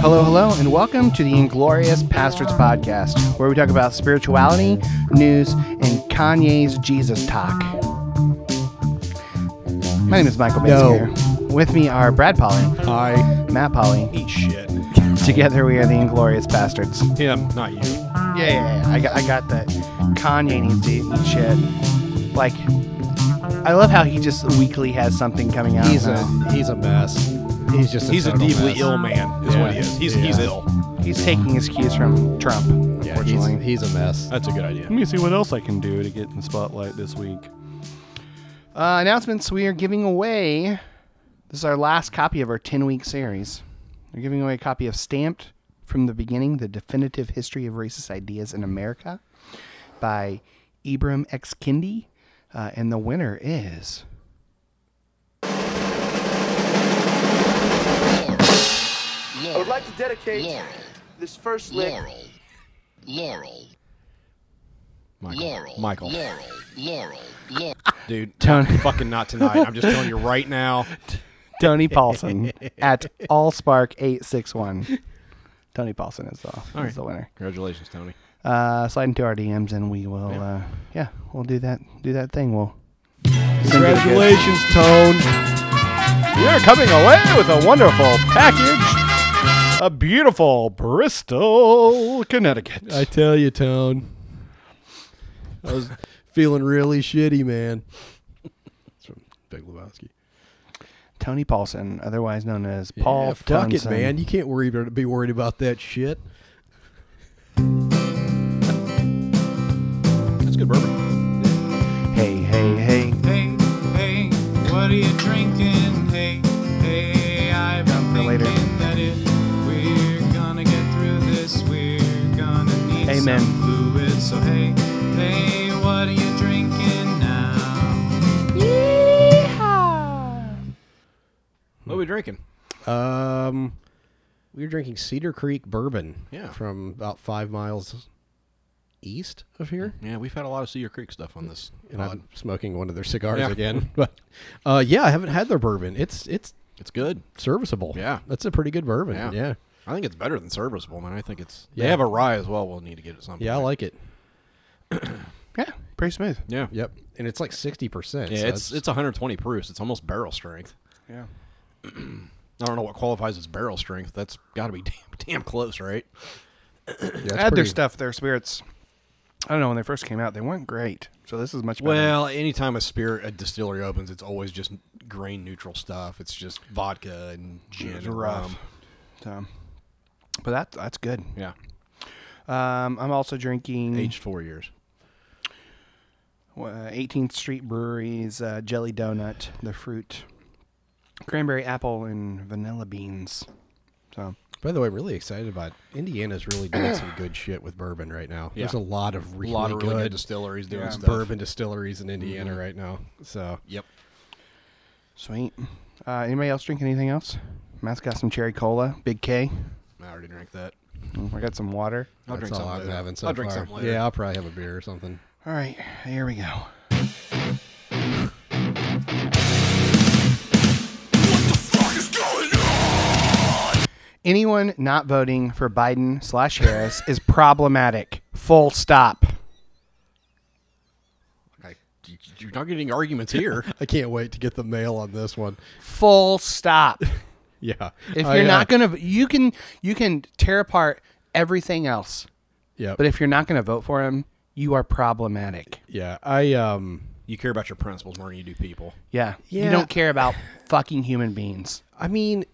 Hello, hello, and welcome to the Inglorious Pastors Podcast, where we talk about spirituality, news, and Kanye's Jesus talk. My name is Michael No. Basker. With me are Brad Polly, I Matt Polly. eat shit. Together we are the Inglorious Bastards. Him, not you. Yeah, yeah, yeah. I got, I got that. Kanye needs to eat shit. Like, I love how he just weekly has something coming out. He's now. a he's a mess. He's just a He's a total deeply mess. ill man, is Yeah. what he is. He's, Yeah. he's ill. He's taking his cues from Trump, Yeah, he's, unfortunately. he's a mess. That's a good idea. Let me see what else I can do to get in the spotlight this week. Uh, announcements we are giving away. This is our last copy of our 10 week series. We're giving away a copy of Stamped from the Beginning The Definitive History of Racist Ideas in America by Ibram X. Kendi. Uh, and the winner is. I would like to dedicate this first lick. Laurel. Laurel. Michael. Laurel. Michael. Laurel. Laurel. Laurel. Dude, Tony, fucking not tonight. I'm just telling you right now. Tony Paulson at AllSpark861. Tony Paulson is the, is the winner. Congratulations, Tony. Uh, slide into our DMs and we will, yeah. Uh, yeah, we'll do that. Do that thing. We'll Congratulations, Tone. You're coming away with a wonderful package. A beautiful Bristol, Connecticut. I tell you, Tone. I was feeling really shitty, man. It's from Big Lebowski. Tony Paulson, otherwise known as yeah, Paul fuck it, Tunson. man. You can't worry be worried about that shit. That's good bourbon. Hey, hey, hey. Hey, hey, what are you drinking? Hey, hey, I've been For later. thinking that if we're gonna get through this, we're gonna need Amen. some fluid. So hey, hey, what are you drinking now? What are we drinking? Um, we were drinking Cedar Creek bourbon. Yeah. From about five miles east of here. Yeah, we've had a lot of Cedar Creek stuff on this. and pod. I'm smoking one of their cigars Yeah. again. But uh, yeah, I haven't had their bourbon. It's it's it's good. serviceable. Yeah. that's a pretty good bourbon. Yeah, Yeah. yeah, I think it's better than serviceable, man. I think it's. Yeah. They have a rye as well. We'll need to get it some. I point. like it. Yeah, pretty smooth. Yeah. Yep, and it's like sixty percent. Yeah, it's it's 120 proofs. It's almost barrel strength. Yeah. I don't know what qualifies as barrel strength. That's got to be damn, damn close, right? Add their stuff, their spirits. I don't know, when they first came out, they weren't great. So this is much better. Well, anytime a spirit a distillery opens, it's always just grain neutral stuff. It's just vodka and gin It's and rough. rum. So, Um, but that, that's good. Yeah, Um, I'm also drinking aged four years. uh, 18th Street Brewery's uh, Jelly Donut, the fruit, cranberry apple, and vanilla beans. So, By the way, really excited about Indiana's really doing some good shit with bourbon right now. Yeah. There's a lot of really, a lot of really good, Mm-hmm. good, distilleries doing Yeah. stuff. bourbon distilleries in Indiana right now. So Yep. sweet. Uh, anybody else drink anything else? Matt's got some cherry cola, Big K. I already drank that. I got some water. I'll that's drink all something I'm later. having so I'll drink far. something later. Yeah, I'll probably have a beer or something. All right, here we go. Anyone not voting for Biden slash Harris is problematic. Full stop. I, you- you're not getting arguments here. I can't wait to get the mail on this one. Full stop. Oh, Yeah, uh, If you're not gonna, you can you can tear apart everything else, yeah, but if you're not gonna vote for him, you are problematic. yeah, I um. you care about your principles more than you do people. Yeah, you Yeah. don't care about fucking human beings. I mean,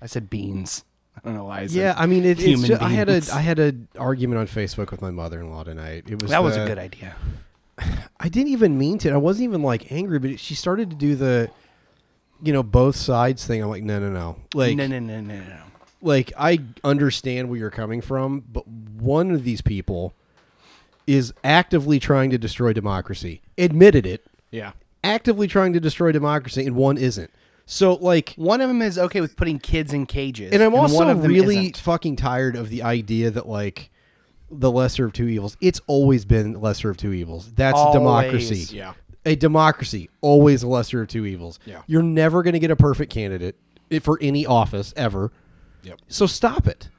I said beans. I don't know why. I said yeah, I mean, it, it's human just, I had a beings. I had an argument on Facebook with my mother-in-law tonight. It was That was the- a good idea. I didn't even mean to. I wasn't even like angry, but she started to do the, you know, both sides thing. I'm like, no, no, no, like, no, no, no, no, no. like I understand where you're coming from, but one of these people is actively trying to destroy democracy. Admitted it, Yeah. actively trying to destroy democracy, and one isn't. So like, One of them is okay with putting kids in cages, And I'm also one of them really isn't. fucking tired of the idea that like the lesser of two evils. It's always been lesser of two evils. That's Always. democracy. Yeah. A democracy always a lesser of two evils. Yeah. You're never going to get a perfect candidate i- for any eh, office ever. Yep. So stop it.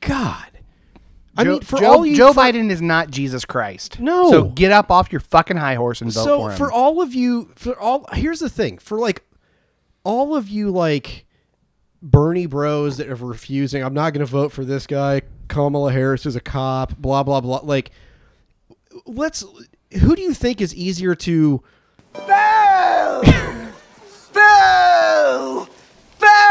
God. I Joe, mean, for Joe, all you Joe for- Biden is not Jesus Christ. No. So get up off your fucking high horse and vote so for him. all of you for all here's the thing for like all of you like bernie bros that are refusing i'm not going to vote for this guy kamala harris is a cop blah blah blah like let's who do you think is easier to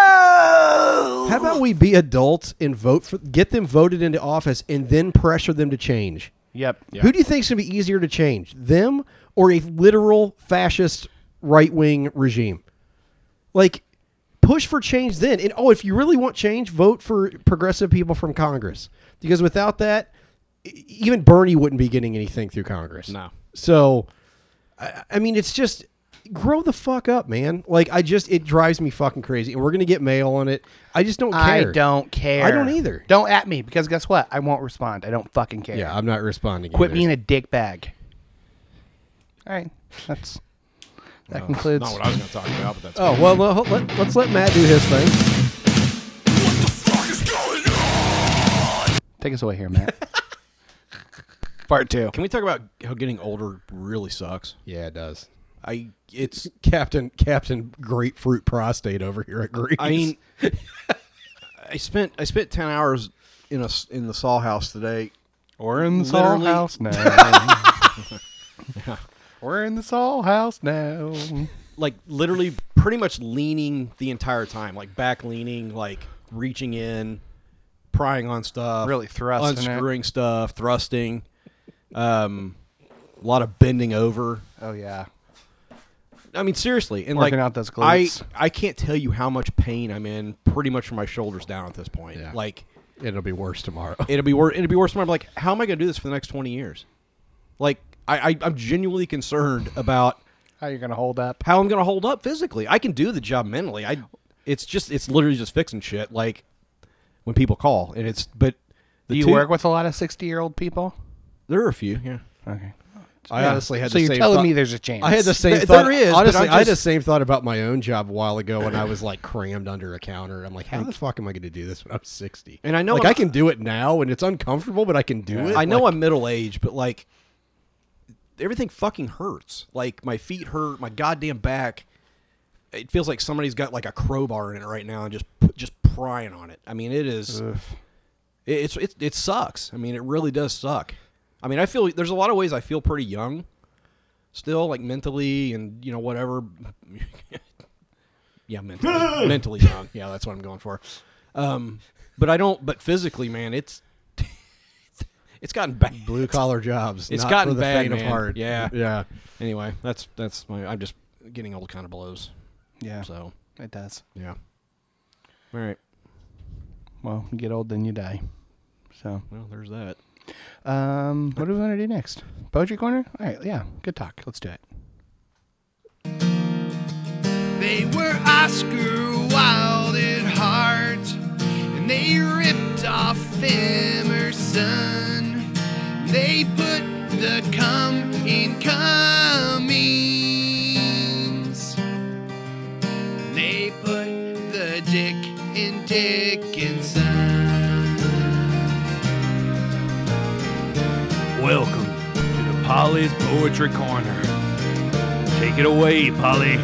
how about we be adults and vote for get them voted into office and then pressure them to change yep. who do you think's going to be easier to change, them or a literal fascist right wing regime? Like, push for change then. And oh, if you really want change, vote for progressive people from Congress because without that, e- even Bernie wouldn't be getting anything through Congress. No. So, I, I mean, it's just grow the fuck up, man. Like, I just it drives me fucking crazy, and we're gonna get mail on it. I just don't I care. don't care. I don't either. Don't at me because guess what? I won't respond. I don't fucking care. Yeah, I'm not responding. Quit either. being a dick bag. All right. That's that concludes. Not what I was going to talk about, but that's Oh well, let, let, let's let Matt do his thing. Take us away here, Matt. Part two. Can we talk about how getting older really sucks? Yeah, it does. I it's Captain Captain Grapefruit Prostate over here at Greece. I mean, I spent I spent ten hours in a s- in the saw house today. We're in the Saul Literally- house now. We're in the Saul house now. Like literally, pretty much leaning the entire time, like back leaning, like reaching in, prying on stuff, Really thrusting it. unscrewing stuff, thrusting. Um, a lot of bending over. Oh yeah. I mean, seriously, and Working like out those glutes. I I can't tell you how much pain I'm in, pretty much from my shoulders down at this point. Yeah. Like it'll be worse tomorrow. it'll be worse. It'll be worse tomorrow. I'm like, how am I going to do this for the next 20 years? Like, I, I I'm genuinely concerned about How you gonna hold up? how I'm going to hold up physically. I can do the job mentally. I, it's just, it's literally just fixing shit. Like when people call, and it's, but the Do you two- work with a lot of sixty-year-old people? There are a few. Yeah. Okay. I honestly had So the you're same telling thought- me there's a chance? I had the same There- thought. there is, but honestly, I'm I had the just- same thought about my own job a while ago when I was like crammed under a counter. I'm like, how the fuck am I going to do this when I'm 60? And I know like I'm- I can do it now, and it's uncomfortable, but I can do it. I know Like, I'm middle aged, but like everything fucking hurts. Like my feet hurt, my goddamn back. It feels like somebody's got like a crowbar in it right now and just p- just prying on it. I mean, it is. It, it's it, it sucks. I mean, it really does suck. I mean, I feel there's a lot of ways I feel pretty young, still like mentally and you know whatever. yeah, mentally, mentally young. Yeah, that's what I'm going for. Um, but I don't. But physically, man, it's it's gotten bad. blue collar jobs. It's not gotten for the bad, faint of man. heart. Yeah. yeah. Anyway, that's that's my. I'm just getting old, kind of blows. Yeah. So It does. yeah. All right. Well, you get old, then you die. So, Well, there's that. um, what do we want to do next? Poetry corner. All right. Yeah. Good talk. Let's do it. They were Oscar Wilde at heart, and they ripped off Emerson. They put the cum in Cummings. They put the dick in Dickinson. Welcome to the Polly's Poetry Corner. Take it away, Polly.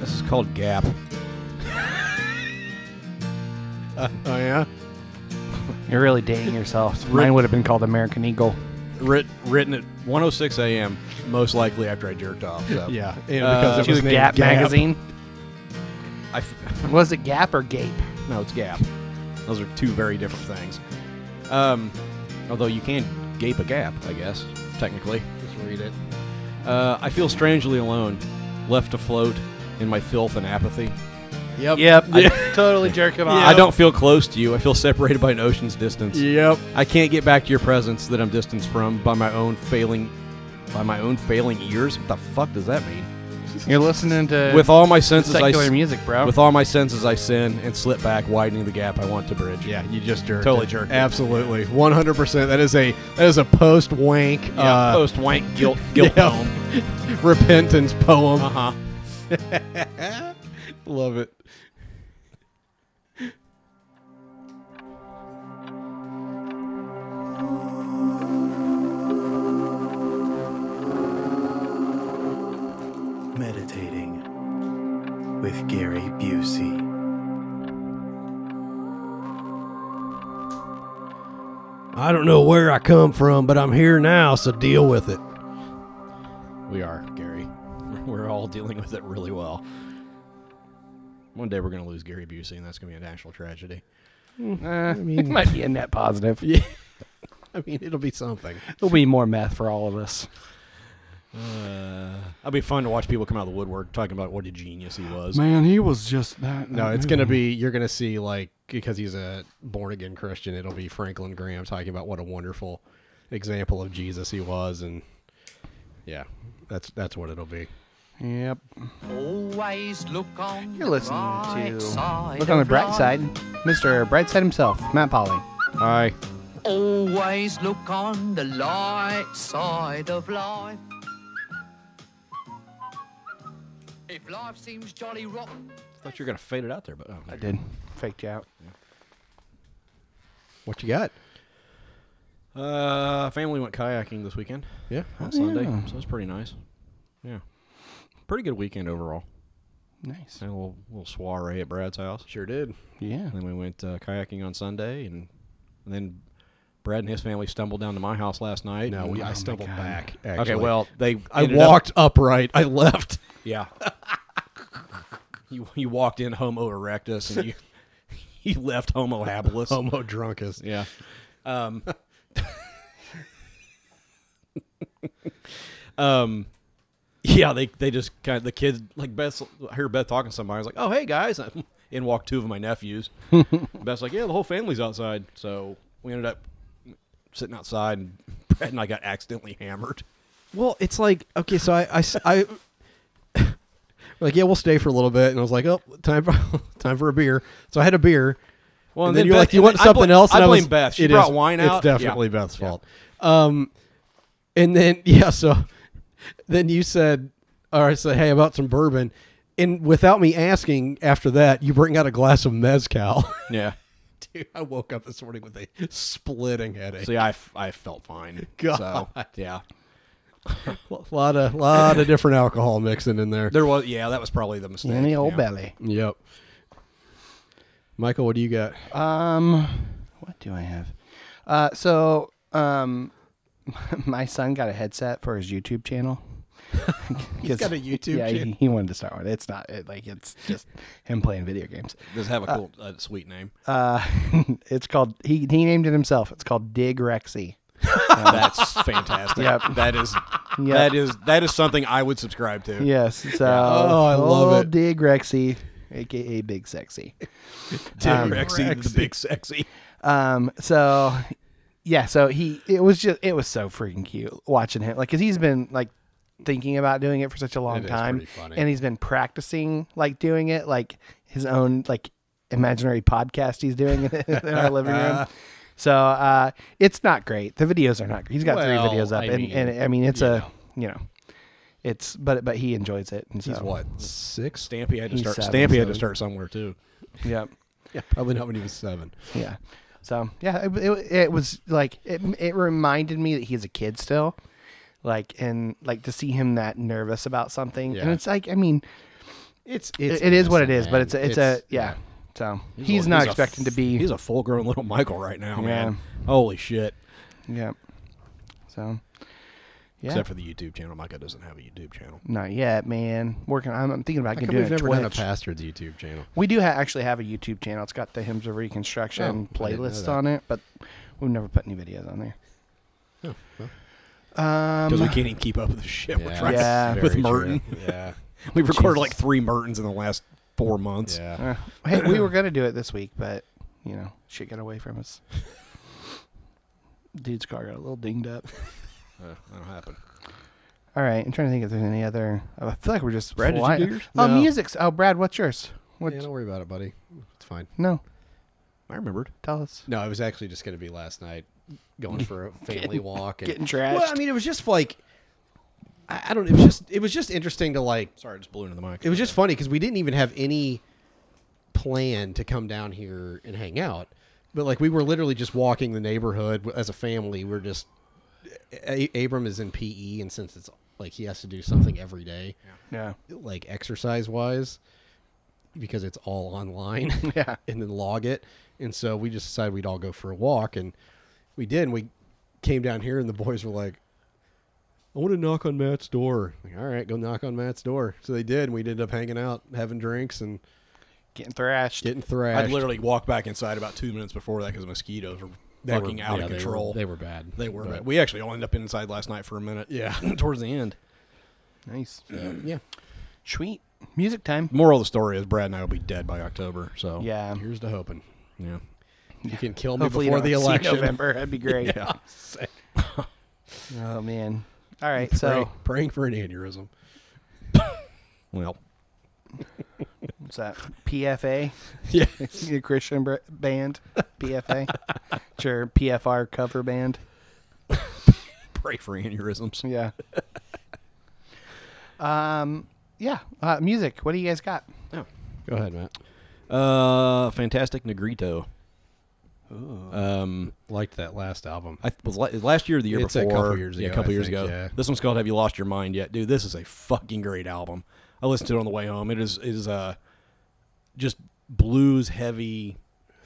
This is called Gap. Oh yeah. You're really dating yourself. Mine would have been called American Eagle. Writ, written at 1:06 a.m. Most likely after I jerked off. So. Uh, Yeah. And because Uh, it She was was named Gap, magazine. I f- Was it Gap or Gape? no, it's Gap. Those are two very different things. Um, although you can gape a gap, I guess technically. Just read it. Uh, I feel strangely alone, left afloat in my filth and apathy. Yep. Yep. I totally jerk him off. I don't feel close to you. I feel separated by an ocean's distance. Yep. I can't get back to your presence that I'm distanced from by my own failing by my own failing ears. What the fuck does that mean? You're listening to With all my senses I secular s- music, bro. with all my senses I sin and slip back widening the gap I want to bridge. Yeah, you just jerked. Totally it. jerked it. Absolutely, one hundred percent. That is a that is a post wank, uh, post wank guilt guilt yeah. poem. repentance poem. Uh-huh. Love it. I don't know where I come from, but I'm here now, so deal with it. We are, Gary. We're all dealing with it really well. One day we're going to lose Gary Busey, and that's going to be a national tragedy. I mean, it might be a net positive. I mean, it'll be something. There'll be more meth for all of us. That'll Uh, be fun to watch people come out of the woodwork talking about what a genius he was. Man, he was just that. No, it's going to be, you're going to see, like, because he's a born again Christian, it'll be Franklin Graham talking about what a wonderful example of Jesus he was. And yeah, that's that's what it'll be. Yep. Always look on You're listening to side Look on the of Bright life. Side, Mr. Brightside himself, Matt Polly. Hi. Always look on the light side of life. If life seems jolly rotten, thought you were going to fade it out there, but oh, I did. Faked you out. What you got? Uh, family went kayaking this weekend Yeah. on Sunday, so it was pretty nice. Yeah, pretty good weekend overall. Nice. Had a little, little soiree at Brad's house, Sure did. Yeah. and then we went uh, kayaking on Sunday, and, and then Brad and his family stumbled down to my house last night. No, and we, I I s- stumbled back. okay, actually. well they I ended up- walked upright. I left. yeah, you you walked in homo erectus, and you you left homo habilis. Homo drunkest. Yeah. Um, um, yeah, they they just kind of the kids like Beth. I hear Beth talking to somebody. I was like, "Oh, hey guys!" In walked two of my nephews. Beth's like, "Yeah, the whole family's outside." So we ended up sitting outside, and Brad and I got accidentally hammered. Well, it's like okay, so I, I s- I- like yeah, we'll stay for a little bit, and I was like, oh, time for time for a beer. So I had a beer. Well, and, then, you're like, you want something else? I and blame was- Beth. She it brought is- wine out. It's definitely Beth's fault. Um, and then yeah, so then you said, or I said, hey, about some bourbon, and without me asking, after that, you bring out a glass of mezcal. Yeah. Dude, I woke up this morning with a splitting headache. See, I, f- I felt fine. So, yeah. a lot of lot of different alcohol mixing in there. There was, yeah, that was probably the mistake. Any old yeah. belly. Yep. Michael, what do you got? Um, what do I have? Uh, so, um, my son got a headset for his YouTube channel. He's got a YouTube yeah, channel? He, he wanted to start one. It's not it, like it's just him playing video games. Does have a cool, uh, sweet name. Uh, it's called he he named it himself. It's called Dig Rexy. That's fantastic. Yep. That is Yep. that is that is something I would subscribe to. Yes. So, Oh, I love old it. Dig Rexy, aka Big Sexy. Tim Rexy, the big sexy. Um, so yeah, so he it was just it was so freaking cute watching him like because he's been like thinking about doing it for such a long is time, pretty funny. and he's been practicing like doing it like his own like imaginary podcast he's doing in, our living room. So uh, it's not great. The videos are not great. He's got Well, three videos up, I and, mean, and I mean it's a you know it's but but he enjoys it. And so, He's what six? Stampy had to He's start. seven, Stampy had seven. to start somewhere too. Yep. Yeah, probably not when he was seven. Yeah. So yeah, it, it, it was like it, it reminded me that he's a kid still, like and like to see him that nervous about something, and Yeah. it's like I mean, It's it, it is what it is, but it's a, it's, a yeah. So he's, a- not a expecting f- to be He's a full grown little Michael right now, man. Holy shit! yeah. So yeah, Except for the YouTube channel, Michael doesn't have a YouTube channel. not yet, man. Working, I'm, I'm thinking about How come doing we've a never done a Twitch. pastor's YouTube channel? we do ha- actually have a YouTube channel. It's got the hymns of reconstruction Oh, I didn't know playlist that. on it, but we've never put any videos on there. Oh, Um, Because we can't even keep up with the shit we're trying Yeah. to, with Merton. Yeah, We've recorded like three Mertons in the last four months. yeah. Uh, hey, we were gonna do it this week, but you know, shit got away from us. Dude's car got a little dinged up. Uh, that'll happen. All right, I'm trying to think if there's any other. oh, I feel like we're just Brad, did you flying- do yours? Oh, No. music's. Oh, Brad, what's yours? What? Yeah, don't worry about it, buddy. It's fine. no, I remembered. tell us. No, I was actually just going to be last night going for a family walk and getting trashed. Well, I mean, it was just like I, I don't. It was just it was just interesting to like Sorry, I just blew into the mic. It was just funny because we didn't even have any plan to come down here and hang out, but like we were literally just walking the neighborhood as a family. We're just a- Abram is in PE, and since it's like he has to do something every day, Yeah. like exercise wise, because it's all online, Yeah. and then log it. And so we just decided we'd all go for a walk, and We did. And we came down here, and the boys were like, "I want to knock on Matt's door." Like, all right, go knock on Matt's door. So they did. And we ended up hanging out, having drinks, and Getting thrashed. getting thrashed. I'd literally walk back inside about two minutes before that because mosquitoes were They fucking were- out yeah, of they were- control. They were, bad. They were. But- bad. We actually all ended up inside last night for a minute. Yeah, towards the end. Nice. Yeah. Sweet. Music time. Moral of the story is Brad and I will be dead by October. So Yeah. Here's to hoping yeah. you can kill me Hopefully you before don't the see election. November. That'd be great. oh man. All right. So Praying- praying for an aneurysm. Well, what's that? PFA. Yeah. Your Christian br- band. PFA. it's your PFR cover band. pray for aneurysms. Yeah. um. Yeah. Uh, music. What do you guys got? Go ahead, Matt. Uh, fantastic Negrito. Um, Liked that last album. I th- was la- last year, or the year It's a before, couple years yeah, a ago, couple I years think, ago. yeah. This one's called "Have You Lost Your Mind Yet?" Dude, this is a fucking great album. I listened to it on the way home. It is is uh, just blues heavy,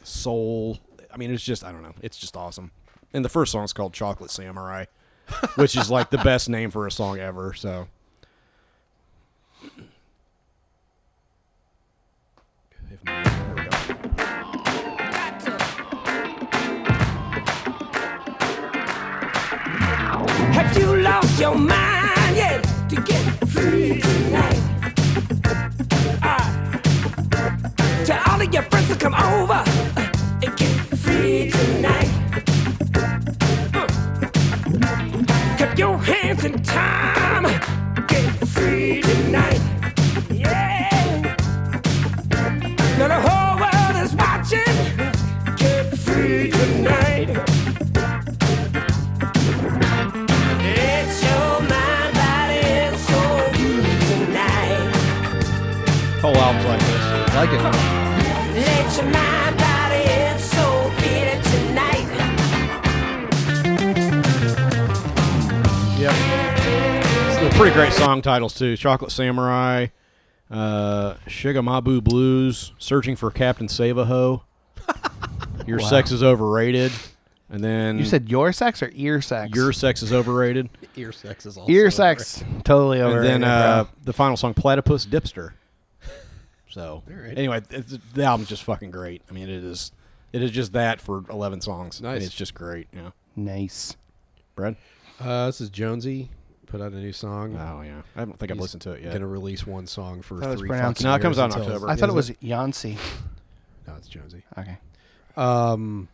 soul. I mean, it's just I don't know. It's just awesome. And the first song's called "Chocolate Samurai," which is like the best name for a song ever. So, If not, there we go. Have you lost your mind yet to get free tonight? Ah. tell all of your friends to come over uh, and get free tonight. Uh. Mm. Clap your hands in time, get free tonight. Yeah. Now the whole world is watching, get free tonight. It's your mind, body, and soul you tonight. Oh, whole album's like this. like it. Let your mind, body, and soul feel it tonight. They're pretty great song titles too. Chocolate Samurai, uh, Shigamabu Blues, Searching for Captain Savaho. Your sex is overrated, and then You said your sex or ear sex? your sex is overrated, Ear sex is also ear sex. Totally over. and then uh, the final song Platypus Dipster. So right. anyway, it's, the album's just fucking great. I mean, it is it is just that for eleven songs. I mean, Nice. it's just great. Yeah, nice. Brad. Uh, this is Jonesy. Put out a new song. Oh yeah, I don't think I've He's listened to it yet. Gonna release one song for That was three pronounced- fucking No, it comes years out in until- October. I thought it Is was Yancey. No, it's Jonesy. Okay. Um,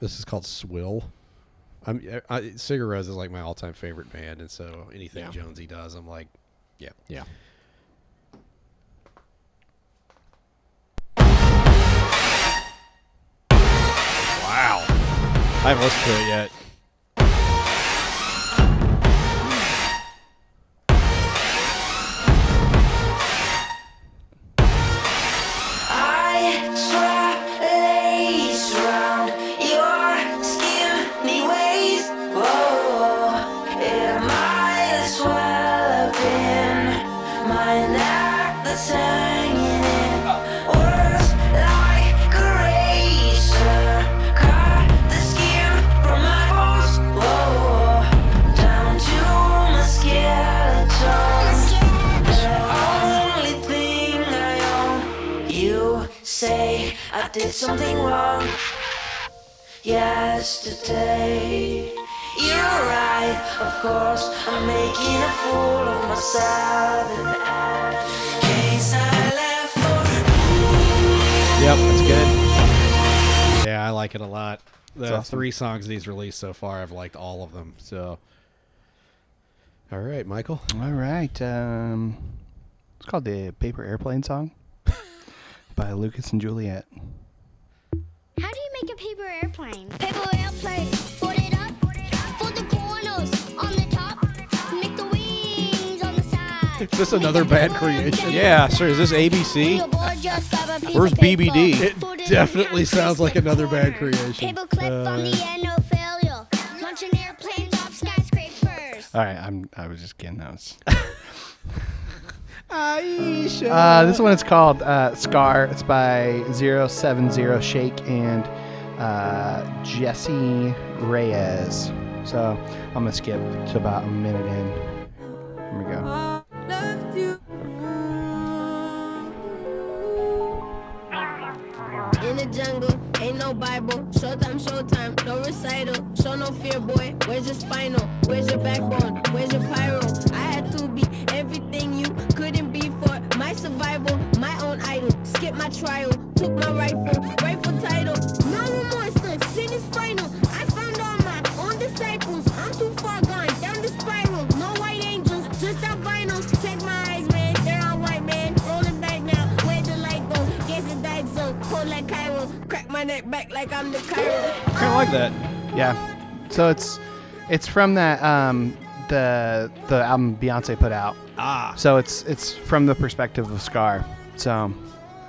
this is called Swill. I'm I, Cigarettes is like my all-time favorite band, and so anything Yeah. Jonesy does, I'm like, yeah. Yeah. Wow. I haven't listened to it yet. Lace round your skinny waist. Oh, Whoa, it might as well have been my neck that's hanging in. Words like a razor cut the skin from my bones. Whoa, down to my skeleton. The only thing I own. You say I did something wrong yesterday. You're right, of course. I'm making a fool of myself, and I can't laugh for Yep, it's good. Yeah, I like it a lot. The awesome. three songs he's released so far, I've liked all of them. So, all right, Michael. All right. Um, it's called the Paper Airplane Song by Lucas and Juliet. How do you make a paper airplane? Paper airplane. Fold it up. Fold the corners on the top. Make the wings on the side. Is this another bad creation? Yeah, Ah, sir. Is this ABC? Where's Where's BBD? It definitely sounds like another bad creation. Paper clip on the end, no failure. Launch an airplane off skyscrapers. All right. I'm. I was just kidding. That was. Aisha. Uh, this one is called uh, "Scar." It's by 070 Shake and uh, Jesse Reyes. So I'm gonna skip to about a minute in. Here we go. In the jungle, ain't no Bible. Showtime, showtime, no recital. Show no fear, boy. Where's your spinal? Where's your backbone? Where's your pyro? I had to be everything you couldn't be for my survival, my own idol. Skip my trial, took my rifle, rightful title. No monster, sin is final. I found all my own disciples. I'm too far gone, down the spiral. No white angels, just albinos. Take my eyes, man. They're all white, man. Rolling back now, where the light goes. Guess it died so cold like Cairo. Crack my neck back like I'm the Cairo. Kind of like that. Yeah. So it's it's from that um the the album Beyonce put out. Ah. So it's it's from the perspective of Scar. So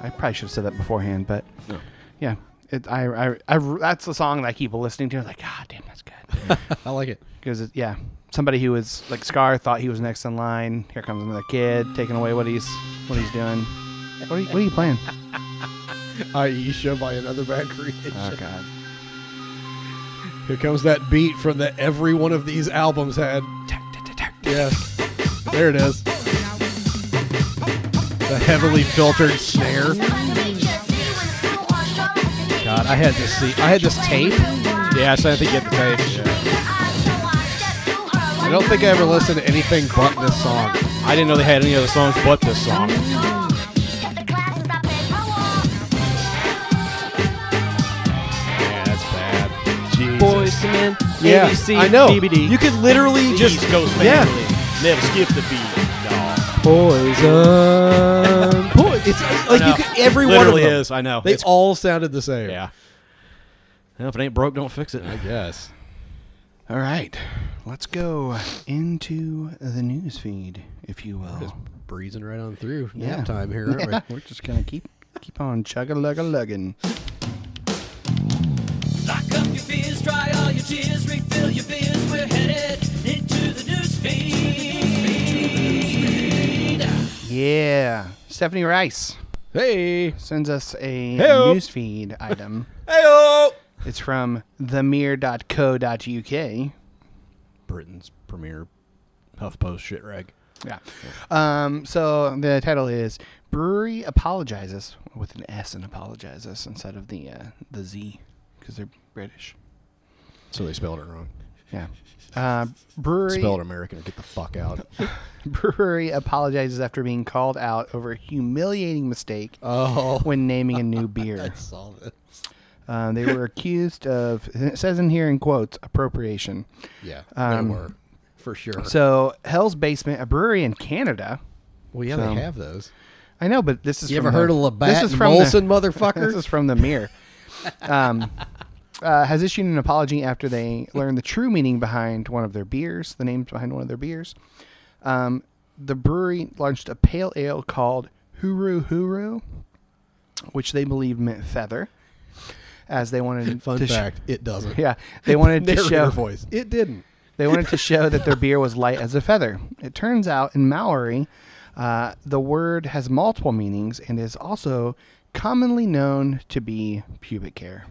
I probably should have said that beforehand, but No. yeah. It, I, I, I, that's the song that I keep listening to. Like, ah, damn, that's good. I like it. Because yeah, somebody who was like Scar thought he was next in line. Here comes another kid taking away what he's what he's doing. What are you, what are you playing? Oh, Aisha by another bad creation. Oh God. Here comes that beat from that every one of these albums had. Yes. There it is. The heavily filtered snare. God, I had this I had this tape. Yes, I think you have to pay. I don't think I ever listened to anything but this song. I didn't know they had any other songs but this song. Yeah, that's bad. Boys to men. Yeah, ABC, I know. DVD. You could literally just East Coast family. yeah. Never skip the beat. No. Poison. Po- it's like I know. you could, every Literally one of them. is, I know. They It's- all sounded the same. Yeah. Well, if it ain't broke, don't fix it. I guess. All right, let's go into the news feed, if you will. Breezing right on through. Yeah. Nap time here, aren't we? We're just gonna keep keep on chugga lugga lugging. Lock up your fears, dry all your tears, refill your beers. We're headed into the news feed. Yeah, Stephanie Rice. Hey, sends us a Hey-o. news feed item. Hey, It's from themere.co.uk. Britain's premier HuffPost shit rag. Yeah. Um, so the title is Brewery Apologizes with an S and apologizes instead of the uh, the Z because they're British. So they spelled it wrong. Yeah. Uh, brewery Spelled American. Get the fuck out. brewery apologizes after being called out over a humiliating mistake Oh. when naming a new beer. saw this. Um, they were accused of, and it says in here in quotes, appropriation. Yeah, Um, they were for sure. So Hell's Basement, a brewery in Canada. well, yeah, so- they have those. I know, but this is You from ever the- heard of Labatt this is and from Molson, the, motherfucker? This is from the mirror. Um, uh, has issued an apology after they learned the true meaning behind one of their beers, the names behind one of their beers. Um, the brewery launched a pale ale called Huru Huru, which they believed meant feather, as they wanted Fun to sh- fact: it doesn't. yeah, they wanted to Narrator show voice. It didn't. they wanted to show that their beer was light as a feather. It turns out in Maori, uh, the word has multiple meanings and is also commonly known to be pubic hair.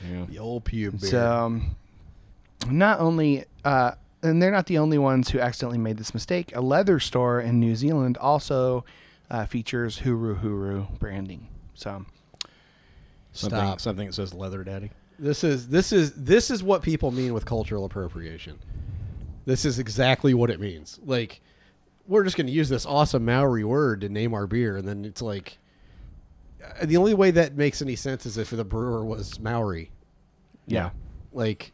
Yeah. The old pube beer. So, um, not only, uh, and they're not the only ones who accidentally made this mistake. A leather store in New Zealand also uh, features Huru Huru branding. So, Something, Stop. Something that says leather daddy. This is this is this is what people mean with cultural appropriation. This is exactly what it means. Like we're just going to use this awesome Maori word to name our beer and then it's like uh, the only way that makes any sense is if the brewer was Maori. yeah. Like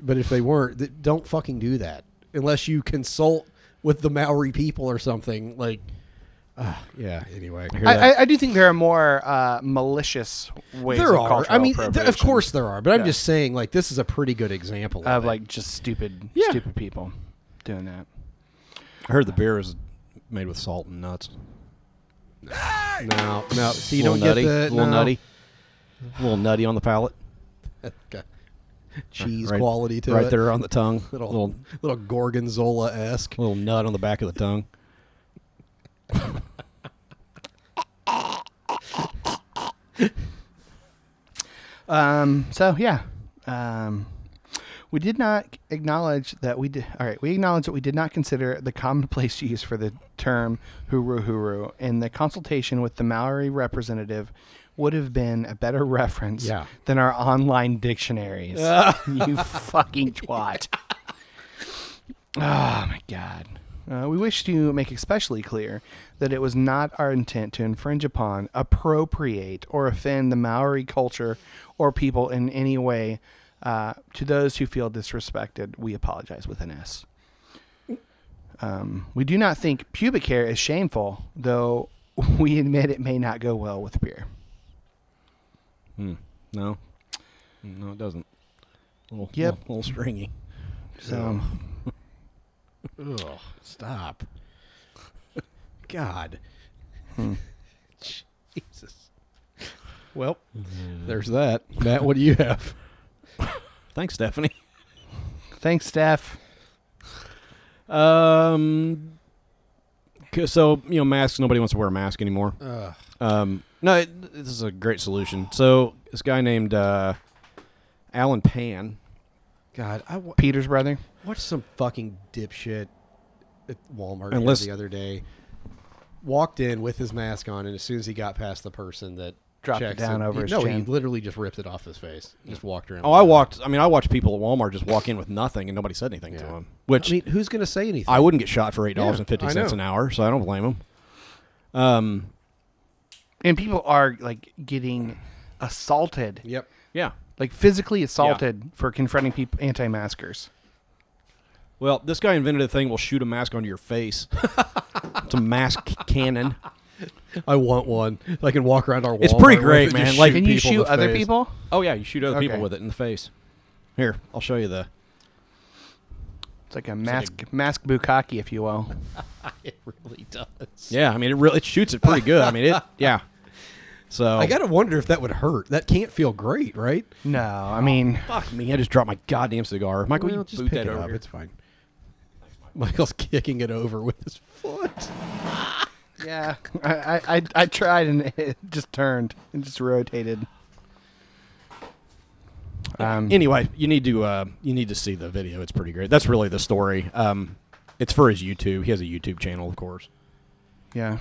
but if they weren't, th- don't fucking do that unless you consult with the Maori people or something like ah, yeah, anyway. I, I, I do think there are more uh, malicious ways there of are. cultural I mean, th- of appropriation. course there are, but I'm Yeah. just saying, like, this is a pretty good example of it. like just stupid Yeah. stupid people doing that. I heard the beer is made with salt and nuts. No, no. So you Little don't nutty, get the little no. nutty, little nutty on the palate. Okay. cheese Right- quality to right it. there on the tongue. Little little little, gorgonzola esque. little nut on the back of the tongue. Um, so yeah, um, we did not acknowledge that we did. All right, we acknowledge that we did not consider the commonplace use for the term "huru huru," and the consultation with the Maori representative would have been a better reference Yeah. than our online dictionaries. you fucking twat. Oh my god. Uh, we wish to make especially clear that it was not our intent to infringe upon, appropriate, or offend the Maori culture or people in any way. Uh, to those who feel disrespected, we apologize with an S. Um, we do not think pubic hair is shameful, though we admit it may not go well with beer. Hmm. No. No, it doesn't. little, Yep. little, little stringy. So, Ugh, stop. God. Hmm. Jesus. Well, Mm-hmm. There's that. Matt, what do you have? Thanks, Stephanie. Thanks, Steph. Um, 'cause- so you know, masks. Nobody wants to wear a mask anymore. Ugh. Um, no, it, this is a great solution. So this guy named uh, Alan Pan. God, I wa- Peter's brother. watched some fucking dipshit at Walmart And let's- the other day. Walked in with his mask on, and as soon as he got past the person that Dropped it checks down over he- his no, he chin. literally just ripped it off his face. Just walked around. Oh, I walked. I mean, I watched people at Walmart just walk in with nothing, and nobody said anything to him. Which I mean, who's gonna say anything? I wouldn't get shot for eight dollars fifty Yeah, I know. an hour, so I don't blame him. Um, and people are like getting assaulted. Yep. Yeah. Like physically assaulted for confronting people anti-maskers. well, this guy invented a thing. will shoot a mask onto your face. it's a mask cannon. I want one. I can walk around our. Walmart It's pretty with great, it, man. just Like, shoot people in the face. Oh yeah, you shoot other people Okay. with it in the face. Here, I'll show you the. It's like a mask mask bukkake, if you will. it really does. Yeah, I mean it really it shoots it pretty good. I mean it. Yeah. So I gotta wonder if that would hurt. That can't feel great, right? No, I mean, fuck me. I just dropped my goddamn cigar. Michael, Well, you just boot pick that it over up. here. It's fine. Michael's kicking it over with his foot. yeah, I, I I- I tried and it just turned and just rotated. Um, anyway, you need to uh, you need to see the video. It's pretty great. That's really the story. Um, it's for his YouTube. He has a YouTube channel, of course. Yeah.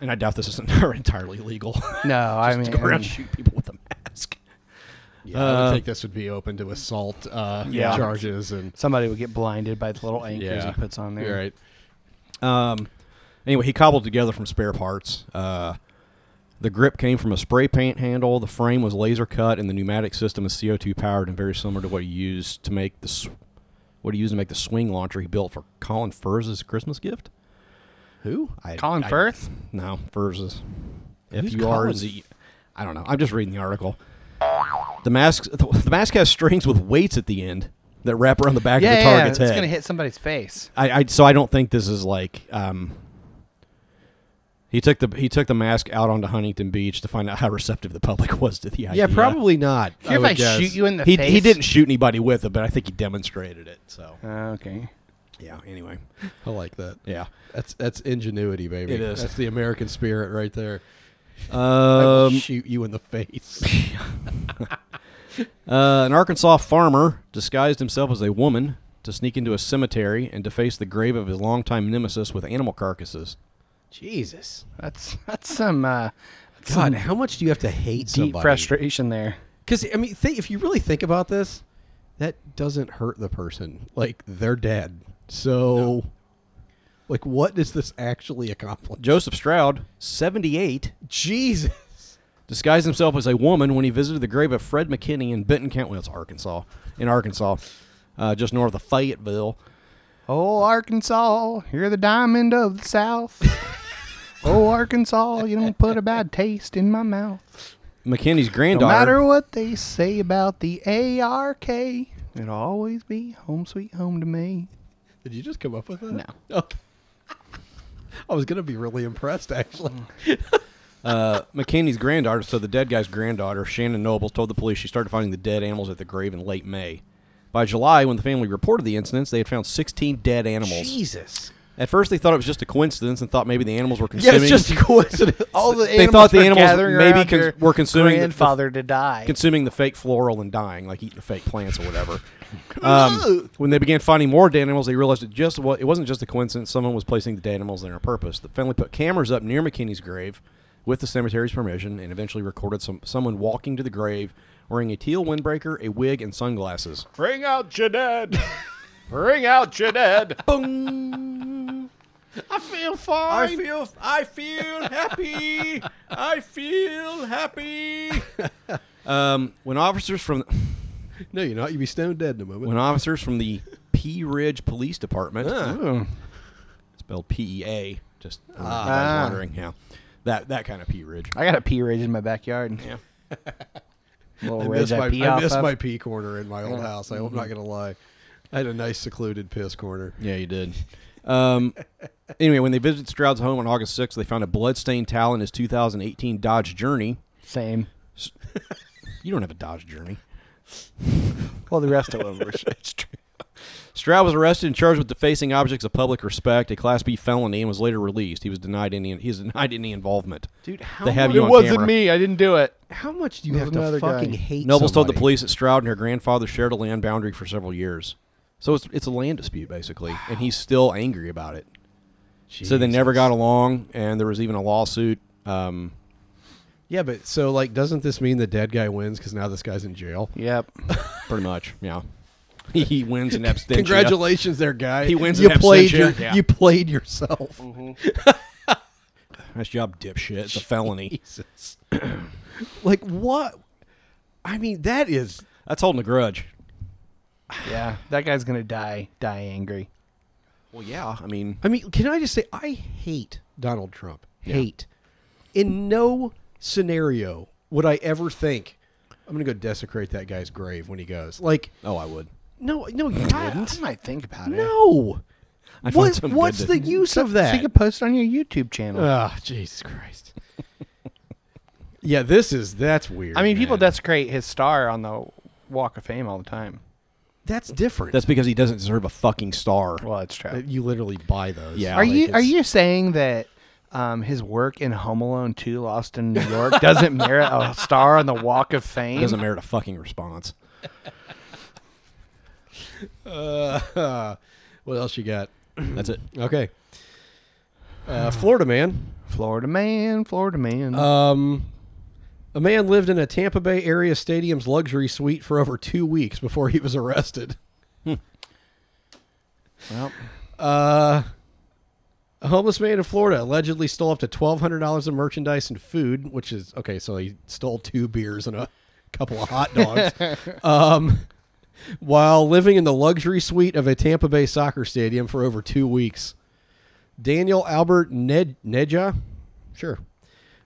And I doubt this isn't entirely legal. No, I Just mean, to go around I and shoot people with a mask. Yeah, I would Uh, think this would be open to assault uh, Yeah. charges and somebody would get blinded by the little anchors Yeah. he puts on there. You're right. Um, anyway, he cobbled together from spare parts. Uh, the grip came from a spray paint handle. The frame was laser cut, and the pneumatic system is CO2 powered and very similar to what he used to make the sw- what he used to make the swing launcher he built for Colin Furze's Christmas gift. Who? I, Colin Firth? No, Furze's. If Who's you are Colin the, I don't know. I'm just reading the article. The mask the mask has strings with weights at the end that wrap around the back yeah, of the yeah, target's it's head. gonna hit somebody's face. I, I so I don't think this is like um he took the he took the mask out onto Huntington Beach to find out how receptive the public was to the idea. Yeah, probably not. Care if would I guess. shoot you in the he, face? he didn't shoot anybody with it, but I think he demonstrated it. So Uh, okay. yeah. Anyway, I like that. yeah. That's that's ingenuity, baby. It is. That's the American spirit right there. I will Um, shoot you in the face. Uh, an Arkansas farmer disguised himself as a woman to sneak into a cemetery and deface the grave of his longtime nemesis with animal carcasses. Jesus. That's that's some uh, that's God, some how much do you have to hate deep somebody? frustration there. Because I mean, think if you really think about this, that doesn't hurt the person. Like they're dead. So, like, what does this actually accomplish? Joseph Stroud, 78, Jesus. disguised himself as a woman when he visited the grave of Fred McKinney in Benton County, well, it's Arkansas, in Arkansas, uh, just north of Fayetteville. Oh, Arkansas, you're the diamond of the South. oh, Arkansas, you don't put a bad taste in my mouth. McKinney's No granddaughter. matter what they say about the ARK, it'll always be home sweet home to me. Did you just come up with that? No. Okay. I was gonna be really impressed, actually. uh, McKinney's granddaughter, so the dead guy's granddaughter, Shannon Nobles, told the police she started finding the dead animals at the grave in late May. By July, when the family reported the incidents, they had found 16 dead animals. Jesus. At first, they thought it was just a coincidence and thought maybe the animals were Yeah, consuming. it's just a coincidence. All the they thought the were animals gathering maybe around your con- were consuming the- the- grandfather to die. consuming the fake floral and dying, like eating the fake plants or whatever. Um, when they began finding more dead animals, they realized it just wa- it wasn't just a coincidence. Someone was placing the dead animals there on purpose. The family put cameras up near McKinney's grave, with the cemetery's permission, and eventually recorded some someone walking to the grave wearing a teal windbreaker, a wig, and sunglasses. Bring out your dead. Bring out your dead. Boom. I feel fine. I feel I feel happy. I feel happy. Um, when officers from no, you're not. You'd be stone dead in a moment. when officers from the P Ridge Police Department, Ah. spelled P E A, just for Ah. anybody who's Ah. wondering, yeah, that that kind of P Ridge. I got a pea ridge in my backyard. Yeah. Little I ridge miss, I, my, pee I off miss of. my pee corner in my old Yeah. house. I, I'm not gonna lie. I had a nice secluded piss corner. Mm-hmm. Yeah, you did. Um, anyway, when they visited Stroud's home on August 6th, they found a bloodstained towel in his 2018 Dodge Journey. Same. You don't have a Dodge Journey. Well, the rest of them were. It's true. Stroud was arrested and charged with defacing objects of public respect, a Class B felony, and was later released. He was denied any. He was denied any involvement. Dude, how they have much- you It on wasn't camera. me. I didn't do it. How much do you It have was to another guy. fucking hate? Nobles told the somebody? police that Stroud and her grandfather shared a land boundary for several years. So it's it's a land dispute basically, and he's still angry about it. So they never got along, and there was even a lawsuit. Um, Yeah, but so like, doesn't this mean the dead guy wins because now this guy's in jail? Yep. pretty much, yeah. He, he wins in abstention. Congratulations, there, guy. Mm-hmm. He wins You in played absentia, your, yeah. you played yourself. Nice job, dipshit. It's a felony. Jesus. like what? I mean, that is That's holding a grudge. Yeah, that guy's gonna die. Die angry. Well, yeah. I mean, I mean, can I just say I hate Donald Trump. Yeah. Hate. In no scenario would I ever think I'm going to go desecrate that guy's grave when he goes. Like, oh, I would. no, no, you I, wouldn't. I might think about it. No. I'd find What- something good what's to- the use of So you that? could post it on your YouTube channel. Ah, Jesus Christ. yeah, this is that's weird. I mean, people man. desecrate his star on the Walk of Fame all the time. that's different. That's because he doesn't deserve a fucking star. Well, it's true. Uh, you literally buy those. Yeah. Are like you are it's- you saying that um, his work in Home Alone 2 Lost in New York doesn't merit a star on the Walk of He Fame? doesn't merit a fucking response. Uh, what else you got? That's it. Okay. Uh, Florida man. Florida man, Florida man. Um, a man lived in a Tampa Bay area stadium's luxury suite for over two weeks before he was arrested. well, Uh, a homeless man in Florida allegedly stole up to twelve hundred dollars of merchandise and food, which is okay. So he stole two beers and a couple of hot dogs, um, while living in the luxury suite of a Tampa Bay soccer stadium for over two weeks. Daniel Albert Ned Neja, sure,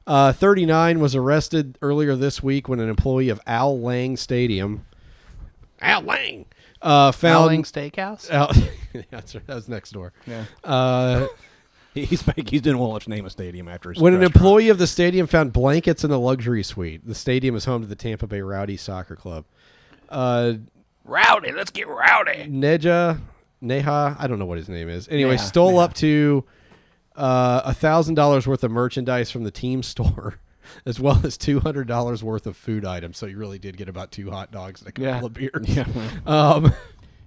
uh, thirty nine, was arrested earlier this week when an employee of Al Lang Stadium, Al Lang, uh, found Fowling Steakhouse? out. Yeah, that's right. That was next door. Yeah. Uh, He's make, he's doing well enough to name a stadium after his when an restaurant. employee of the stadium found blankets in the luxury suite, the stadium is home to the Tampa Bay Rowdy Soccer Club. Uh, Rowdy, let's get rowdy. Neja, Neha, I don't know what his name is. Anyway, Neha, stole up to uh, a thousand dollars worth of merchandise from the team store, as well as two hundred dollars worth of food items. So he really did get about two hot dogs and a couple Yeah. of beers. Um,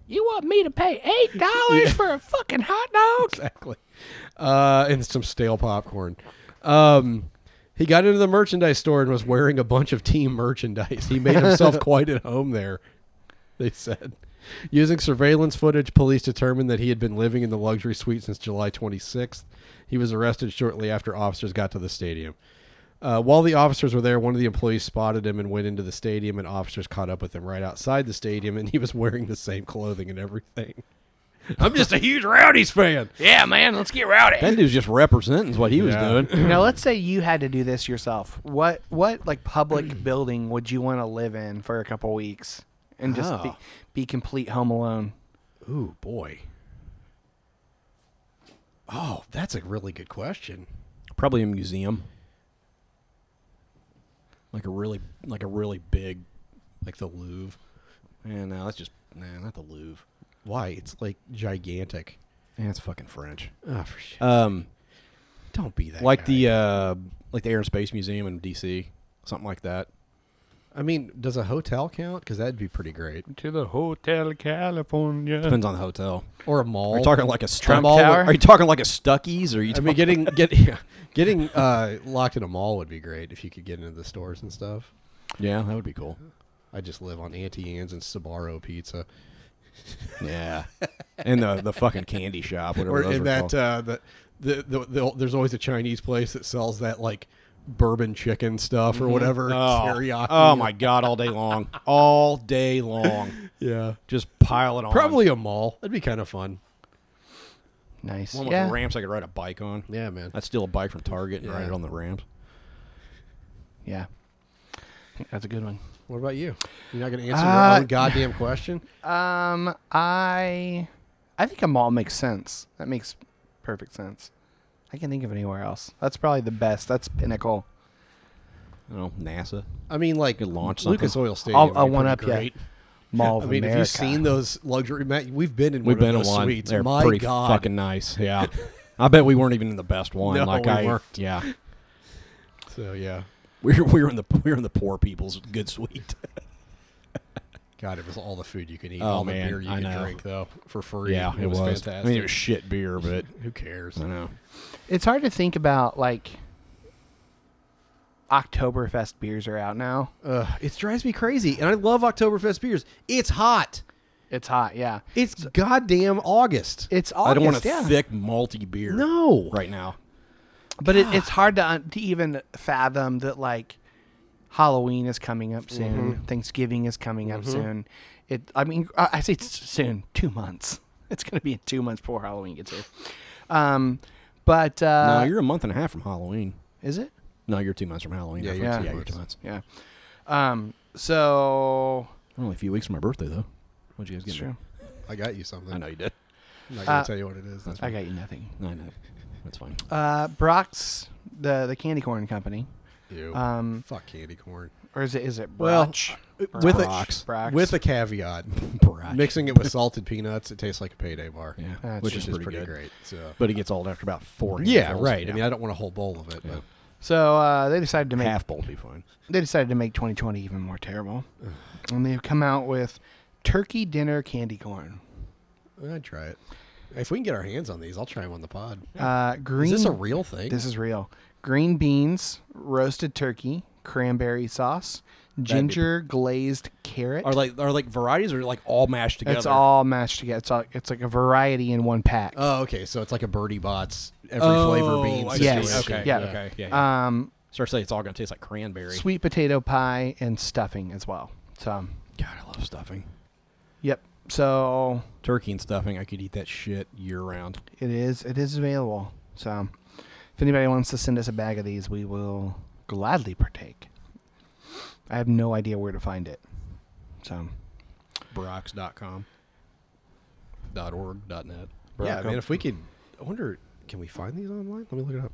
You want me to pay eight dollars for a fucking hot dog? exactly. Uh, and some stale popcorn. Um, he got into the merchandise store and was wearing a bunch of team merchandise. He made himself quite at home there, they said. Using surveillance footage, police determined that he had been living in the luxury suite since July 26th. He was arrested shortly after officers got to the stadium. Uh, while the officers were there, one of the employees spotted him and went into the stadium, and officers caught up with him right outside the stadium, and he was wearing the same clothing and everything. I'm just a huge Rowdies fan. Yeah, man, let's get rowdy. that dude's just representing what he Yeah. was doing. now, let's say you had to do this yourself. What what like public building would you want to live in for a couple weeks and just be, Oh. be complete home alone? Ooh, boy. Oh, that's a really good question. Probably a museum, like a really like a really big. Like the Louvre. uh, Yeah, no, that's just nah, not the Louvre. Why? It's like gigantic. Yeah, it's fucking French. Oh, for shit. Um, Don't be that Like the uh, like the Air and Space Museum in D.C. Something like that. uh, I mean, does a hotel count? Because that'd be pretty great. To the Hotel California. Depends on the hotel or a mall. Are you talking like a stu- Trump mall? Tower? Are you talking like a Stuckey's? Or are you? I Talking mean, getting getting getting uh, locked in a mall would be great if you could get into the stores and stuff. Yeah, that would be cool. I just live on Auntie Anne's and Sabaro Pizza. Yeah, and the the fucking candy shop, whatever Or those in were that called. uh, the, the, the, the there's always a Chinese place that sells that like bourbon chicken stuff or Mhm. whatever Oh, teriyaki. oh my god, all day long, all day long. Yeah. just pile it on. Probably a mall. That'd be kind of fun. Nice. one with ramps I could ride a bike on. Yeah, man. I'd steal a bike from Target and ride Yeah. it on the ramps. Yeah. That's a good one. What about you? You're not going to answer Uh, your own goddamn question. Um, I, I think a mall makes sense. That makes perfect sense. I can't think of anywhere else. That's probably the best. That's pinnacle. I don't know, NASA. I mean, like Could launch something. Lucas Oil Stadium. would be I'll one pretty up ya. great. Mall I of mean, if America. you've seen those luxury, Matt, we've been in We've one been in of those one. suites. They're My pretty God, fucking nice. Yeah, I bet we weren't even in the best one. No, like we I, weren't. yeah, So yeah, we were, we were in the we were in the poor people's good suite. God, it was all the food you could eat, Oh, all man, the beer you I could know. drink though for free. Yeah, it, it was, was. fantastic. I mean, it was shit beer, but- who cares? I know. It's hard to think about like Oktoberfest beers are out now. Ugh, it drives me crazy, and I love Oktoberfest beers. It's hot. It's hot, yeah. It's goddamn August. It's August, I don't want a yeah. thick malty beer. No. right now. But it, it's hard to, un- to even fathom that like Halloween is coming up Mm-hmm. soon, Thanksgiving is coming up Mhm. soon. It, I mean, I, I say it's soon, two months. It's going to be in two months before Halloween gets here. Um, but uh, no, you're a month and a half from Halloween. is it? No, you're two months from Halloween. Yeah, That's you're what- two yeah, you're months. two months. Yeah. Um, so Only a few weeks from my birthday, though. What'd you guys get? It's me? true. I got you something. I know you did. I'm not gonna Uh, tell you what it is. That's I got you nothing. I know. That's fine. Uh, Brock's the the candy corn company, you. um, Fuck candy corn. or is it is it Well, uh, Broch? uh, with Brock's. a Brock's. with a caveat, Brach. mixing it with salted peanuts, it tastes like a payday bar. Yeah, That's which, true. is Which is pretty, pretty great. So. But it gets old after about four. yeah, handfuls. right. Yeah. I mean, I don't want a whole bowl of it. Yeah. so uh, they decided to make half bowl would be fine. they decided to make 2020 even more terrible, and they've come out with turkey dinner candy corn. But I'd try it. If we can get our hands on these, I'll try them on the pod. Uh, green. Is this a real thing? This is real. Green beans, roasted turkey, cranberry sauce, ginger glazed carrot. Are like are like varieties or like all mashed together? it's all mashed together. It's all, it's like a variety in one pack. oh, okay. So it's like a Birdie Bots every Oh, flavor bean. I see. situation. Yes. Okay. Yeah. Okay. Yeah. yeah. Um, so I say it's all gonna taste like cranberry. sweet potato pie and stuffing as well. So, God, I love stuffing. yep. So Turkey and stuffing. I could eat that shit year round. it is it is available. So if anybody wants to send us a bag of these, we will gladly partake. I have no idea where to find it. So Brox.com. Dot org. Dot net. Yeah, Bronco. man. If we could, I wonder, can we find these online? Let me look it up.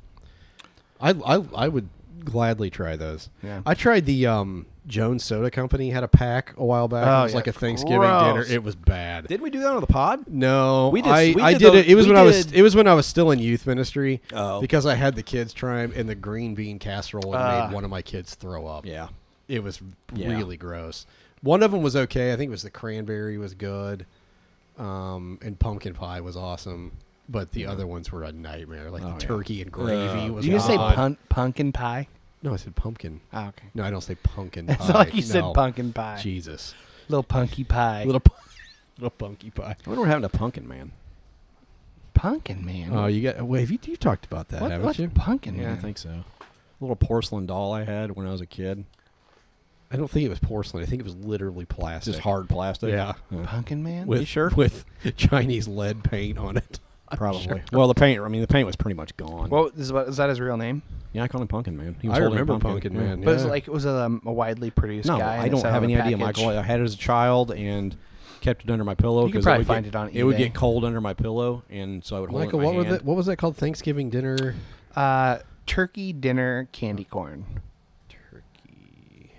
I I, I would gladly try those. Yeah. I tried the um, Jones Soda Company had a pack a while back. Oh, it was yeah. like a Thanksgiving dinner. Gross. It was bad. Didn't we do that on the pod? No, We just- I, we I did did the- it. It was we when I was did- it was when I was still in youth ministry. Oh. because I had the kids try 'em, and the green bean casserole and Ah. made one of my kids throw up. Yeah. it was Yeah. really gross. One of them was okay. I think it was the cranberry was good, um, and pumpkin pie was awesome. But the other ones were a nightmare. Like Oh, the yeah. turkey and gravy Uh, was. Did you say odd. pun- pumpkin pie? No, I said pumpkin. Oh, okay. No, I don't say pumpkin. pie. It's like you said No. pumpkin pie. Jesus, Little punky pie. little pu- little punky pie. I wonder what happened to Pumpkin Man. pumpkin man. Oh, you got. Wait, have you you talked about that? what, haven't what's you? pumpkin Yeah, man? I think so. Little porcelain doll I had when I was a kid. I don't think it was porcelain. I think it was literally plastic. Just hard plastic. Yeah. Pumpkin man. With, With Chinese lead paint on it. I'm Probably. sure. Well, the paint. I mean, the paint was pretty much gone. What is, what is that? His real name? yeah, I called him Pumpkin Man. He I was holding a remember Pumpkin Yeah. Man, But it's Yeah. like it was a, um, a widely produced No, guy. I and don't it's out have of a any idea, package. Michael. I had it as a child and kept it under my You pillow could because probably would find it get, on it would eBay. get cold under my pillow, and so I would hold Michael, it in what, my were hand. the, what was that called? Thanksgiving dinner? Uh, turkey dinner candy corn. Turkey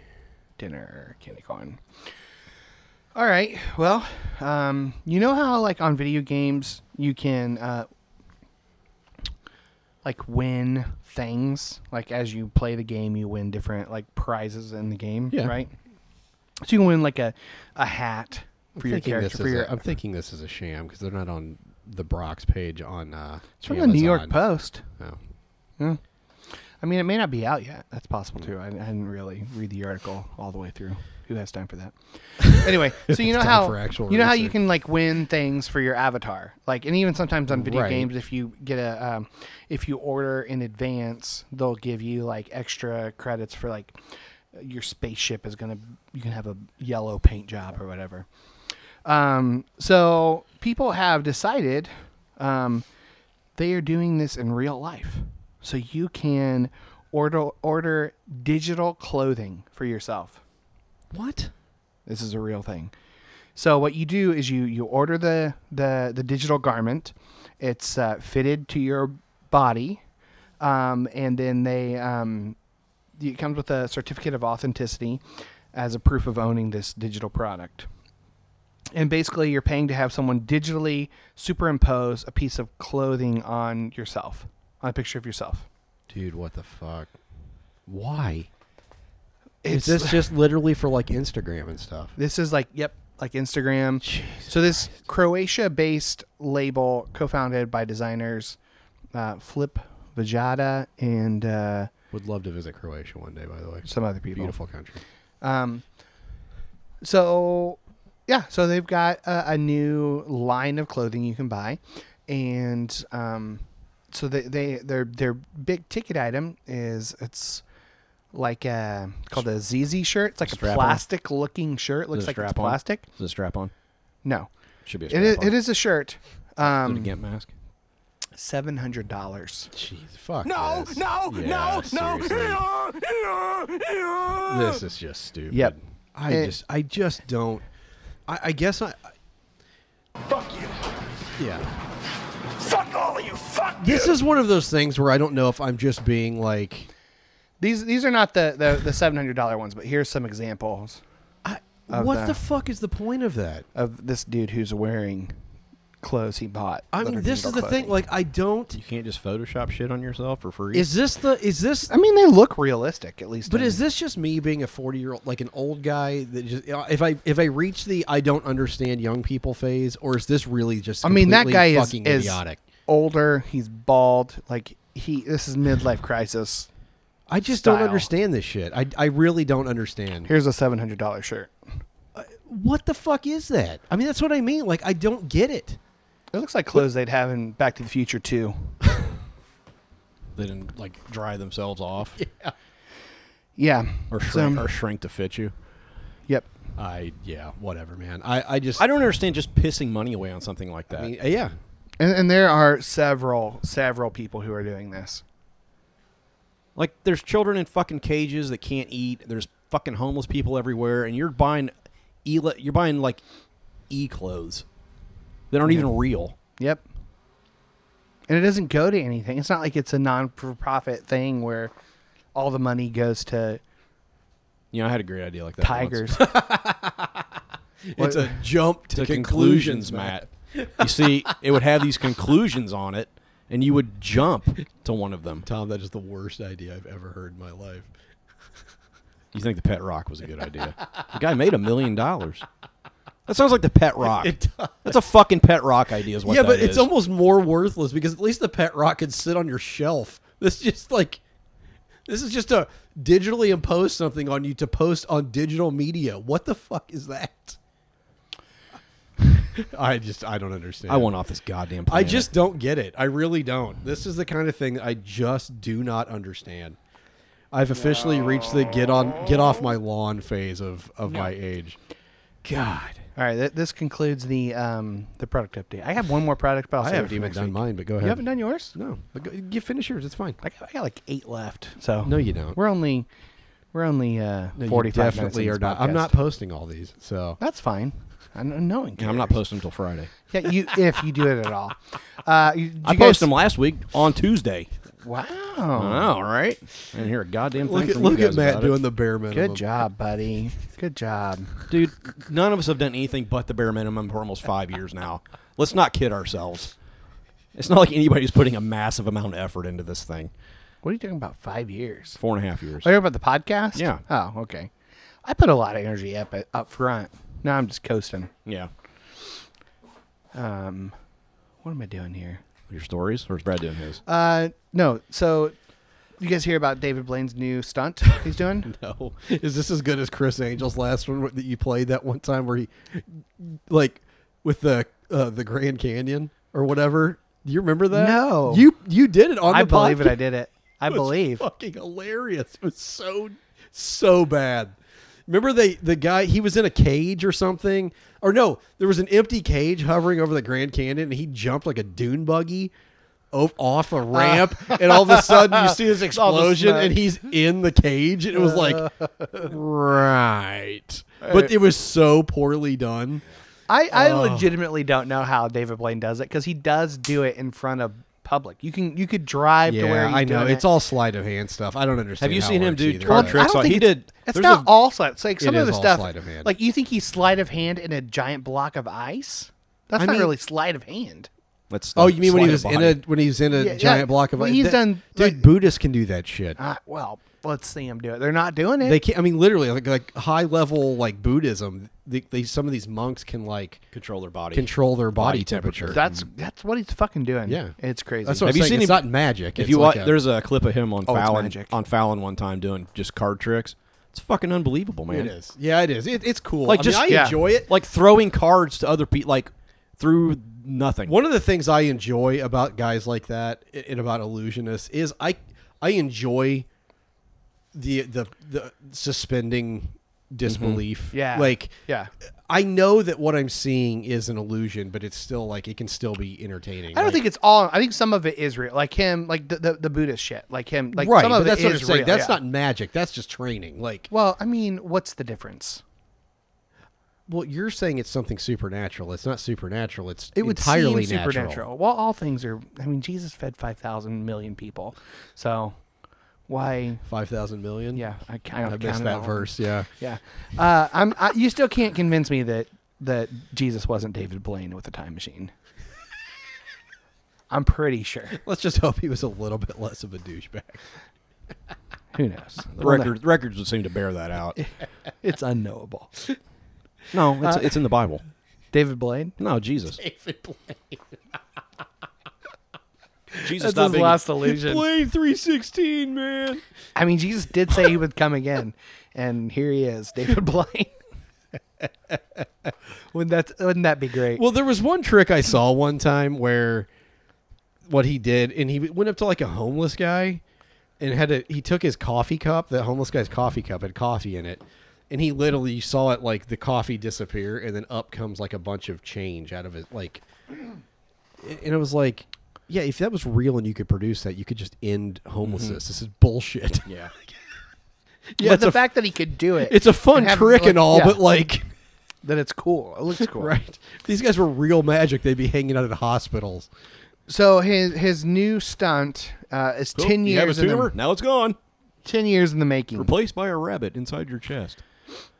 dinner candy corn. All right. Well, um, you know how like on video games you can uh, like win things. Like as you play the game, you win different like prizes in the game, Yeah. right? So you can win like a a hat I'm for your thinking character. this For is your a- I'm thinking this is a sham because they're not on the Brock's page on. Uh, it's from the New York Amazon. Post. Oh. Yeah. I mean, it may not be out yet. That's possible too. I, I didn't really read the article all the way through. Who has time for that? Anyway, so you know It's time how for actual you know how you research. can like win things for your avatar, like, and even sometimes on video Right. games, if you get a um, if you order in advance, they'll give you like extra credits for like your spaceship is gonna you can have a yellow paint job or whatever. Um, so people have decided um, they are doing this in real life. So you can order order digital clothing for yourself. What? This is a real thing. So what you do is you you order the the the digital garment. It's uh, fitted to your body, um, and then they um, it comes with a certificate of authenticity as a proof of owning this digital product. And basically, you're paying to have someone digitally superimpose a piece of clothing on yourself, on a picture of yourself. Dude, what the fuck? Why? It's- is this just literally for like Instagram and stuff? This is like, yep, like Instagram. so this Croatia-based label, co-founded by designers uh, Flip Vajada and uh, Would love to visit Croatia one day, by the way. Some other people. Beautiful country. Um, so, yeah, so they've got a, a new line of clothing you can buy, and um, so they, they their their big ticket item is it's like a called a ZZ shirt. It's like a Strap-on? plastic looking shirt. Looks Is it like it's strap-on? plastic. Is it a strap on? No, Should be a it is, strap-on. it is a shirt. Um, Is it a Gimp mask? Seven hundred dollars. Jeez, fuck. No, this. no, Yeah, no, no. This is just stupid. Yep. I It- just, I just don't. I, I guess I. Fuck you. Yeah. Fuck all of you. Fuck you. This is one of those things where I don't know if I'm just being like. These these are not the the, the seven hundred dollar ones, but here's some examples. Of what the- the fuck is the point of that? of this dude who's wearing clothes he bought. I that mean, are this is the digital thing. Like, I don't. You can't just Photoshop shit on yourself for free. Is this the? Is this? I mean, they look realistic at least. But in- is this just me being a forty year old, like an old guy that just if I if I reach the I don't understand young people phase, or is this really just? I mean, that completely guy is, fucking is idiotic. older. He's bald. Like he, this is midlife crisis. I just don't style. understand this shit. I I really don't understand. Here's a seven hundred dollar shirt. What the fuck is that? I mean, that's what I mean. Like, I don't get it. It looks like clothes they'd have in Back to the Future too. They didn't like dry themselves off Yeah. or So, shrink, or shrink to fit you. yep. I yeah, whatever, man. I I just I don't understand just pissing money away on something like that. I mean, yeah. And, and there are several several people who are doing this. Like there's children in fucking cages that can't eat. There's fucking homeless people everywhere, and you're buying e you're buying like e clothes that aren't even real. Yep. And it doesn't go to anything. It's not like it's a non-profit thing where all the money goes to You know, I had a great idea like that. tigers. once. It's a jump to, to conclusions, conclusions, Matt. you see, it would have these conclusions on it, and you would jump to one of them. Tom, that is the worst idea I've ever heard in my life. You think the Pet Rock was a good idea? The guy made a million dollars. That sounds like the Pet Rock. It does. That's a fucking Pet Rock idea. Is what yeah, that but it's is. almost more worthless because at least the pet rock could sit on your shelf. This just like this is just a digitally impose something on you to post on digital media. What the fuck is that? I just I don't understand. I want off this goddamn. I Planet. just don't get it. I really don't. This is the kind of thing that I just do not understand. I've officially reached the get on get off my lawn phase of of my age. God. All right, th- this concludes the um, the product update. I have one more product, but I'll I save it haven't for even next done week. mine, but go ahead. You haven't done yours? No, but go, you finish yours. It's fine. I got, I got like eight left. So No, you don't. We're only we're only uh, No, you forty five minutes. definitely in are this not. I'm podcast. not posting all these. So That's fine. I know no one Yeah, I'm not cares. posting until Friday. Yeah, you if you do it at all. Uh, you, did I you guys- posted them last week on Tuesday. Wow. Wow, right? I didn't hear a goddamn thing Oh. Look at- from you look at guys Matt about it. doing the bare minimum. Good job, buddy. Good job. Dude, none of us have done anything but the bare minimum for almost five years now. Let's not kid ourselves. It's not like anybody's putting a massive amount of effort into this thing. What are you talking about? Five years? Four and a half years. Are you Oh, about the podcast? Yeah. Oh, okay. I put a lot of energy up up front. Now I'm just coasting. Yeah. Um, what am I doing here? Your stories, or is Brad doing his? Uh, no. So, you guys hear about David Blaine's new stunt he's doing? no. Is this as good as Chris Angel's last one that you played that one time where he, like, with the uh, the Grand Canyon or whatever? Do you remember that? No. You you did it on I the believe it. I podcast. did it. I was believe. fucking hilarious. It was so so bad. Remember they the guy he was in a cage or something or no there was an empty cage hovering over the Grand Canyon and he jumped like a dune buggy o- off a ramp and all of a sudden you see this It's Ah. all the explosion smoke. and he's in the cage and it was like right but it was so poorly done I, I Oh. legitimately don't know how David Blaine does it because he does do it in front of public. You can you could drive to where he's I know doing it's it. all sleight of hand stuff I don't understand you how seen it him works do either. Well, I tricks don't like think he it's- did- It's there's not a- all sleight. It's like some It of is the all stuff. sleight of hand. Like you think he's sleight of hand in a giant block of ice? That's I not mean- really sleight of hand. Let's Oh, you mean when he was slide in body. a when he was in a Yeah, giant yeah. block of Well, he's that- done, Dude, Buddhists can do that shit. Ah, well, let's see him do it. They're not doing it. They can. I mean, literally, like like high level like Buddhism. They, they some of these monks can like Control their body. control their body, Body temperature. temperature. that's that's what he's fucking doing. Yeah. it's crazy. That's what Have I'm you saying. seen it's him- not magic. If It's you like watch, a- there's a clip of him on Oh, it's Fallon magic. on Fallon one time doing just card tricks. It's fucking unbelievable, man. It is. Yeah, it is. It, it's cool. Like I mean, just I yeah. enjoy it. Like throwing cards to other people, like through nothing. One of the things I enjoy about guys like that a- and about illusionists is I I enjoy the the the suspending Mm-hmm. disbelief. Yeah. Like Yeah. I know that what I'm seeing is an illusion, but it's still like it can still be entertaining. I don't Like, think it's all. I think some of it is real, like him, like the the, the Buddhist shit, like him, like right, Some but of that's it what I'm is saying. real, that's yeah. not magic. That's just training. Like Well, I mean, what's the difference? well, you're saying it's something supernatural. It's not supernatural. It's It would entirely seem natural. supernatural. Well, all things are. I mean, Jesus fed five thousand million people, so why? Five thousand million. Yeah, I kind I of missed that verse. Yeah. Yeah, uh, I'm. I, you still can't convince me that that Jesus wasn't David Blaine with a time machine. I'm pretty sure. Let's just hope he was a little bit less of a douchebag. Who knows? the record, records would seem to bear that out. It's unknowable. no, it's, Uh, it's in the Bible. David Blaine. No, Jesus. Jesus That's not his being- last illusion. Blade three sixteen, man. I mean, Jesus did say he would come again, and here he is, David Blaine. wouldn't that Wouldn't that be great? Well, there was one trick I saw one time where what he did, and he went up to like a homeless guy and had a he took his coffee cup, that homeless guy's coffee cup had coffee in it, and he literally saw it like the coffee disappear, and then up comes like a bunch of change out of it, like, and it was like. Yeah, if that was real and you could produce that, you could just end Mm-hmm. homelessness. This is bullshit. Yeah. Yeah, but it's the a- fact that he could do it, It's a fun and have- trick and like, all, yeah, but like that it's cool. It looks cool, Right. If these guys were real magic, they'd be hanging out at hospitals. So his his new stunt uh, is Cool. ten You have a years in tumor? the, Now it's gone. ten years in the making. Replaced by a rabbit inside your chest.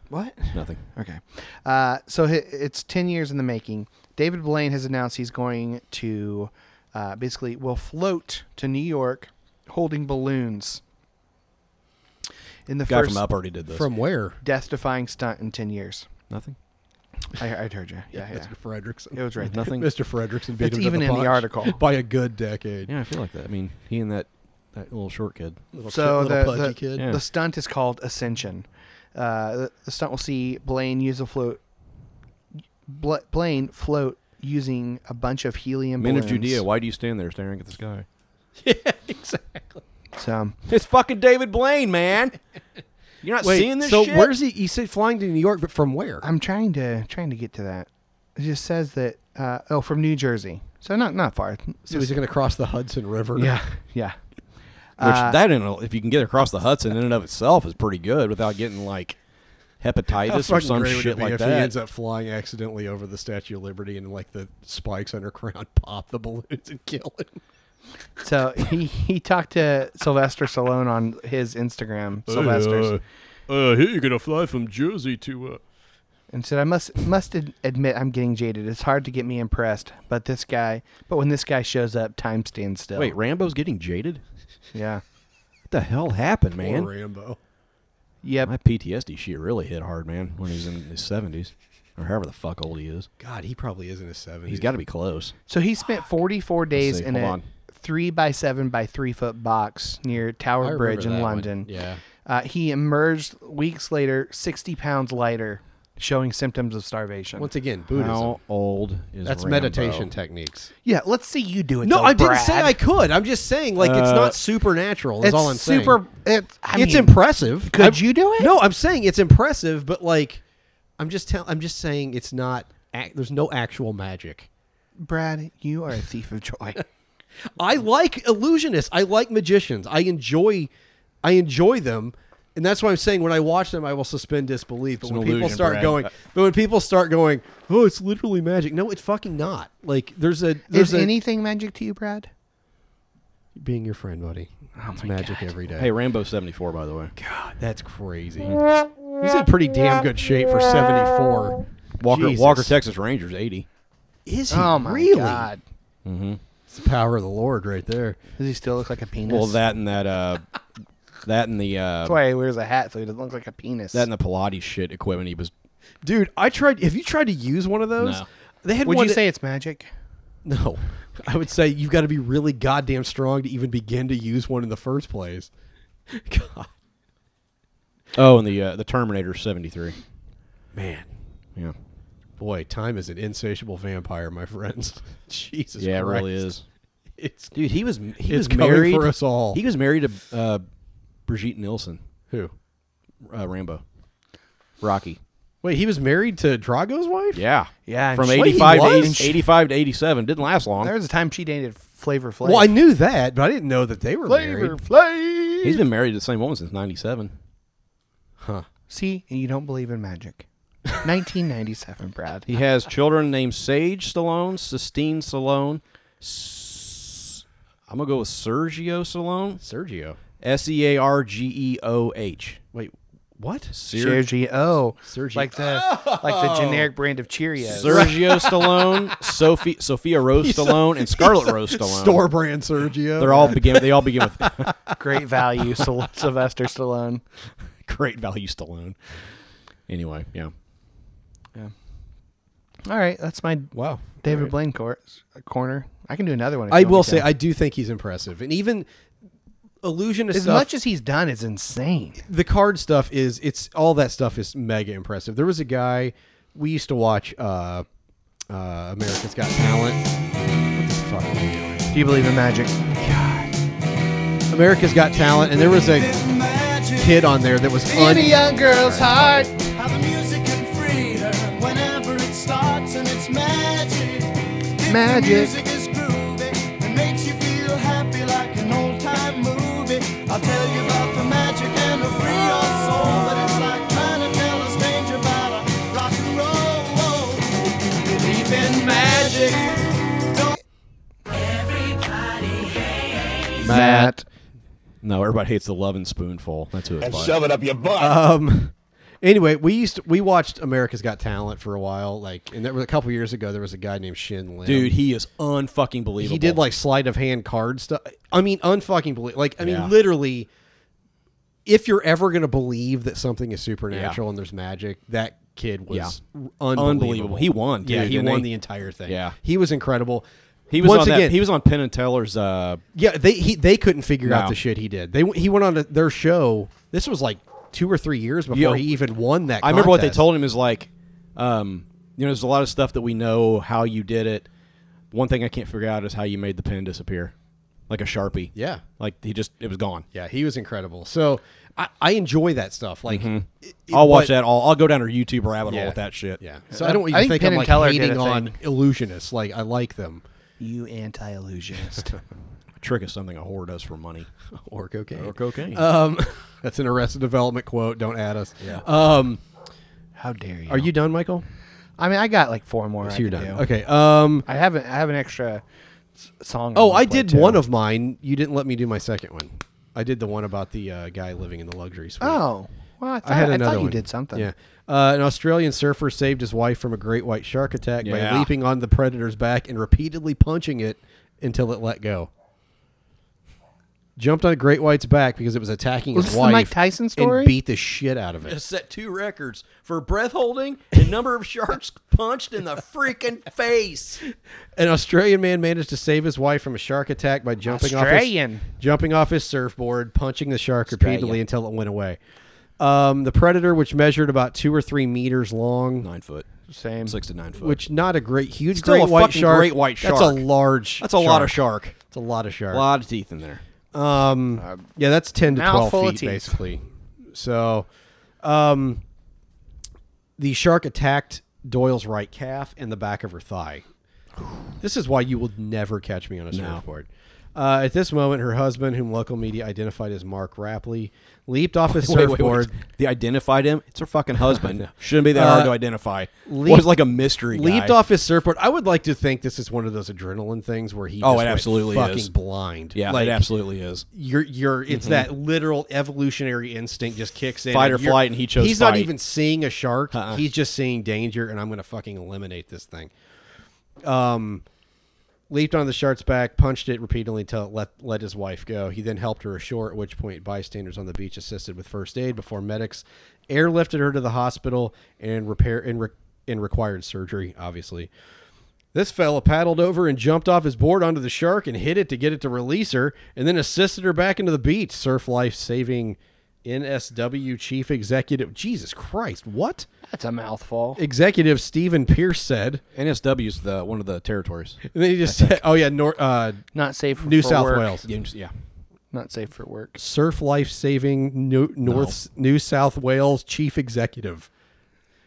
What? Nothing. Okay. Uh, so hi- it's 10 years in the making. David Blaine has announced he's going to uh, basically will float to New York holding balloons. In the Guy first from Up already did this. From where? death-defying stunt in 10 years. nothing. I, I heard you. Yeah, yeah. Mr. Fredrickson. It was right there. Nothing. Mr. Fredrickson beat It's him even to the in the punch article. by a good decade. Yeah, I feel like that. I mean, he and that that little short kid. Little So kid- little the, the, pudgy kid. Yeah. the stunt is called Ascension. Uh, the, the stunt will see Blaine use a float. Bla- Blaine float using a bunch of helium Men balloons. of Judea, why do you stand there staring at the sky? So um, It's fucking David Blaine, man. You're not Wait, seeing this so shit. where's he? He said flying to New York, but from where? I'm trying to trying to get to that. It just says that uh, oh from New Jersey, so not not far. so he's going to cross the Hudson River. yeah yeah. Which Uh, that in a, if you can get across the Hudson in and of itself is pretty good without getting like How hepatitis or fucking some great would it shit be like if he that. ends up flying accidentally over the Statue of Liberty and like the spikes on her crown pop the balloons and kill him. So he, he talked to Sylvester Stallone on his Instagram, Sylvester's, uh, here you're gonna fly from Jersey to. Uh... and said, "I must must ad- admit I'm getting jaded. It's hard to get me impressed, but this guy, but when this guy shows up, time stands still." Wait, Rambo's getting jaded? Yeah. What the hell happened, Poor man? Rambo. Yep. My PTSD shit really hit hard, man, when he was in his 70s or however the fuck old he is. God, he probably is in his 70s. He's got to be close. So he spent 44 days see, in hold a on. three by seven by three foot box near I Tower remember Bridge in that one. London. Yeah. Uh, he emerged weeks later, 60 pounds lighter, showing symptoms of starvation. Once again, Buddhism. How old is That's Rambo? meditation techniques. Yeah, let's see you do it. No, though, I didn't say Brad. I could. I'm just saying, like, it's Uh, not supernatural. Is it's all I'm saying. super- it- I it's mean, impressive. could I'm- you do it? No, I'm saying it's impressive, but like, I'm just tell- I'm just saying it's not. ac there's no actual magic. Brad, you are a thief of joy. I like illusionists. I like magicians. I enjoy, I enjoy them, and that's why I'm saying when I watch them, I will suspend disbelief. But It's an when people illusion, start Brad. going, but when people start going, oh, it's literally magic. No, it's fucking not. Like there's a there's Is a, anything magic to you, Brad? being your friend, buddy. it's magic every day. Hey, Rambo's 74, by the way. God, that's crazy. He's in pretty damn good shape for 74. Walker, Jesus. Walker, Texas Rangers, 80. Is he Oh my really? god! Mm-hmm. It's the power of the Lord right there. Does he still look like a penis? Well, that and that, uh, that and the, uh, That's why he wears a hat so he doesn't look like a penis. that and the Pilates shit equipment he was. Dude, I tried. Have you tried to use one of those? No. They had Would one you that- say it's magic? No. I would say you've got to be really goddamn strong to even begin to use one in the first place. God, Oh, and the uh, the Terminator 73. man. Yeah. Boy, time is an insatiable vampire, my friends. Jesus yeah, it Christ. really is. It's Dude, he was he it's was coming married for us all. He was married to uh, Brigitte Nielsen. Who? Uh, Rambo. Rocky. Wait, he was married to Drago's wife? Yeah. Yeah, and From she- 85 to Wait, he 80, was? 85 to 87 didn't last long. There was a time she dated Flavor Flav. Well, I knew that, but I didn't know that they were married. Flav. He's been married to the same woman since 97. Huh. See, and you don't believe in magic. 1997, Brad. He has children named Sage Stallone, Sistine Stallone. S- I'm going to go with Sergio Stallone. Sergio. S E A R G E O H. Wait, what? Sergio. Sergio. Like the like the generic brand of Cheerios. Sergio Stallone, Sophie, Sophia Rose He's a- Stallone, and Scarlett he's a Rose Stallone. Store brand Sergio. They're all begin. They all begin with Great value, Syl- Sylvester Stallone. great value Stallone. Anyway, yeah. All right, that's my Wow. David Blaine cor- corner. I can do another one. if I you want will me to. say I do think he's impressive, and even illusionist as stuff, much as he's done is insane. the card stuff is it's all that stuff is mega impressive. There was a guy we used to watch uh, uh, America's Got Talent. What the fuck am I doing? Do you believe in magic? America's Got Talent, and there was a kid on there that was un- girl's heart. How the music can free her whenever it starts and it's magic. If the Magic. music is groovy and makes you feel happy like an old time movie. I'll tell you about the magic and the free your soul, but it's like trying to tell a stranger about a rock and roll. If you believe in magic. Don't Matt. No, everybody hates the Love and Spoonful. That's who it's by. it up your butt. Um. Anyway, we used to, we watched America's Got Talent for a while, like, and there was a couple years ago. There was a guy named Shin Lim. Dude, he is unfucking believable. he did like sleight of hand card stuff. I mean, unfucking believe. Like, I mean, Yeah. literally, if you're ever gonna believe that something is supernatural and there's magic, that kid was Yeah. unbelievable. Unbelievable. He won, yeah, too, he didn't won he? the entire thing. Yeah. he was incredible. He was Once on that- again, he was on Penn and Teller's. Uh, yeah, they he, they couldn't figure out No. the shit he did. They he went on to their show. This was like two or three years before Yo, he even won that. I remember what they contest. told him is like, um, you know, there's a lot of stuff that we know how you did it. One thing I can't figure out is how you made the pen disappear, like a sharpie. Yeah. like he just it was gone. Yeah, he was incredible. So I, I enjoy that stuff. Like, it- it- Mm-hmm. I'll watch but- that. All I'll go down to YouTube rabbit Yeah. hole with that shit. Yeah. So I don't even I think think, Penn I'm and like Teller did hating a on thing. illusionists. Like I like them You anti-illusionist. A trick is something a whore does for money. or cocaine. Or cocaine. Um, that's an Arrested Development quote. Don't add us. Yeah. Um, How dare you? are you done, Michael? I mean, I got like four more. I So you're could done. do. Okay. Um, I have an, I have an extra s- song. Oh, wanna I play, did too. one of mine. You didn't let me do my second one. I did the one about the uh, guy living in the luxury suite. Oh, well, I thought, I had thought another you one. did something. Yeah. Uh, an Australian surfer saved his wife from a great white shark attack by Yeah. leaping on the predator's back and repeatedly punching it until it let go. Jumped on a great white's back because it was attacking Was his this the wife. Mike Tyson story? And beat the shit out of It it. set two records for breath holding and number of sharks punched in the freaking face. An Australian man managed to save his wife from a shark attack by jumping Australian. off his, jumping off his surfboard, punching the shark repeatedly Australian. until it went away. Um, the predator, which measured about two or three meters long, nine foot, same six to nine foot, which not a great, huge, Still great a white fucking shark. great white That's shark. a large. That's a lot of shark. It's a lot of shark. A lot of teeth in there. Um, yeah, that's ten to twelve mouthful of feet teeth. basically. So, um, the shark attacked Doyle's right calf and the back of her thigh. This is why you will never catch me on a surfboard. Uh, at this moment, her husband, whom local media identified as Mark Rapley, leaped off his Wait, wait, wait. surfboard. They identified him. It's her fucking husband. Shouldn't be that Uh, hard to identify. leap- was like a mystery. guy. Leaped off his surfboard. I would like to think this is one of those adrenaline things where he Oh, just it went absolutely fucking is. blind. Yeah, Like, it absolutely is. You're you're it's Mhm. that literal evolutionary instinct just kicks in. Fight or Like, you're- flight, and he chose He's not fight. even seeing a shark. Uh-uh. He's just seeing danger, and I'm going to fucking eliminate this thing. Um, leaped on the shark's back, punched it repeatedly until it let let his wife go. He then helped her ashore, at which point bystanders on the beach assisted with first aid before medics airlifted her to the hospital and repair and, re- and required surgery. Obviously, this fella paddled over and jumped off his board onto the shark and hit it to get it to release her, and then assisted her back into the beach. Surf life saving. NSW chief executive. Jesus Christ, what? That's a mouthful. Executive Stephen Pierce said, NSW's the one of the territories. and then he just said, "Oh yeah, nor, uh, Not safe New for South work. Wales. Yeah, not safe for work. Surf Life Saving New, North New South Wales Chief Executive."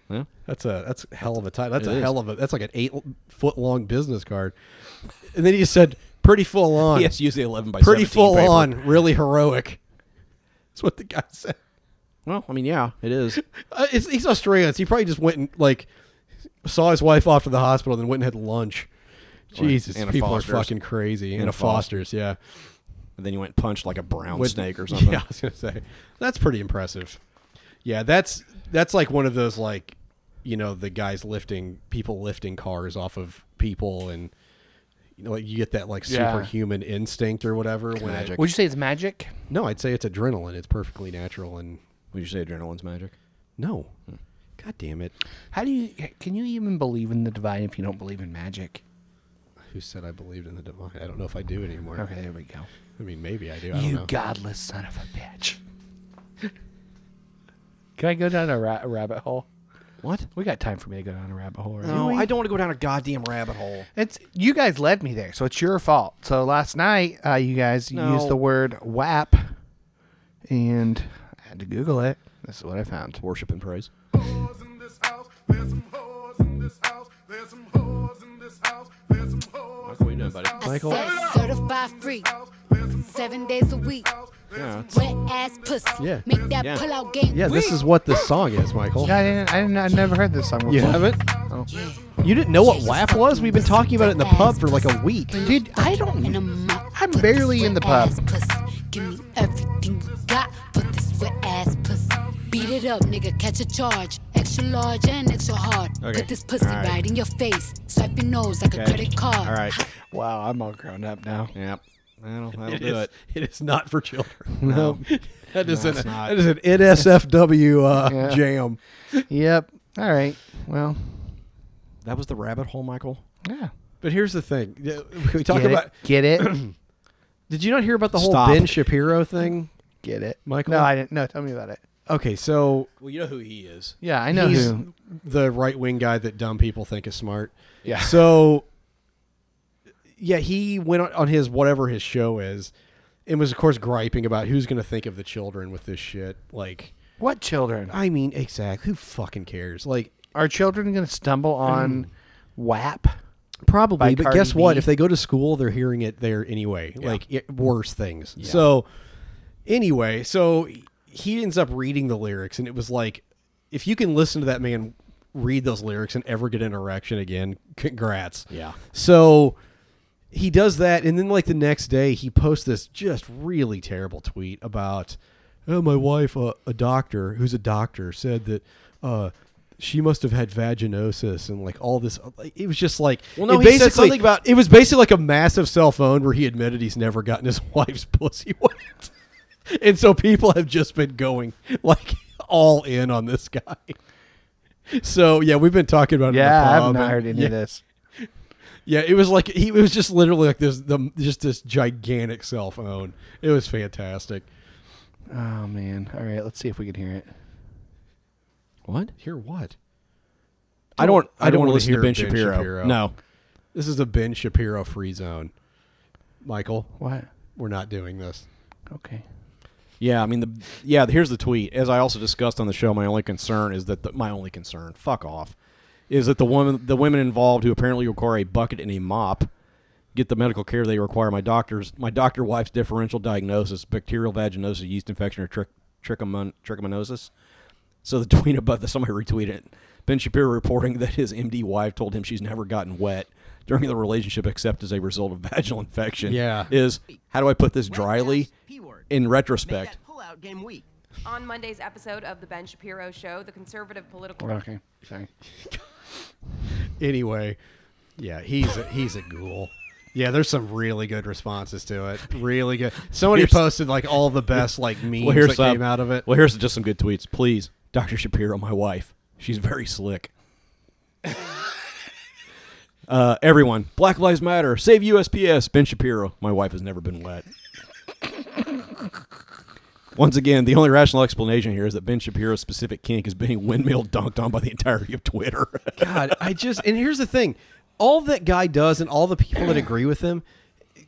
Yeah. That's a that's a hell of a title. That's It a is. hell of a that's like an eight foot long business card. And then he just said, "Pretty full on." Yes, use the 11 by Pretty 17 full paper. on, really heroic. That's what the guy said. Well, I mean, yeah, it is. Uh, it's, he's Australian. So he probably just went and like saw his wife off to the hospital, and then went and had lunch. Or Jesus, Anna people Foster's. are fucking crazy. Anna Anna Foster's. Foster's, yeah. And then you went and punched like a brown Would- snake or something. Yeah, I was gonna say that's pretty impressive. Yeah, that's that's like one of those like you know the guys lifting people lifting cars off of people and you know like you get that like Yeah. superhuman instinct or whatever. When it- Would you say it's magic? no, I'd say it's adrenaline. It's perfectly natural and Would you say adrenaline's magic? no. Hmm. God damn it! How do you? Can you even believe in the divine if you don't believe in magic? Who said I believed in the divine? I don't know if I do anymore. Okay, there we go. I mean, maybe I do. I don't you know. godless son of a bitch. Can I go down a, ra- a rabbit hole? What? We got time for me to go down a rabbit hole. Right? No, I don't want to go down a goddamn rabbit hole. It's you guys led me there, so it's your fault. So last night, uh, you guys No. used the word WAP, and I had to Google it. This is what I found. Worship and praise. What you doing, buddy? Michael? Said certified free. Seven days a week. Yeah, it's- Wet ass pussy. Yeah. Make that Yeah. pull out game. Yeah, this is what the song is, Michael. I didn't. I didn't. I never heard this song before. You haven't? Oh. You didn't know what WAP was? We've been talking about it in the pub for like a week. Dude, I don't. I'm barely in the pub. pussy. Give me everything you got. Put this wet ass pussy. Beat it up, nigga. Catch a charge. Extra large and extra hard. Okay. Put this pussy All right. right. in your face. Swipe your nose like a credit card. Wow, I'm all grown up now. Yep. That'll, that'll It do is- it. It is not for children. No. that is No, an it's not. that is an NSFW uh, Yeah. jam. Yep. All right. Well. That was the rabbit hole, Michael. Yeah. But here's the thing: Yeah, we talk Get it? about Get it? Did you not hear about the whole Stop. Ben Shapiro thing? Get it, Michael? No, I didn't. No, tell me about it. Okay, so Well, you know who he is. Yeah, I know he's who. the right wing guy that dumb people think is smart. Yeah. So, yeah, he went on, on his whatever his show is, and was of course griping about who's going to think of the children with this shit. Like, What children? I mean, exactly. Who fucking cares? Like, Are children going to stumble on WAP? Probably, by but Cardi guess what? B? If they go to school, they're hearing it there anyway. Like it, worse things. So anyway, so he ends up reading the lyrics, and it was like, if you can listen to that man read those lyrics and ever get an erection again, congrats. Yeah. So he does that, and then like the next day, he posts this just really terrible tweet about, oh, my wife, uh, a doctor who's a doctor, said that uh, she must have had vaginosis and like all this. like, It was just like Well, no, it he said something about- it was basically like a massive cell phone where he admitted he's never gotten his wife's pussy wet, and so people have just been going like all in on this guy. So yeah, we've been talking about it. in the Yeah, I've pub, not and- heard any yeah. of this. Yeah, it was like he it was just literally like this the just this gigantic cell phone. It was fantastic. Oh man! All right, let's see if we can hear it. What? Hear what? I don't. I don't, wanna want to listen to hear Ben, Shapiro. No. This is a Ben Shapiro free zone. Michael, what? We're not doing this. Okay. Yeah, I mean the yeah. Here's the tweet. As I also discussed on the show, my only concern is that the, my only concern, fuck off, is that the woman the women involved who apparently require a bucket and a mop get the medical care they require. My doctor's my doctor wife's differential diagnosis: bacterial vaginosis, yeast infection, or trich, trichomon, trichomoniasis. So the tweet above that somebody retweeted it. Ben Shapiro reporting that his MD wife told him she's never gotten wet during the relationship except as a result of vaginal infection. Yeah. Is how do I put this dryly? In retrospect, Pullout game week. On Monday's episode of the Ben Shapiro Show, the conservative political. Okay. Sorry. Anyway, yeah, he's a, he's a ghoul. Yeah, there's some really good responses to it. Really good. Somebody Here's- posted like all the best like memes Well, here's that some- came out of it. Well, here's just some good tweets. Please, Dr. Shapiro, my wife. She's very slick. uh, everyone, Black Lives Matter. Save USPS. Ben Shapiro, my wife has never been wet. Once again, the only rational explanation here is that Ben Shapiro's specific kink is being windmill dunked on by the entirety of Twitter. God, I just and here's the thing: all that guy does, and all the people that agree with him,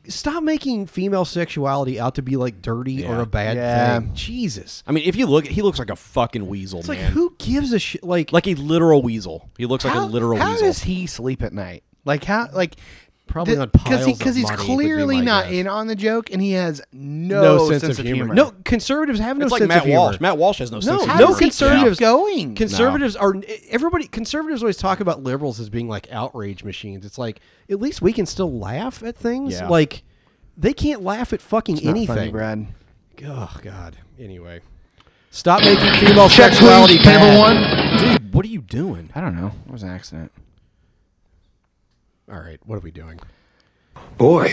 stop making female sexuality out to be like dirty or a bad Yeah. thing. Jesus, I mean, if you look, he looks like a fucking weasel, it's man. like who gives a shit? Like, like a literal weasel. He looks like a literal How weasel. does he sleep at night? Like how? Like Probably on piles because of he's money would be clearly my not guess. in on the joke, and he has no, sense, of humor. No, conservatives have no It's like sense Matt of humor. Walsh. Matt Walsh has no sense of humor. no How does he conservatives keep going? Conservatives are everybody. Conservatives always talk about liberals as being like outrage machines. It's like at least we can still laugh at things. Yeah. Like they can't laugh at fucking It's not funny, anything. Brad. Oh God. Anyway, stop making female sexuality bad. Dude, what are you doing? I don't know. It was an accident. All right, what are we doing? Boy,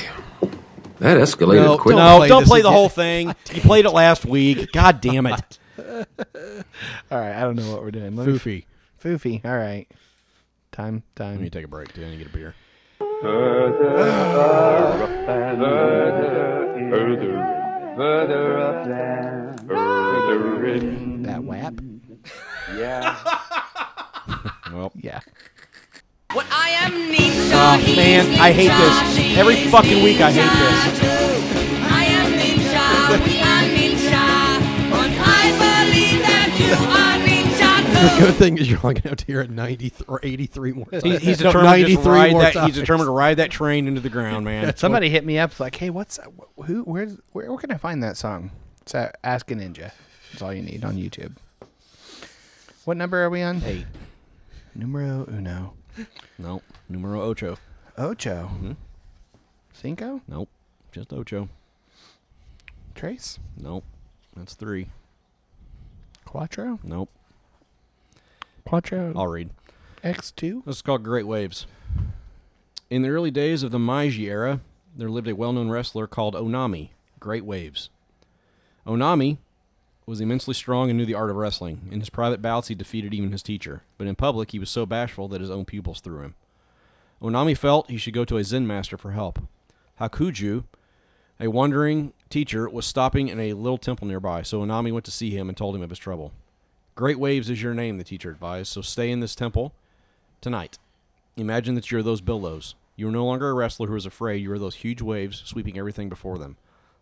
that escalated no, quick. Don't, play, this the again. whole thing. You played it last week. God damn it. All right, I don't know what we're doing. Let Foofy. Foofy. All right. Time. Time. Let me take a break. Do I need to get a beer? That whap. Yeah. Well, yeah. What I am Nietzsche. Oh, he's man, I hate this. Nietzsche, Every he's fucking week I Nietzsche hate this. too. I am Nietzsche. we are Nietzsche. And I believe that you are The Nietzsche too. good thing is you're only going to have to hear it 90 th- or 83 more times. He- he's No, determined to just ride more that. times. He's determined to ride that train into the ground, man. Somebody hit me up like, "Hey, what's wh- who? Where's where? Where can I find that song?" It's at Ask a Ninja. That's all you need on YouTube. What number are we on? Eight. Numero uno. Nope. Numero ocho. Ocho. Cinco. Nope. Just ocho. Trace. Nope. That's three. Quattro. Nope. Quattro. I'll read. X2. This is called Great Waves. In the early days of the Meiji era, there lived a well known wrestler called Onami, Great Waves. Onami was immensely strong and knew the art of wrestling. In his private bouts, he defeated even his teacher, but in public, he was so bashful that his own pupils threw him. Onami felt he should go to a Zen master for help. Hakuju, a wandering teacher, was stopping in a little temple nearby, so Onami went to see him and told him of his trouble. Great waves is your name, the teacher advised, so stay in this temple tonight. Imagine that you're those billows. You are no longer a wrestler who is afraid, you are those huge waves sweeping everything before them,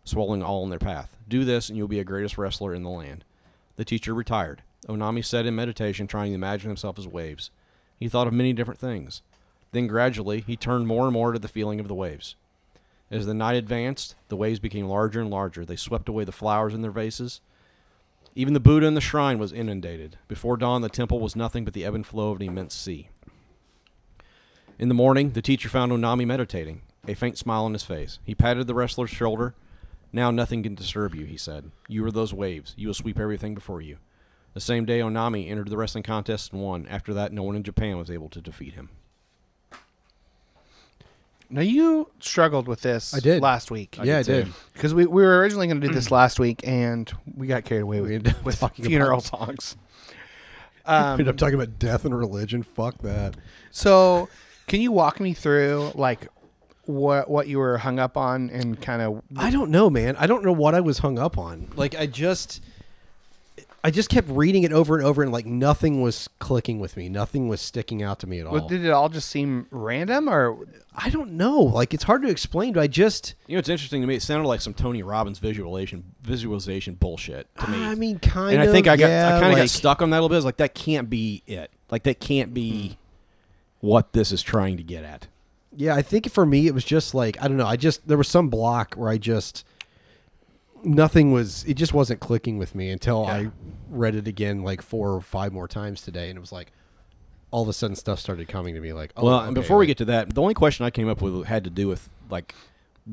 swallowing all in their path. Do this, and you'll be a greatest wrestler in the land. The teacher retired. Onami sat in meditation, trying to imagine himself as waves. He thought of many different things. Then gradually, he turned more and more to the feeling of the waves. As the night advanced, the waves became larger and larger. They swept away the flowers in their vases. Even the Buddha in the shrine was inundated. Before dawn, the temple was nothing but the ebb and flow of an immense sea. In the morning, the teacher found Onami meditating. a faint smile on his face. He patted the wrestler's shoulder. Now nothing can disturb you, he said. You are those waves. You will sweep everything before you. The same day, Onami entered the wrestling contest and won. After that, no one in Japan was able to defeat him. Now you struggled with this. I did. last week. I Yeah, did I did. too. Because we, we were originally going to do this last week, and we got carried away with, with funeral songs. Um, I'm talking about death and religion. Fuck that. So, can you walk me through like what what you were hung up on and kind of I don't know, man. I don't know what I was hung up on. Like I just I just kept reading it over and over and like nothing was clicking with me. Nothing was sticking out to me at all. Well, did it all just seem random or I don't know. Like it's hard to explain, but I just You know, it's interesting to me. It sounded like some Tony Robbins visualization visualization bullshit to me. I mean kind and of I think I got I yeah, kind of like, got stuck on that a little bit. I was like, that can't be it. Like that can't be Hmm. what this is trying to get at. Yeah, I think for me it was just like I don't know. I just there was some block where I just nothing was it just wasn't clicking with me until I read it again like four or five more times today and it was like all of a sudden stuff started coming to me like oh well, and okay, before we get to that, the only question I came up with had to do with like,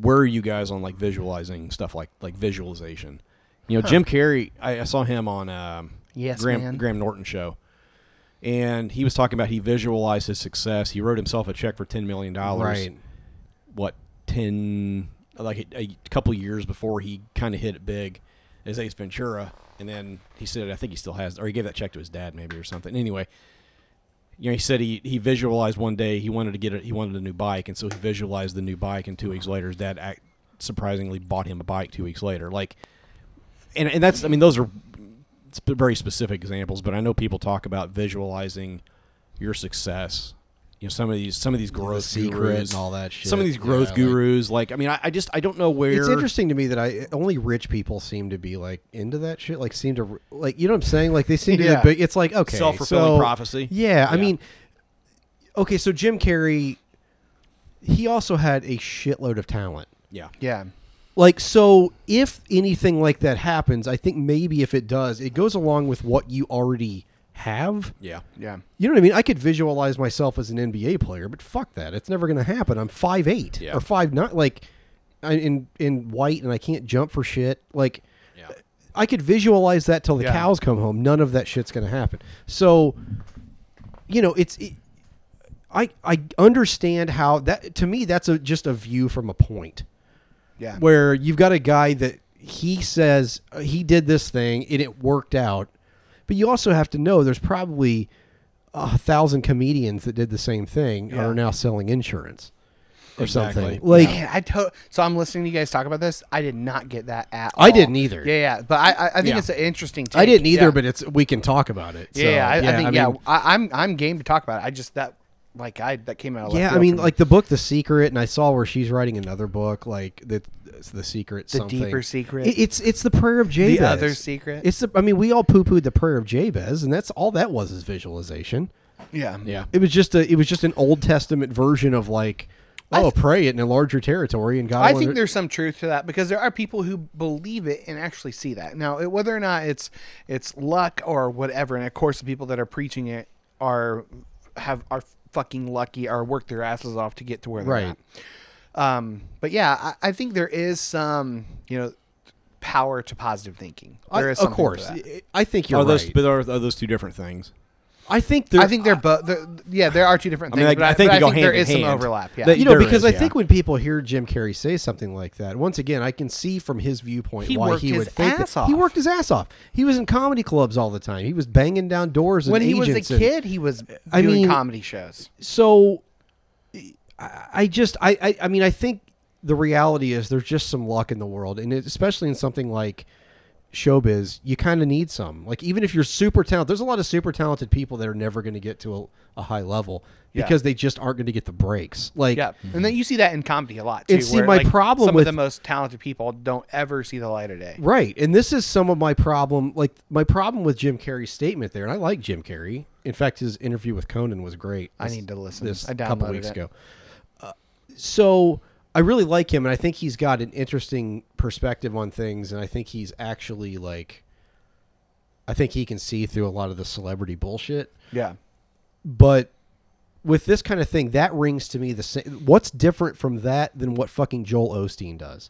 were you guys on like visualizing stuff like like visualization? You know, Huh. Jim Carrey. I, I saw him on um, Yes, Graham Man. Graham Norton show, and he was talking about he visualized his success. He wrote himself a check for ten million dollars. Right. What ten? Like a, a couple years before he kind of hit it big, as Ace Ventura, and then he said, I think he still has, or he gave that check to his dad maybe or something. Anyway, you know, he said he, he visualized one day he wanted to get a, he wanted a new bike, and so he visualized the new bike. And two weeks later, his dad act, surprisingly bought him a bike. Two weeks later, like, and and that's I mean those are sp- very specific examples, but I know people talk about visualizing your success. You know, some of these some of these growth secret gurus and all that Some of shit. these growth Yeah, like- gurus, like, I mean, I, I just I don't know where It's interesting to me that I only rich people seem to be like into that shit. Like seem to like you know what I'm saying. Like they seem to Yeah. be big. It's like okay, Self-fulfilling so- prophecy. Yeah, I Yeah. mean, okay, so Jim Carrey, he also had a shitload of talent. Yeah. Yeah. Like so, if anything like that happens, I think maybe if it does, it goes along with what you already have. Yeah. Yeah. You know what I mean? I could visualize myself as an NBA player, but fuck that. It's never going to happen. I'm 5'8 Yeah. or 5'9. Like, I, in, in white and I can't jump for shit. Like, I could visualize that till the Yeah. cows come home. None of that shit's going to happen. So, you know, it's. It, I, I understand how that to me that's a just a view from a point Yeah. where you've got a guy that he says uh, he did this thing and it worked out but you also have to know there's probably a thousand comedians that did the same thing and are now selling insurance or Exactly. something like Man, I to- so I'm listening to you guys talk about this. I did not get that at. I all. didn't either. Yeah, yeah, but I, I, I think Yeah. it's an interesting. Take. i didn't either Yeah. but it's we can talk about it yeah, yeah, I, So, I think yeah, mean- I, I'm I'm game to talk about it. I just that like I that came out. Of left yeah, I field mean, for me. like the book, The Secret, and I saw where she's writing another book, like the the secret, The something. Deeper Secret. It- it's it's the prayer of Jabez. Other Secret. It's the. I mean, we all poo pooed the prayer of Jabez, and that's all that was is visualization. yeah, yeah. It was just a. It was just an Old Testament version of like, oh, pray it in a larger territory, and God. I will think under- there's some truth to that because there are people who believe it and actually see that. Now, it- whether or not it's it's luck or whatever, and of course, the people that are preaching it are have are fucking lucky or work their asses off to get to where they're Right. at. Um, but yeah, I, I think there is some you know power to positive thinking. I- There is of something to course. that. I- I think you're are those, right. But are, are those two different things? I think there. I think they're both. they're- Yeah, there are two different I mean, things. like, but I think but they go there hand is in some hand. overlap. Yeah, That- you know, there because is, I yeah. think when people hear Jim Carrey say something like that, once again, I can see from his viewpoint He why worked he his would think ass that. he worked his ass off. He was in comedy clubs all the time. He was banging down doors. And when he was a agents and- kid, he was doing I mean, comedy shows. So, I, I just, I, I, I mean, I think the reality is there's just some luck in the world, and it, especially in something like showbiz, you kind of need some. Like even if you're super talented, there's a lot of super talented people that are never going to get to a, a high level Yeah. because they just aren't going to get the breaks. Like. yeah, and then you see that in comedy a lot too. And see, where, my like, problem some with- of the most talented people don't ever see the light of day. Right. And this is some of my problem, like my problem with Jim Carrey's statement there. And I like Jim Carrey. In fact, his interview with Conan was great. I need to listen. This I couple downloaded weeks it. ago. Uh, so I really like him, and I think he's got an interesting perspective on things, and I think he's actually like, I think he can see through a lot of the celebrity bullshit Yeah, but with this kind of thing, that rings to me the same. What's different from that than what fucking Joel Osteen does?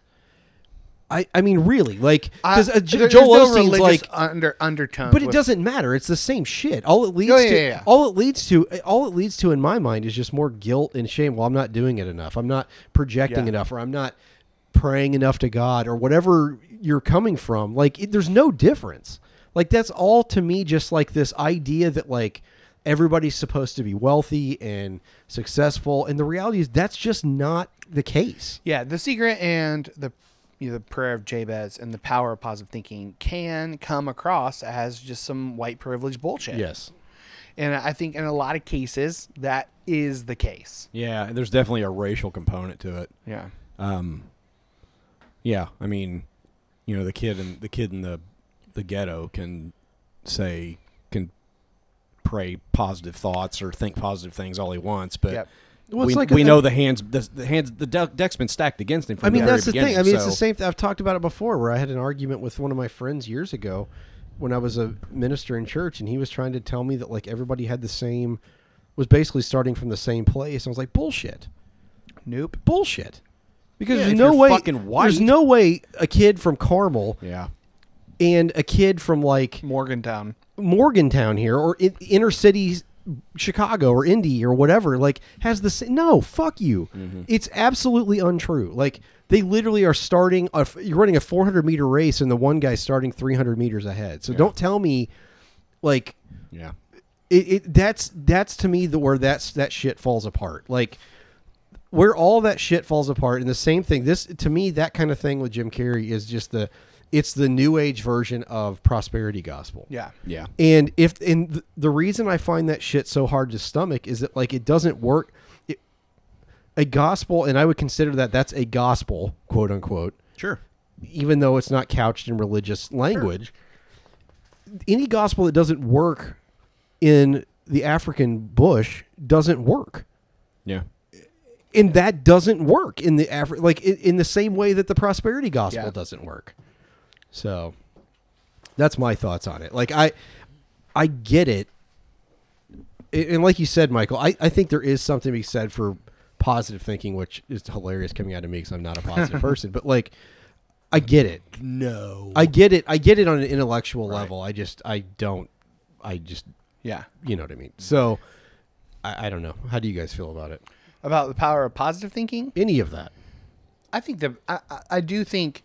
I, I mean, really, like because I- there- uh, Joel there's no Osteen's religious like under undertone, but it with- doesn't matter. It's the same shit. All it leads Oh, yeah, to, yeah, yeah. all it leads to, all it leads to in my mind is just more guilt and shame. Well, I'm not doing it enough. I'm not projecting Yeah. enough, or I'm not praying enough to God, or whatever you're coming from. Like, it, there's no difference. Like that's all to me, just like this idea that like everybody's supposed to be wealthy and successful, and the reality is that's just not the case. Yeah, the secret and the you know, the prayer of Jabez and the power of positive thinking can come across as just some white privilege bullshit. Yes. And I think in a lot of cases that is the case. Yeah, and there's definitely a racial component to it. Yeah. Um. Yeah, I mean, you know, the kid in the kid in the the ghetto can say can pray positive thoughts or think positive things all he wants, but. Yep. Well, we, it's like we a- know the hands, the, the hands, the deck- deck's been stacked against him. From I mean, the that's the very beginning, thing. I mean, it's so- the same. Th- I've talked about it before, where I had an argument with one of my friends years ago when I was a minister in church, and he was trying to tell me that like everybody had the same, was basically starting from the same place. I was like, bullshit. Nope. Bullshit. Because Yeah, there's if no you're way. fucking white- There's no way a kid from Carmel. Yeah. And a kid from like Morgantown. Morgantown here, or in, inner city Chicago, or Indy, or whatever, like has the same. No, fuck you. It's absolutely untrue. Like they literally are starting. A, you're running a 400 meter race, and the one guy's starting 300 meters ahead. So don't tell me, like, Yeah. it, it that's that's to me the where that's that shit falls apart. Like where all that shit falls apart, and the same thing. This to me that kind of thing with Jim Carrey is just the it's the new age version of prosperity gospel. Yeah. Yeah. And if and th- the reason I find that shit so hard to stomach is that like it doesn't work. It, a gospel, and I would consider that that's a gospel, quote unquote. Sure. Even though it's not couched in religious language, any gospel that doesn't work in the African bush doesn't work Yeah. and that doesn't work in the Afri- like in, in the same way that the prosperity gospel Yeah. doesn't work. So that's my thoughts on it. Like I I get it. A- And like you said, Michael, I, I think there is something to be said for positive thinking, which is hilarious coming out of me because I'm not a positive person. But like, I get it. No. I get it. I get it on an intellectual level. I just, I don't, I just, Yeah. you know what I mean. So, I, I don't know. How do you guys feel about it? About the power of positive thinking? Any of that? I think the I, I- I do think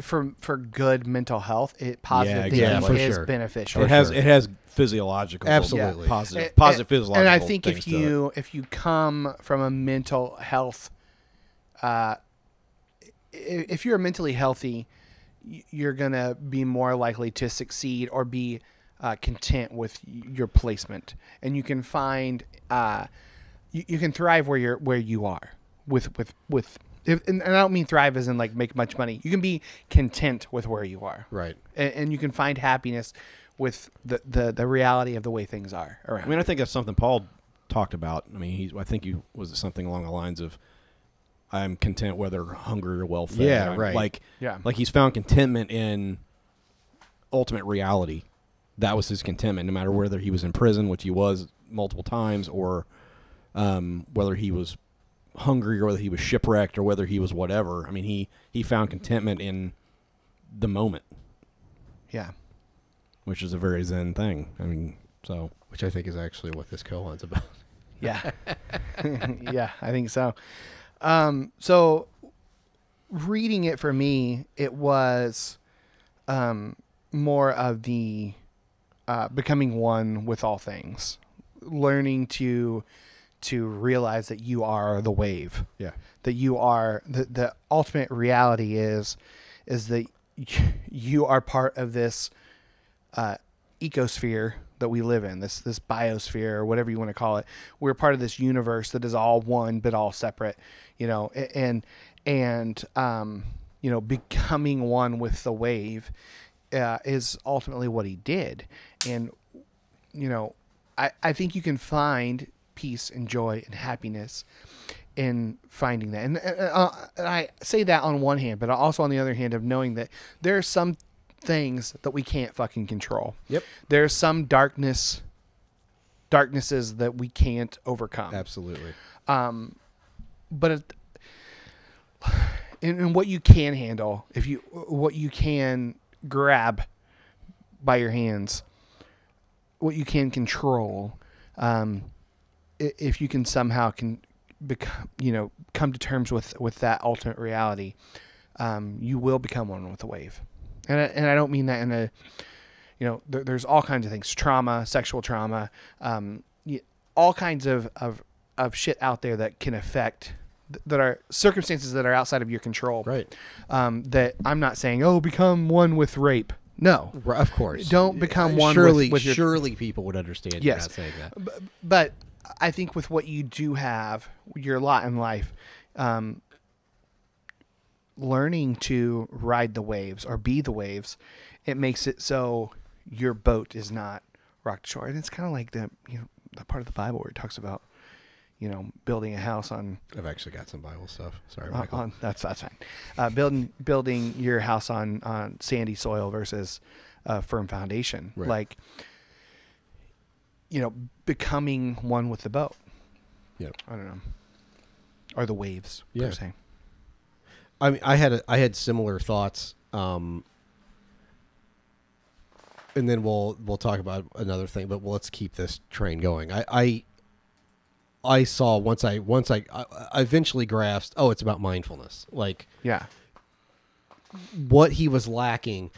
for for good mental health, it yeah, positive exactly. thinking is beneficial. It has it has physiological Absolutely. positive And- positive and- physiological. And I think things if to it. you if you come from a mental health, uh, i- if you're mentally healthy, y- you're gonna be more likely to succeed or be uh, content with y- your placement, and you can find uh, you, you can thrive where you're where you are with with with. If, and and I don't mean thrive as in like make much money. You can be content with where you are, Right. And, and you can find happiness with the, the the reality of the way things are around. I mean, I think that's something Paul talked about. I mean, he's I think he was something along the lines of I'm content whether hungry or well fed. Yeah, right. Like Yeah. like he's found contentment in ultimate reality. That was his contentment, no matter whether he was in prison, which he was multiple times, or um, whether he was hungry or whether he was shipwrecked or whether he was whatever. I mean, he he found contentment in the moment, Yeah. which is a very zen thing. I mean, so which I think is actually what this colon's about. Yeah. yeah, I think so. Um, so reading it for me, it was um, more of the uh, becoming one with all things, learning to to realize that you are the wave. Yeah. That you are the the ultimate reality is is that you are part of this uh, ecosphere that we live in, this this biosphere or whatever you want to call it. We're part of this universe that is all one but all separate, you know, a- and and um, you know, becoming one with the wave uh, is ultimately what he did. And you know, I, I think you can find peace and joy and happiness in finding that. And, uh, uh, and I say that on one hand, but also on the other hand of knowing that there are some things that we can't fucking control. Yep. There's some darkness darknesses that we can't overcome. Absolutely. Um, but it, and, and what you can handle, if you what you can grab by your hands, what you can control, um, i- if you can somehow can become you know come to terms with with that ultimate reality, um, you will become one with the wave, and I, and I don't mean that in a you know there, there's all kinds of things trauma sexual trauma um, y- all kinds of, of of shit out there that can affect th- that are circumstances that are outside of your control right um, that i'm not saying oh become one with rape no of course Uh, don't become one surely, with, with your surely people would understand you're Yes. not saying that. B- but I think with what you do have, your lot in life, um, learning to ride the waves or be the waves, it makes it so your boat is not rocked shore. And it's kind of like the you know the part of the Bible where it talks about you know building a house on I've actually got some Bible stuff. Sorry, on- Michael. Uh, on- that's that's fine. Uh, building building your house on on sandy soil versus a firm foundation, Right. like you know, becoming one with the boat. Yep. I don't know, or the waves. Yeah. Per se. I mean, I had a, I had similar thoughts. Um, and then we'll we'll talk about another thing, but let's keep this train going. I I, I saw once I once I, I I eventually grasped. Oh, it's about mindfulness. Like yeah, what he was lacking.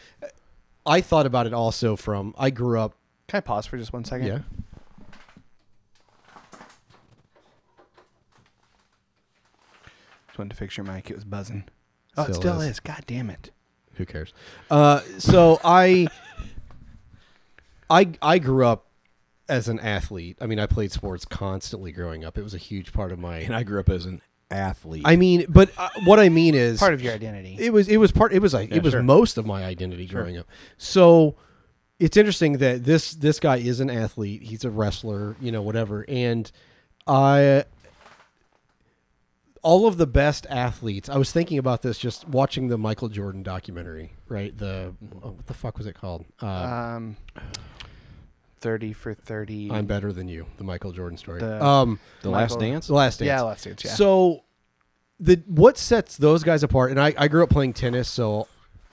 I thought about it also from I grew up. Can I pause for just one second? Yeah. Just wanted to fix your mic. It was buzzing. Oh, it Still still is. is. God damn it. Who cares? Uh, so I, I, I grew up as an athlete. I mean, I played sports constantly growing up. It was a huge part of my. And I grew up as an athlete. I mean, but uh, what I mean is Part of your identity. It was. It was part. It was. Like, Yeah, it was sure. most of my identity Sure. growing up. So it's interesting that this this guy is an athlete. He's a wrestler. You know, whatever. And I. All of the best athletes. I was thinking about this just watching the Michael Jordan documentary, right? The oh, what the fuck was it called? Uh, Um, thirty for thirty. I'm better than you. The Michael Jordan story. Um, The- um, The Last Michael- Dance? The last dance. Yeah, Last Dance, yeah. So, the what sets those guys apart? And I, I grew up playing tennis, so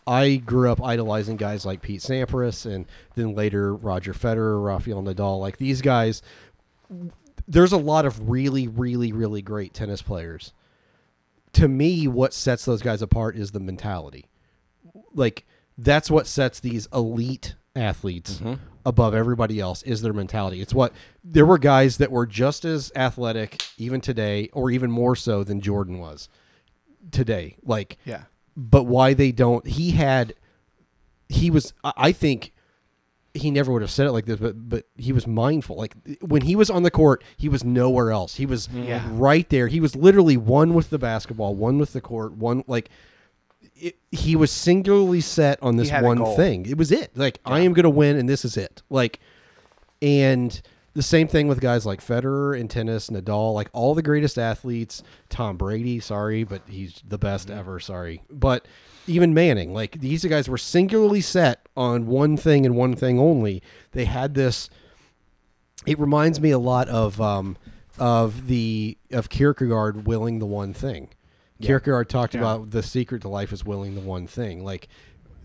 I grew up idolizing guys like Pete Sampras, and then later Roger Federer, Rafael Nadal. Like these guys, there's a lot of really, really, really great tennis players. To me, what sets those guys apart is the mentality. Like that's what sets these elite athletes above everybody else is their mentality. It's what there were guys that were just as athletic even today or even more so than Jordan was today. Like Yeah. But why they don't he had he was I- I think he never would have said it like this, but but he was mindful. Like when he was on the court, he was nowhere else. He was Yeah. right there. He was literally one with the basketball, one with the court, one like it, he was singularly set on this had a one goal. thing. It was it. Like I am going to win, and this is it. Like, and the same thing with guys like Federer and tennis, Nadal, like all the greatest athletes. Tom Brady, sorry, but he's the best Mm-hmm. ever. Sorry, but even Manning, like these guys were singularly set on one thing and one thing only. They had this. It reminds me a lot of um, of the of Kierkegaard willing the one thing. Yeah. Kierkegaard talked Yeah. about the secret to life is willing the one thing. Like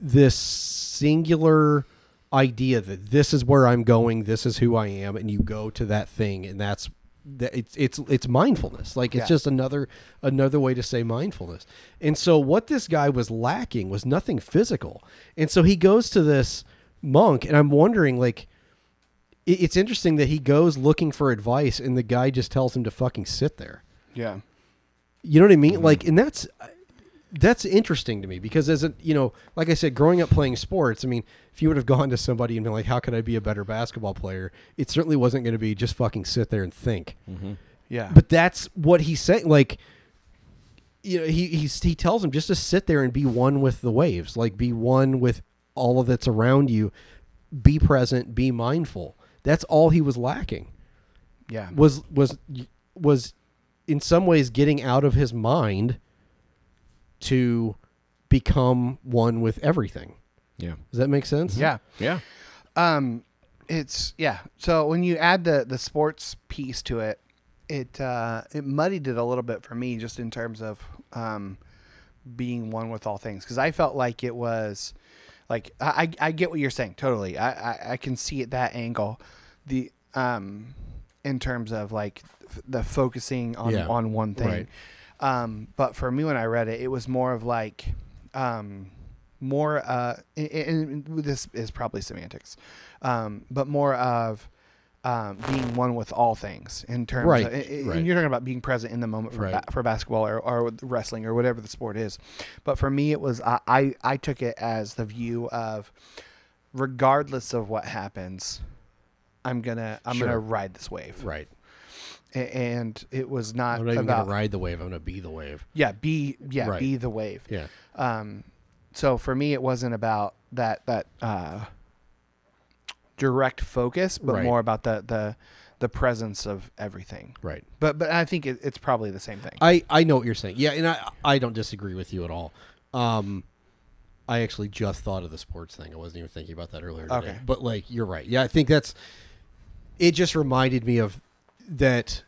this singular idea that this is where I'm going, this is who I am, and you go to that thing, and that's that it's it's it's mindfulness. Like it's Yeah. just another another way to say mindfulness. And so what this guy was lacking was nothing physical. And so he goes to this monk, and I'm wondering like it- it's interesting that he goes looking for advice and the guy just tells him to fucking sit there. Yeah. You know what I mean? Like, and that's that's interesting to me because as a you know, like I said, growing up playing sports, I mean, if you would have gone to somebody and been like, "How could I be a better basketball player?" It certainly wasn't going to be just fucking sit there and think. Mhm. Yeah. But that's what he's saying. Like, you know, he he's, he tells him just to sit there and be one with the waves, like be one with all of that's around you, be present, be mindful. That's all he was lacking Yeah. was was was in some ways getting out of his mind to become one with everything. Yeah. Does that make sense? Yeah. Yeah. Um, it's yeah. So when you add the the sports piece to it, it uh, it muddied it a little bit for me, just in terms of um, being one with all things, because I felt like it was like I I I get what you're saying totally. I I, I can see it that angle. The um in terms of like f- the focusing on Yeah. on one thing. Right. Um, but for me, when I read it, it was more of like, um, more, uh, and, and this is probably semantics, um, but more of um, being one with all things in terms Right, of, and- right. and you're talking about being present in the moment for, Right. ba- for basketball or, or with wrestling or whatever the sport is. But for me, it was, I, I, I took it as the view of regardless of what happens, I'm gonna, I'm gonna Sure. ride this wave. Right. A- And it was not, I'm not even about gonna ride the wave. I'm gonna be the wave. yeah, be yeah, Right. be the wave. Yeah. Um, so for me, it wasn't about that that uh, direct focus, but Right. more about the the the presence of everything. Right. But but I think it, it's probably the same thing. I, I know what you're saying. Yeah, and I I don't disagree with you at all. Um, I actually just thought of the sports thing. I wasn't even thinking about that earlier. Today. Okay. but like you're right. Yeah, I think that's. It just reminded me of that.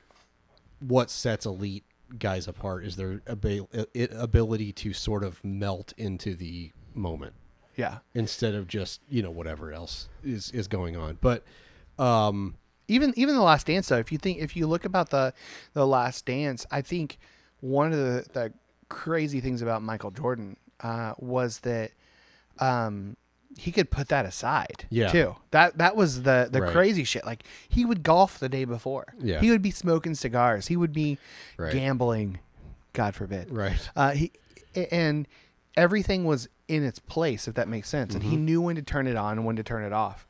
What sets elite guys apart is their abil- i- ability to sort of melt into the moment. Yeah. Instead of just you know whatever else is is going on, but um, even even the last dance though if you think if you look about the the last dance i think one of the, the crazy things about michael jordan uh, was that um he could put that aside Yeah. too that that was the the Right. crazy shit like he would golf the day before Yeah. he would be smoking cigars he would be Right. gambling god forbid Right. uh, he and everything was in its place if that makes sense and he Mhm. knew when to turn it on and when to turn it off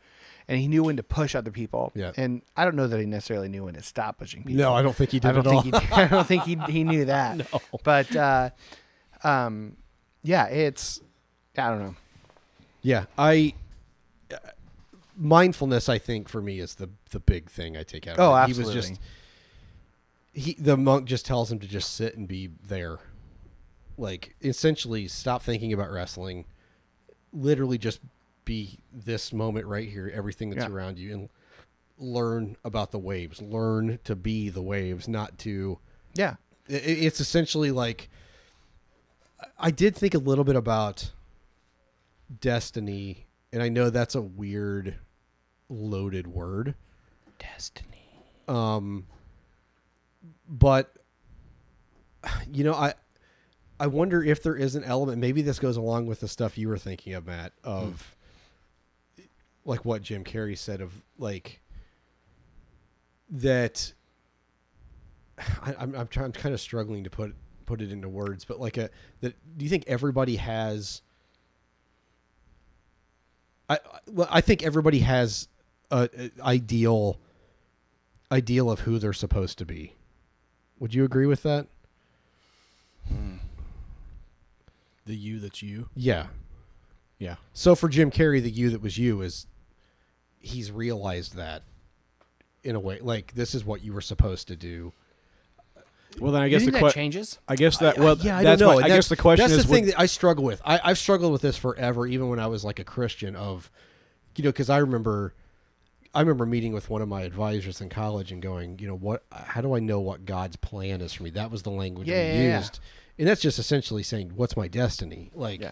and he knew when to push other people Yeah. and i don't know that he necessarily knew when to stop pushing people No, I don't think he did i don't at think all. he did. i don't think he, he knew that but uh, um, yeah it's i don't know Yeah, I uh, mindfulness. I think for me is the the big thing I take out. Of Oh, it. He was absolutely. just he. The monk just tells him to just sit and be there, like essentially stop thinking about wrestling. Literally, just be this moment right here. Everything that's Yeah. around you and learn about the waves. Learn to be the waves, not to. Yeah. I- i- it's essentially like I did think a little bit about destiny, and I know that's a weird, loaded word. Destiny. Um, but you know, I I wonder if there is an element. Maybe this goes along with the stuff you were thinking of, Matt, of like what Jim Carrey said of like that. I, I'm I'm, trying, I'm kind of struggling to put put it into words, but like a that. Do you think everybody has? I I- well, I think everybody has a, a ideal ideal of who they're supposed to be. Would you agree with that? The you that's you. Yeah. Yeah. So for Jim Carrey, the you that was you is he's realized that in a way, like this is what you were supposed to do. Well, then I You guess think the that que- changes? I guess that. Well, yeah, I that's don't know. my- I That's- guess the question that's is the would- thing that I struggle with. I, I've struggled with this forever, even when I was like a Christian. Of you know, because I remember, I remember meeting with one of my advisors in college and going, you know, what? How do I know what God's plan is for me? That was the language Yeah, we yeah, yeah. used, and that's just essentially saying, "What's my destiny?" Like,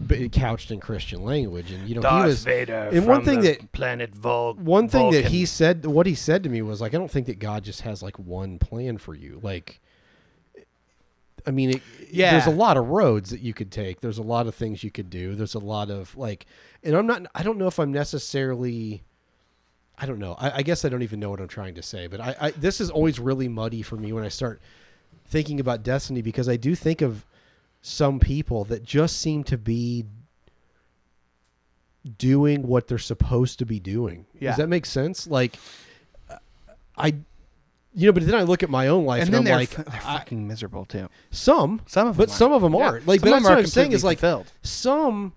but couched in Christian language, and you know, Darth he was. Vader and one from thing the that planet Vol- one thing that Vulcan. he said, what he said to me was like, I don't think that God just has like one plan for you, like. I mean, it, Yeah. there's a lot of roads that you could take. There's a lot of things you could do. There's a lot of like, and I'm not. I don't know if I'm necessarily. I don't know. I, I guess I don't even know what I'm trying to say. But I, I this is always really muddy for me when I start thinking about destiny because I do think of some people that just seem to be doing what they're supposed to be doing. Yeah. Does that make sense? Like, uh, I, you know, but then I look at my own life and and, then I'm they're, like, fu- they're fucking miserable too some, some of but them some of them Yeah. aren't. Like, Some of but that's them are what I'm saying completely is like fulfilled. some.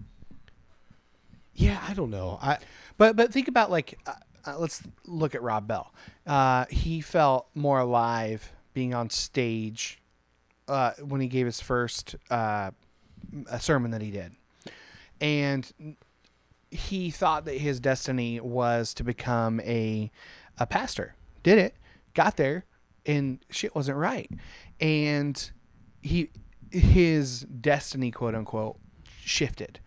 Yeah, I don't know. I but but think about like uh, uh, let's look at Rob Bell. Uh, he felt more alive being on stage uh, when he gave his first uh, m- a sermon that he did, and he thought that his destiny was to become a a pastor. Did it, got there, and shit wasn't right. And he his destiny, quote unquote, shifted.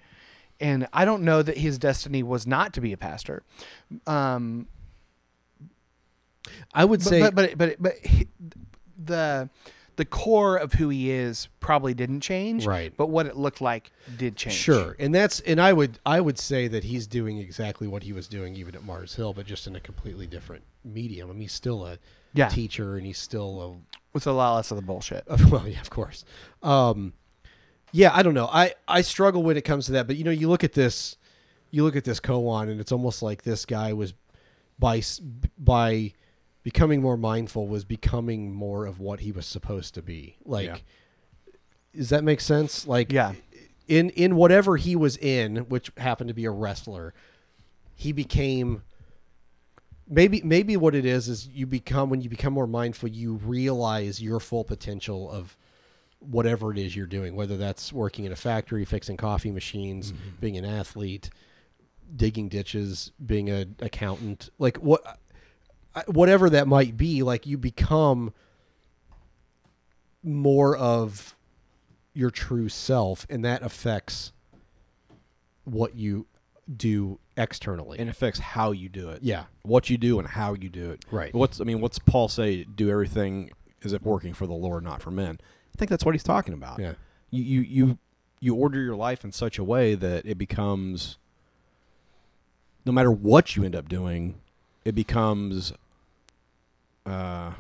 And I don't know that his destiny was not to be a pastor. Um, I would but- say- but but but, but he- the the core of who he is probably didn't change, Right. But what it looked like did change. Sure, and that's and I would I would say that he's doing exactly what he was doing even at Mars Hill, but just in a completely different medium. I mean, he's still a Yeah. teacher, and he's still with a lot less of the bullshit. a well, yeah, of course. Um, yeah, I don't know. I I struggle when it comes to that, but you know, you look at this, you look at this koan, and it's almost like this guy was by s- by becoming more mindful was becoming more of what he was supposed to be. Like, does that make sense? Like, yeah, in in whatever he was in, which happened to be a wrestler, he became maybe maybe what it is is you become when you become more mindful you realize your full potential of whatever it is you're doing whether that's working in a factory fixing coffee machines Mm-hmm. being an athlete digging ditches being an accountant like what I- whatever that might be like you become more of your true self and that affects what you do externally It affects how you do it. Yeah. What you do and how you do it. Right. What's I mean, what's Paul say? Do everything as if working for the Lord, not for men. I think that's what he's talking about. Yeah. You you you, you order your life in such a way that it becomes no matter what you end up doing, it becomes uh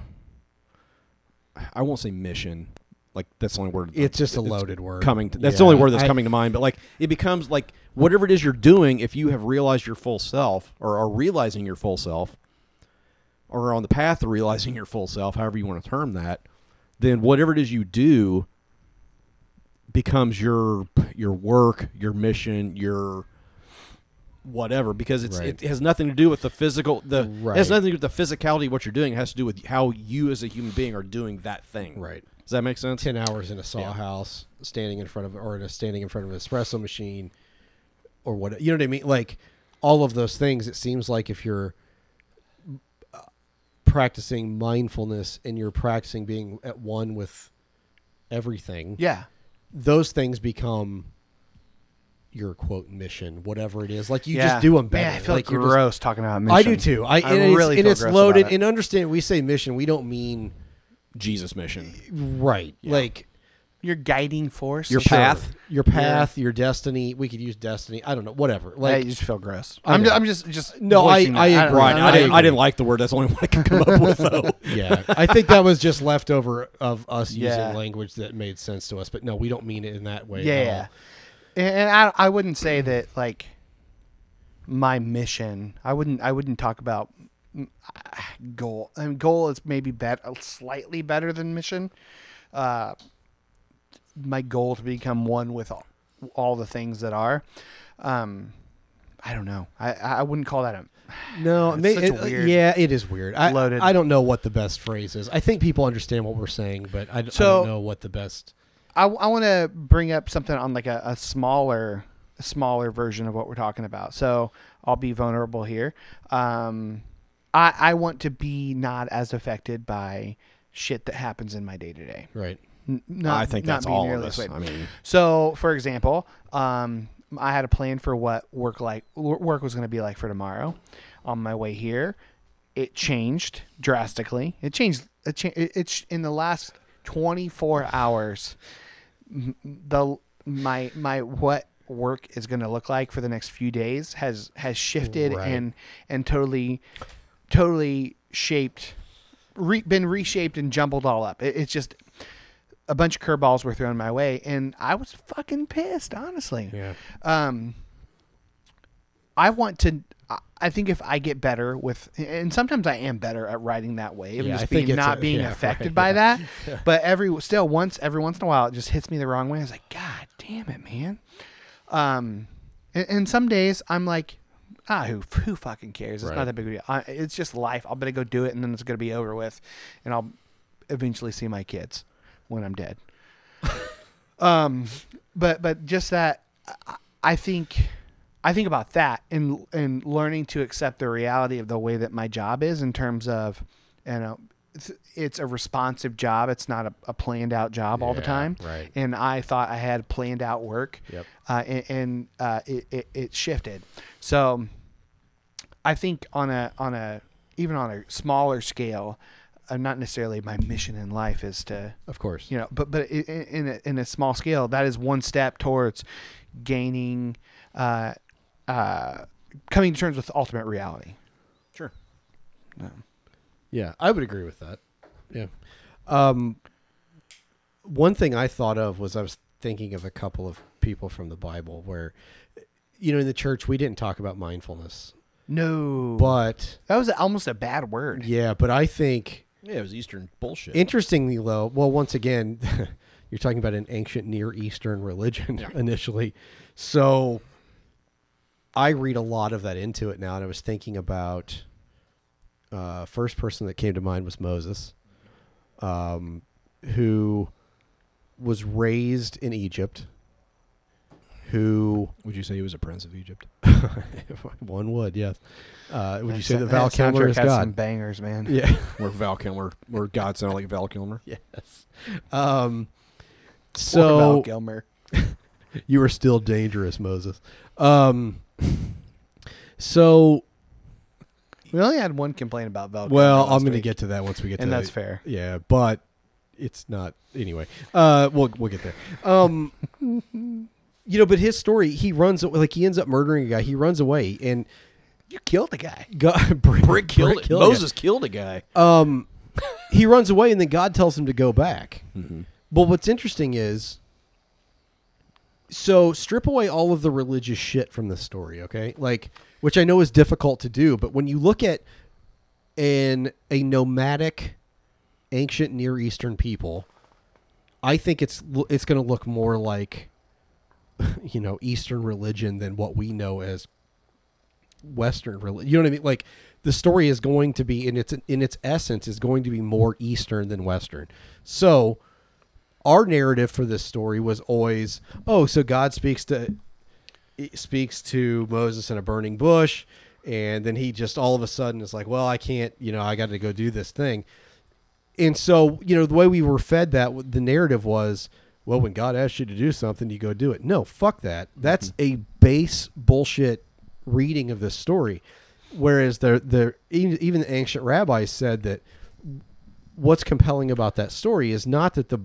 I won't say mission. Like that's the only word. It's just a loaded word. Coming. To, that's the only Yeah. word that's I- coming to mind. But like, it becomes like whatever it is you're doing. If you have realized your full self, or are realizing your full self, or are on the path to realizing your full self, however you want to term that, then whatever it is you do becomes your your work, your mission, your whatever. Because it's Right. it has nothing to do with the physical. The it Right. has nothing to do with the physicality of what you're doing. It has to do with how you as a human being are doing that thing. Right. Does that make sense? Ten hours in a saw house, standing in front of or in a standing in front of an espresso machine, or what you know what I mean. Like all of those things, it seems like if you're uh, practicing mindfulness and you're practicing being at one with everything, Yeah. those things become your quote mission, whatever it is. Like you Yeah. just do them better. Man, I feel like you're gross talking about I do mission. too. I I, and it's- really and feel it's gross about loaded. it. And understand, we say mission, we don't mean Jesus mission. right. Like your guiding force, Your path. your path, your destiny. We could use destiny. I don't know, whatever. Like I just feel gross. I I'm know. ju- I'm just- just no. I voicing I that. I agree. don't know. I didn't- I didn't like the word. That's the only one I could come up with, though. yeah, I think that was just leftover of us Yeah. using language that made sense to us. But no, we don't mean it in that way. at yeah, all. yeah. And, and I I wouldn't say that like my mission. I wouldn't I wouldn't talk about mm, ah, goal. I mean, goal is maybe bet uh, slightly better than mission. Uh, my goal to become one with all, all the things that are. Um, I don't know. I I wouldn't call that a No, It's may- such a it- weird- yeah, it is weird. I, Loaded. I don't know what the best phrase is. I think people understand what we're saying, but I, d- I So- don't know what the best. I, I want to bring up something on like a, a smaller a smaller version of what we're talking about. So I'll be vulnerable here. Um, I I want to be not as affected by shit that happens in my day to day. Right. N- not, I think not that's be all of nearly us. swayed. I mean- so for example, um, I had a plan for what work like wor- work was going to be like for tomorrow. On my way here, it changed drastically. It changed. It cha- it, it's in the last twenty four hours. m- The my my what work is going to look like for the next few days has has shifted Right. and and totally totally shaped re, been reshaped and jumbled all up it, it's just a bunch of curveballs were thrown my way and i was fucking pissed honestly Yeah. um i want to I- i think if i get better with and sometimes i am better at riding that wave and Yeah, I just think being, it's not a- being yeah, affected right, by yeah. that but every still once every once in a while it just hits me the wrong way i was like god damn it man um and, and some days i'm like ah who who fucking cares it's Right. not that big a deal I, it's just life i'll better go do it and then it's gonna be over with and i'll eventually see my kids when i'm dead um but but just that I- i think I think about that and and learning to accept the reality of the way that my job is in terms of, you know, it's, it's a responsive job. It's not a, a planned out job all the Yeah, time. right. And I thought I had planned out work. Yep. Uh, and and uh, it, it it shifted. So I think on a on a even on a smaller scale, uh, not necessarily my mission in life is to, Of course. you know, but but i- i- in a, in a small scale, that is one step towards gaining, uh, uh, coming to terms with ultimate reality. Sure. Yeah, I would agree with that. Yeah. Um, one thing I thought of was I was thinking of a couple of people from the Bible where, you know, in the church, we didn't talk about mindfulness. No. But that was almost a bad word. Yeah, but I think Yeah, it was Eastern bullshit. Interestingly, though, well, once again, you're talking about an ancient Near Eastern religion initially. So I read a lot of that into it now, and I was thinking about uh, first person that came to mind was Moses, um, who was raised in Egypt. Who would you say he was a prince of Egypt? One would, yes. Uh, would you That say sa- that Val that soundtrack Kilmer is has God? some bangers, man. Yeah. where Val Kilmer, where God sounded like Val Kilmer. Yes. Um, Or so Val Kilmer. you are still dangerous, Moses. Um, so We only had one complaint about Val. Kilmer well, I'm last going to week. get to that once we get to and that. that's fair. Yeah, but it's not anyway. Uh, we'll we'll get there. Um, you know, but his story, he runs like he ends up murdering a guy. He runs away and you killed a guy. God, Brick, Brick killed it. Uh, a guy. Moses killed a guy. Um, he runs away, and then God tells him to go back. But what's interesting is, so strip away all of the religious shit from this story, okay? Like, which I know is difficult to do, but when you look at an a nomadic, ancient Near Eastern people, I think it's l- it's going to look more like, you know, Eastern religion than what we know as Western religion. You know what I mean? Like the story is going to be in its in its essence is going to be more Eastern than Western. So our narrative for this story was always, oh, so God speaks to speaks to Moses in a burning bush, and then he just all of a sudden is like, well, I can't, you know, I got to go do this thing. And so, you know, the way we were fed that, the narrative was, well, when God asks you to do something, you go do it. No, fuck that. That's a base bullshit reading of this story. Whereas the the even even the ancient rabbis said that what's compelling about that story is not that the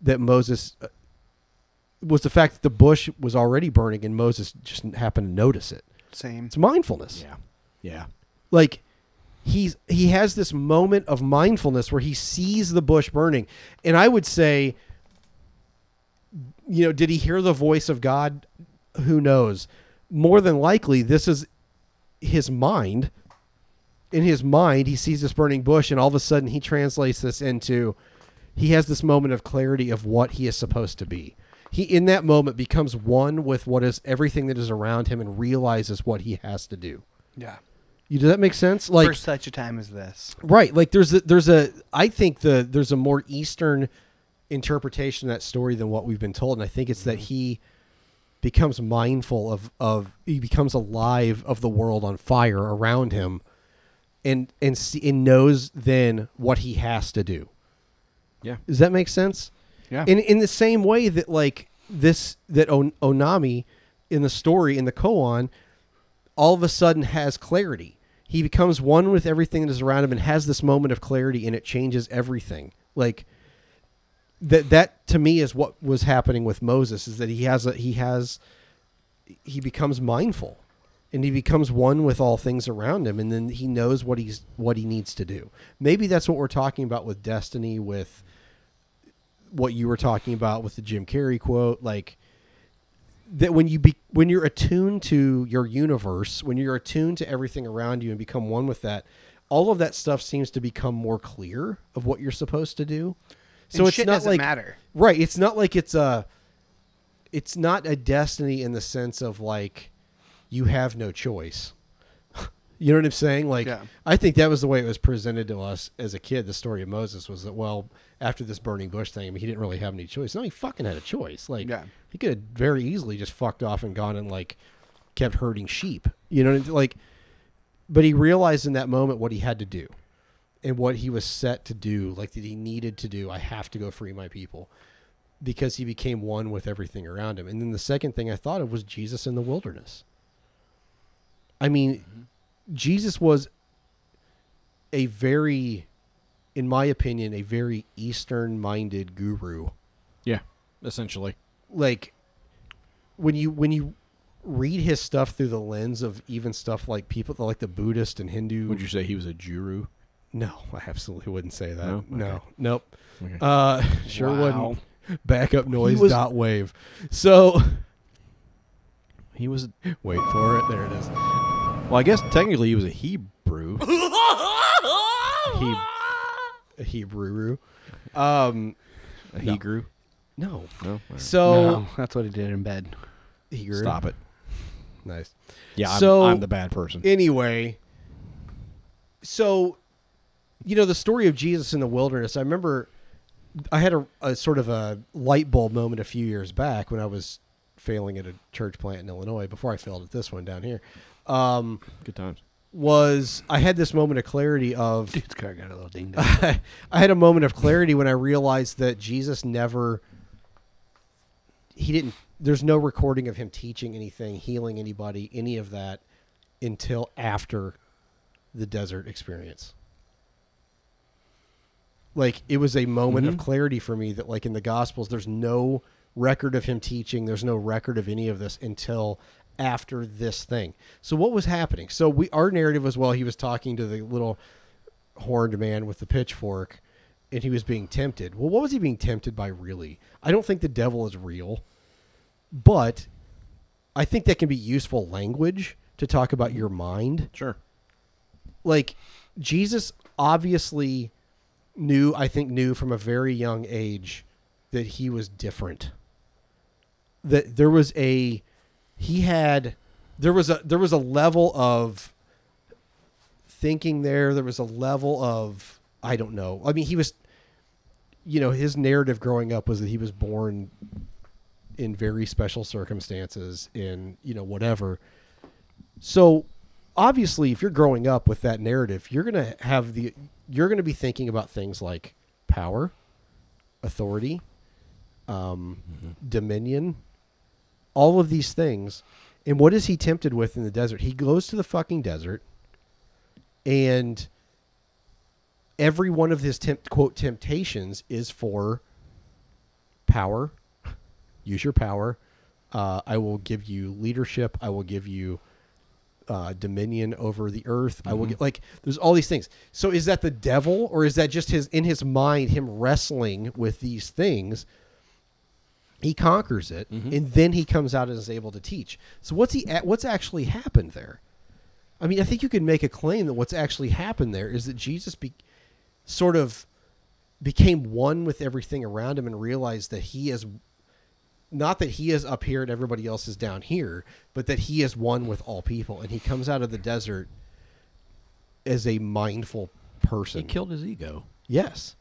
that Moses uh, was the fact that the bush was already burning and Moses just happened to notice it. Same. It's mindfulness. Yeah. Yeah. Like he's he has this moment of mindfulness where he sees the bush burning. And I would say you know, did he hear the voice of God? Who knows? More than likely this is his mind. In his mind, he sees this burning bush and all of a sudden he translates this into he has this moment of clarity of what he is supposed to be. He in that moment becomes one with what is everything that is around him and realizes what he has to do. Yeah. You does that make sense? Like for such a time as this. right, like there's a, there's a I think the there's a more eastern interpretation of that story than what we've been told and I think it's that he becomes mindful of of he becomes alive of the world on fire around him and and see, and knows then what he has to do. Yeah. Does that make sense? Yeah. In in the same way that like this that On- Onami in the story in the koan all of a sudden has clarity. He becomes one with everything that is around him and has this moment of clarity and it changes everything. Like that that to me is what was happening with Moses is that he has a he has he becomes mindful and he becomes one with all things around him and then he knows what he's what he needs to do. Maybe that's what we're talking about with destiny with what you were talking about with the Jim Carrey quote like that when you be when you're attuned to your universe, when you're attuned to everything around you and become one with that, all of that stuff seems to become more clear of what you're supposed to do. So And it's shit not doesn't like matter. right. It's not like it's a it's not a destiny in the sense of like you have no choice. you know what I'm saying? Like I think that was the way it was presented to us as a kid. The story of Moses was that well, after this burning bush thing, I mean, he didn't really have any choice. No, he fucking had a choice. Like he could have very easily just fucked off and gone and like kept herding sheep. You know, like, but he realized in that moment what he had to do and what he was set to do, like that he needed to do. I have to go free my people because he became one with everything around him. And then the second thing I thought of was Jesus in the wilderness. I mean, Jesus was a very, in my opinion, a very Eastern minded guru. Yeah, essentially. Like, when you, when you, read his stuff through the lens of even stuff like people like the buddhist and hindu Would you say he was a Juru? no, I absolutely wouldn't say that. No? No, Okay. nope. Okay. Uh, sure Wow. wouldn't. Backup noise was- dot wave. So He was. Wait for it. There it is. Well, I guess technically he was a Hebrew. he, a Hebrew. Um, a Hebrew. no. No. So No, that's what he did in bed. he grew. Stop it. Nice. Yeah, I'm- so I'm the bad person. Anyway, so you know the story of Jesus in the wilderness. I remember I had a, a sort of a light bulb moment a few years back when I was failing at a church plant in Illinois before I failed at this one down here. Um, Good times. was I had this moment of clarity of Dude's car got a little ding dong. I had a moment of clarity when I realized that Jesus never he didn't there's no recording of him teaching anything, healing anybody, any of that until after the desert experience. Like it was a moment of clarity for me that like in the gospels there's no record of him teaching, there's no record of any of this until after this thing. So what was happening? So we our narrative was well he was talking to the little horned man with the pitchfork and he was being tempted. Well, what was he being tempted by really? I don't think the devil is real, but I think that can be useful language to talk about your mind. Sure. Like Jesus obviously knew, I think knew from a very young age that he was different. That there was a he had there was a there was a level of thinking there. There was a level of I don't know. I mean, he was, you know, his narrative growing up was that he was born in very special circumstances, in you know whatever. So, obviously, if you're growing up with that narrative, you're gonna have the you're gonna be thinking about things like power, authority, um, dominion, all of these things. And what is he tempted with in the desert? He goes to the fucking desert and every one of his tempt, quote temptations is for power use your power uh, i will give you leadership i will give you uh, dominion over the earth i will get like there's all these things so is that the devil or is that just his in his mind him wrestling with these things he conquers it and then he comes out and is able to teach so what's he a- what's actually happened there I mean, I think you could make a claim that what's actually happened there is that Jesus be, sort of became one with everything around him and realized that he is not that he is up here and everybody else is down here, but that he is one with all people. And he comes out of the desert as a mindful person. He killed his ego. Yes.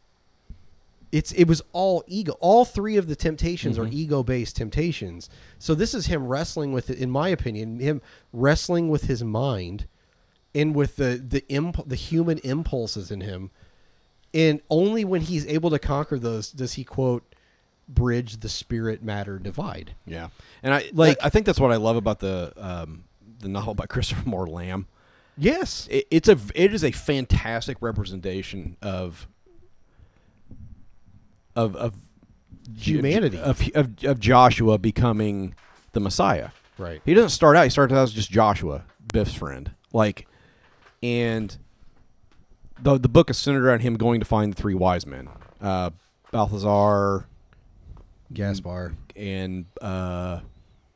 It's it was all ego. All three of the temptations are ego-based temptations. So this is him wrestling with it in my opinion, him wrestling with his mind and with the the imp- the human impulses in him. And only when he's able to conquer those does he quote bridge the spirit matter divide. Yeah, and I like. Like- I think that's what I love about the um, the novel by Christopher Moore Lamb. Yes. It, it's a it is a fantastic representation of of of Ju- Humanity. of of, of Joshua becoming the Messiah. Right. He doesn't start out. He starts out as just Joshua, Biff's friend. Like, and the the book is centered around him going to find the three wise men, uh, Balthazar Gaspar, and. Uh,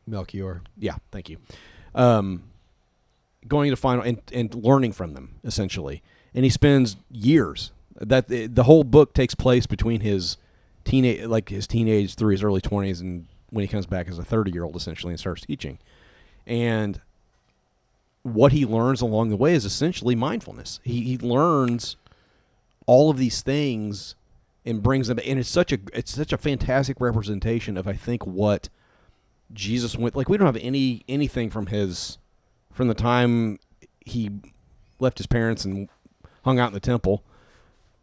Melchior. yeah, thank you. Um, going to final and, and learning from them essentially, and he spends years that the, the whole book takes place between his teenage like his teenage through his early twenties and when he comes back as a thirty year old essentially and starts teaching, and what he learns along the way is essentially mindfulness. He, he learns all of these things and brings them and it's such a it's such a fantastic representation of I think what Jesus went like we don't have any anything from his from the time he left his parents and hung out in the temple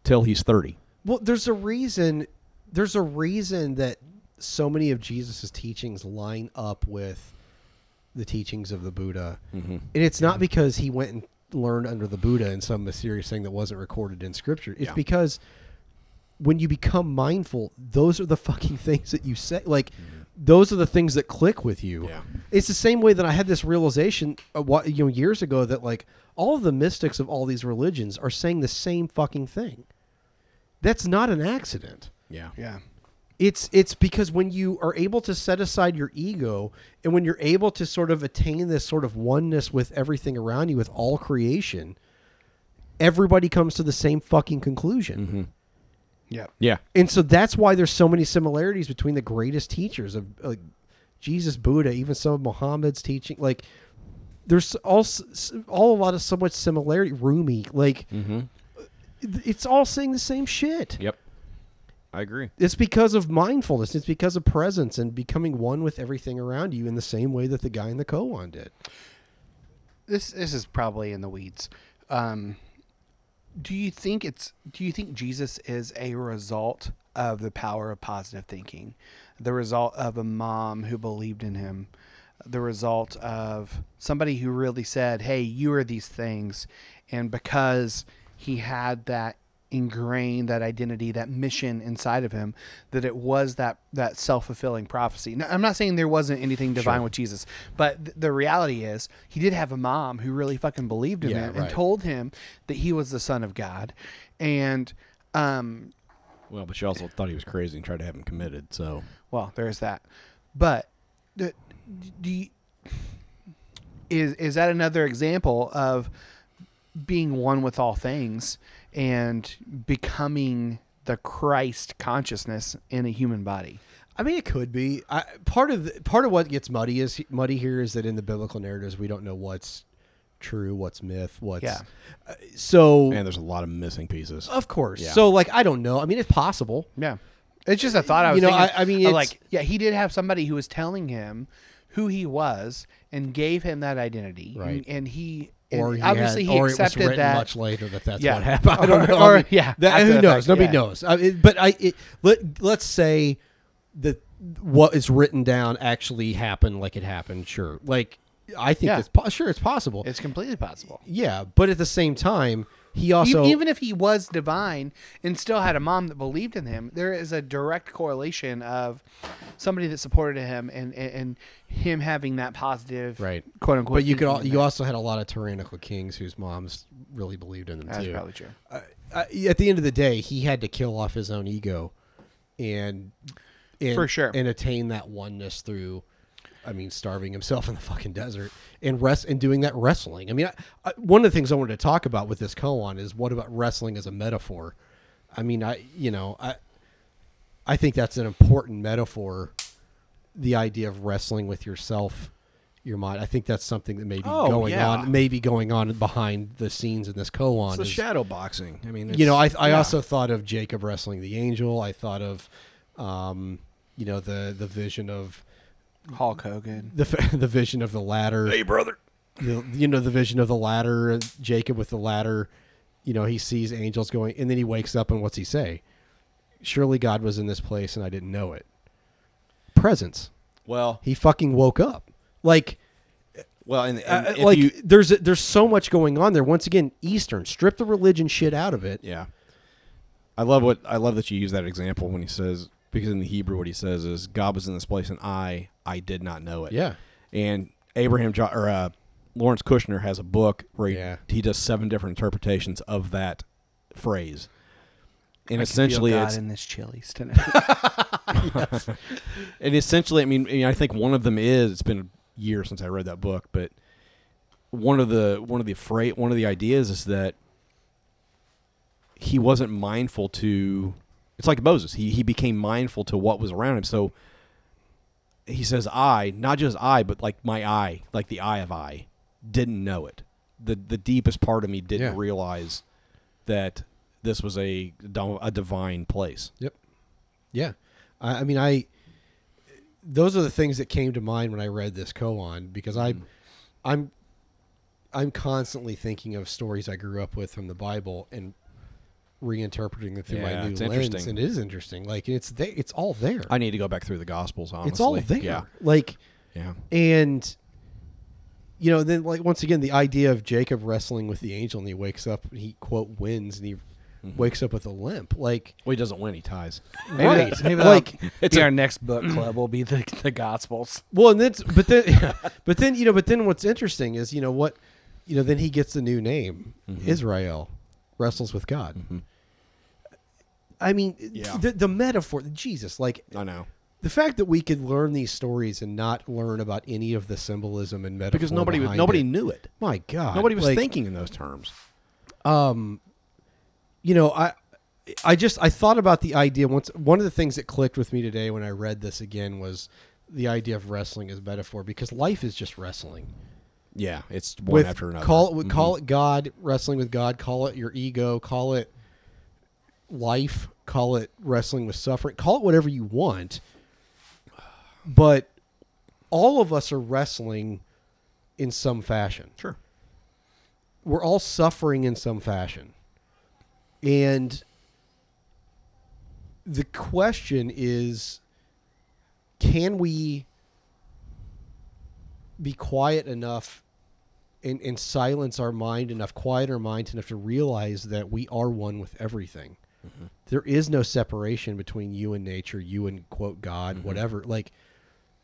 till he's 30. Well, there's a reason. There's a reason that so many of Jesus's teachings line up with the teachings of the Buddha, Mhm. and it's not because he went and learned under the Buddha in some mysterious thing that wasn't recorded in Scripture. It's Yeah. because when you become mindful, those are the fucking things that you say. Like, those are the things that click with you. It's the same way that I had this realization, a whi- you know, years ago that like all of the mystics of all these religions are saying the same fucking thing. That's not an accident. Yeah. Yeah. It's it's because when you are able to set aside your ego and when you're able to sort of attain this sort of oneness with everything around you with all creation, everybody comes to the same fucking conclusion. Yep. Yeah. And so that's why there's so many similarities between the greatest teachers of like Jesus, Buddha, even some of Muhammad's teaching. Like there's all s- s- all a lot of so much similarity. Rumi, like Mhm. it's all saying the same shit. Yep. I agree. It's because of mindfulness. It's because of presence and becoming one with everything around you in the same way that the guy in the koan did. this this is probably in the weeds. Um, do you think it's do you think Jesus is a result of the power of positive thinking, the result of a mom who believed in him, the result of somebody who really said, "Hey, you are these things," and because he had that ingrained that identity that mission inside of him that it was that that self-fulfilling prophecy now, i'm not saying there wasn't anything divine Sure. with jesus but th- the reality is he did have a mom who really fucking believed in Yeah, him right. and told him that he was the son of god and um Well, but she also thought he was crazy and tried to have him committed, so well there's that but the, do you, is is that another example of being one with all things and becoming the christ consciousness in a human body I mean, it could be. I, part of the, part of what gets muddy is muddy here is that in the biblical narratives we don't know what's true, what's myth, what's Yeah. Uh, so. and there's a lot of missing pieces. of course. Yeah. So like, I don't know. I mean, it's possible. Yeah, it's just a thought I was You know, thinking, I, I mean, uh, it's, like, yeah, he did have somebody who was telling him who he was and gave him that identity, Right. And, and he, and or he obviously had, he or accepted it was written that much later that that's Yeah. what happened. I Or- don't know. I or- mean, yeah, that- after who the knows? fact, Nobody yeah. knows. I mean, but I it, let let's say that what is written down actually happened, like it happened. Sure, like I think Yeah. it's po- sure it's possible. It's completely possible. yeah, but at the same time, he E- also Even if he was divine and still had a mom that believed in him, there is a direct correlation of somebody that supported him and, and, and him having that positive, right quote unquote. But you could thinking all, in you that. also had a lot of tyrannical kings whose moms really believed in them That's too. probably true. Uh, uh, at the end of the day, he had to kill off his own ego, and, and For sure. and attain that oneness through. I mean, starving himself in the fucking desert and rest and doing that wrestling. I mean, I, I, one of the things I wanted to talk about with this koan is what about wrestling as a metaphor? I mean, I you know I I think that's an important metaphor. The idea of wrestling with yourself, your mind. I think that's something that may be Oh, going yeah. on, maybe going on behind the scenes in this koan. It's the is- shadow boxing. I mean, you know, I, it's- I yeah. also thought of Jacob wrestling the angel. I thought of, um, you know, the the vision of Hulk Hogan. the f- the vision of the ladder. Hey, brother. You, you know the vision of the ladder. Jacob with the ladder. You know, he sees angels going, and then he wakes up, and what's he say? Surely God was in this place, and I didn't know it. Presence. Well- he fucking woke up. Like, well, and, and uh, if like you, there's there's so much going on there. Once again, Eastern strip the religion shit out of it. Yeah. I love what I love that you use that example when he says because in the Hebrew what he says is God was in this place and I I did not know it. Yeah. And Abraham jo- or uh, Lawrence Kushner has a book where he, he does seven different interpretations of that phrase. And I can feel essentially God it's in this Chili's tonight. and essentially, I mean, I mean, I think one of them is it's been a year since I read that book, but one of the one of the freight one of the ideas is that he wasn't mindful to. It's like Moses; he he became mindful to what was around him. So he says, "I," not just I, but like my eye, like the eye of I, didn't know it. the The deepest part of me didn't Yeah. realize that this was a di- a divine place. Yep. Yeah. I, I mean, I those are the things that came to mind when I read this koan because I'm, Mm-hmm. I'm, I'm constantly thinking of stories I grew up with from the Bible and reinterpreting them through Yeah, my new it's lens. interesting. And it is interesting. Like it's they, it's all there. I need to go back through the Gospels. Honestly, It's all there. Yeah. Like, Yeah. and you know, then like once again, the idea of Jacob wrestling with the angel and he wakes up, and he quote wins, and he Mm-hmm. wakes up with a limp. Like, well, he doesn't win; he ties. Maybe right? that- maybe that'll like, be our next book club will be the, the Gospels. Well, and then but then but then you know, but then what's interesting is you know what, you know, then he gets a new name, Mm-hmm. Israel, wrestles with God. I mean, Yeah. the, the metaphor, Jesus, like I know the fact that we could learn these stories and not learn about any of the symbolism and metaphor because nobody behind nobody it. knew it. My God, nobody was like, thinking in those terms. um you know i i just i thought about the idea once one of the things that clicked with me today when i read this again was the idea of wrestling as metaphor because life is just wrestling Yeah, it's one with after another. Mm-hmm. call it call it god wrestling with god call it your ego call it life call it wrestling with suffering call it whatever you want but all of us are wrestling in some fashion sure we're all suffering in some fashion. And the question is can we be quiet enough and, and silence our mind enough, quiet our minds enough to realize that we are one with everything? Mm-hmm. There is no separation between you and nature, you and quote God, Mm-hmm. whatever. Like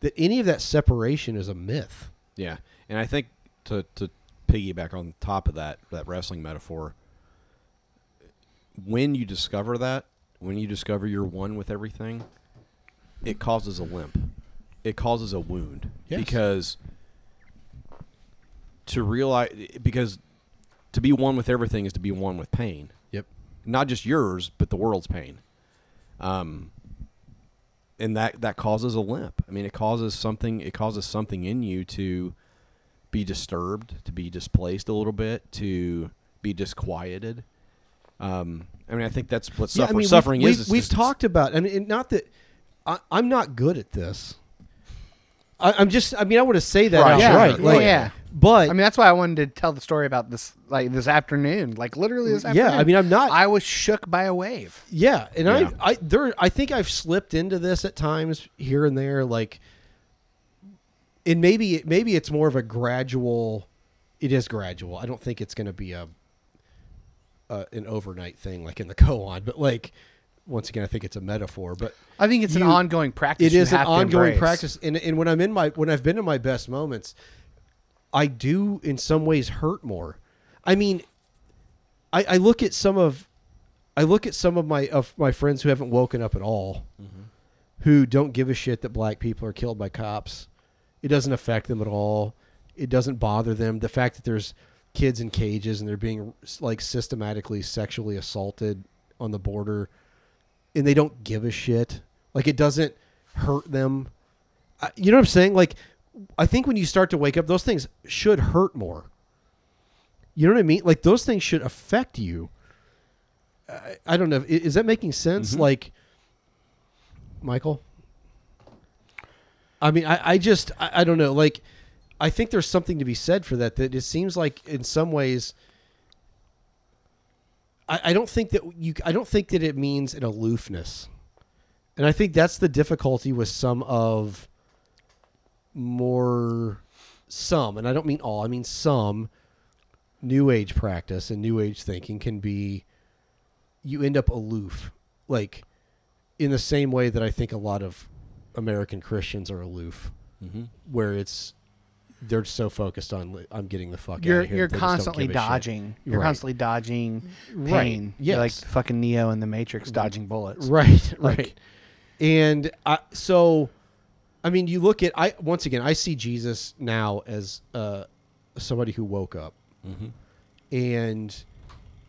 that any of that separation is a myth. Yeah, and I think to to piggyback on top of that that wrestling metaphor, when you discover that, when you discover you're one with everything, it causes a limp, it causes a wound Yes. because to realize because to be one with everything is to be one with pain. Yep. Not just yours, but the world's pain. Um, and that that causes a limp. I mean, it causes something. It causes something in you to be disturbed, to be displaced a little bit, to be disquieted. Um, I mean, I think that's what Yeah, I suffering, mean, we've- suffering we've, is. It's We've just- talked about. I mean, and not that I, I'm not good at this. I, I'm just. I mean, I want to say that yeah, outright. yeah, like, yeah. But I mean, that's why I wanted to tell the story about this, like this afternoon, like literally this Yeah, afternoon. I mean, I'm not- I was shook by a wave. Yeah, and Yeah. I, I there, I think I've slipped into this at times here and there, like, and maybe, maybe it's more of a gradual. It is gradual. I don't think it's going to be a, a an overnight thing like in the koan, but like, once again, I think it's a metaphor. But I think it's an you- ongoing practice It you is an have to ongoing embrace. practice, and and when I'm in my when I've been in my best moments, I do in some ways hurt more. I mean, I, I look at some of I look at some of my of my friends who haven't woken up at all, Mm-hmm. who don't give a shit that black people are killed by cops. It doesn't affect them at all. It doesn't bother them. The fact that there's kids in cages and they're being like systematically sexually assaulted on the border, and they don't give a shit. Like it doesn't hurt them. I, you know what I'm saying? Like I think when you start to wake up, those things should hurt more. You know what I mean? Like those things should affect you. I, I don't know. I- Is that making sense? Like, Michael. I mean, I, I just I, I don't know. Like, I think there's something to be said for that. That it seems like in some ways. I, I don't think that you. I don't think that it means an aloofness, and I think that's the difficulty with some of more some, and I don't mean all. I mean some new age practice and new age thinking can be you end up aloof like in the same way that i think a lot of american christians are aloof Mhm. where it's they're so focused on li- i'm getting the fuck You're out of here you're they just don't constantly give a shit. dodging. You're Right. constantly dodging pain. Right, You're like yes. fucking Neo in the Matrix dodging bullets. Right, Like, right. and I, so, I mean, you look at I once again, I see Jesus now as uh, somebody who woke up, Mhm. and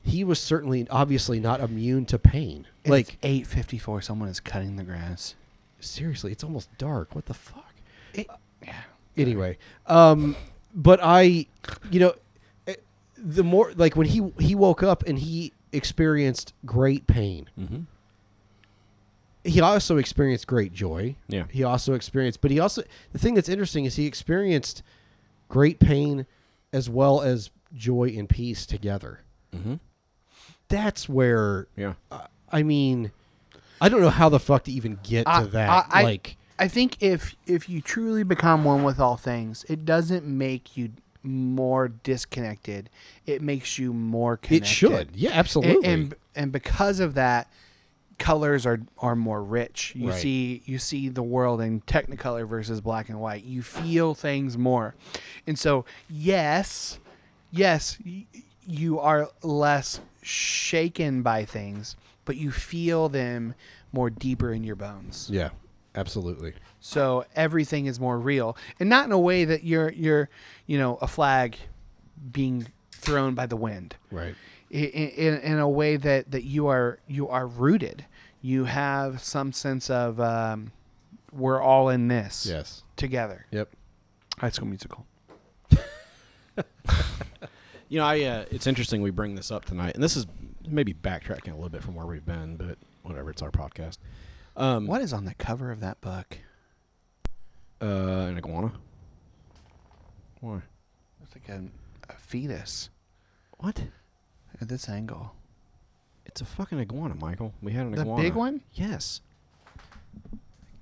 he was certainly, obviously, not immune to pain. like eight fifty four, someone is cutting the grass. Seriously, it's almost dark. What the fuck? It, yeah. anyway um but i you know eh, the more like when Mm-hmm. he he woke up and he experienced great pain he also experienced great joy. Yeah. He also experienced, but he also the thing that's interesting is he experienced great pain as well as joy and peace together. Mm-hmm. That's where. Yeah. Uh, I mean, I don't know how the fuck to even get I- to that. I, I- like, I think if if you truly become one with all things, it doesn't make you more disconnected. It makes you more connected. It should. Yeah, absolutely. And and, and because of that, colors are are more rich. You Right. see you see the world in technicolor versus black and white. You feel things more. And so, yes, yes, y- you are less shaken by things, but you feel them more deeper in your bones. yeah, absolutely. So everything is more real, and not in a way that you're you're you know a flag being thrown by the wind. Right. I- i- In, in, a way that that you are you are rooted. You have some sense of um, we're all in this. Yes. Together. Yep. High School Musical. You know, I uh, it's interesting we bring this up tonight, and this is maybe backtracking a little bit from where we've been, but whatever. It's our podcast. Um, What is on the cover of that book? uh, an iguana? Why? It's like a, a fetus What? at this angle. It's a fucking iguana, Michael. We had an The iguana. big one? Yes.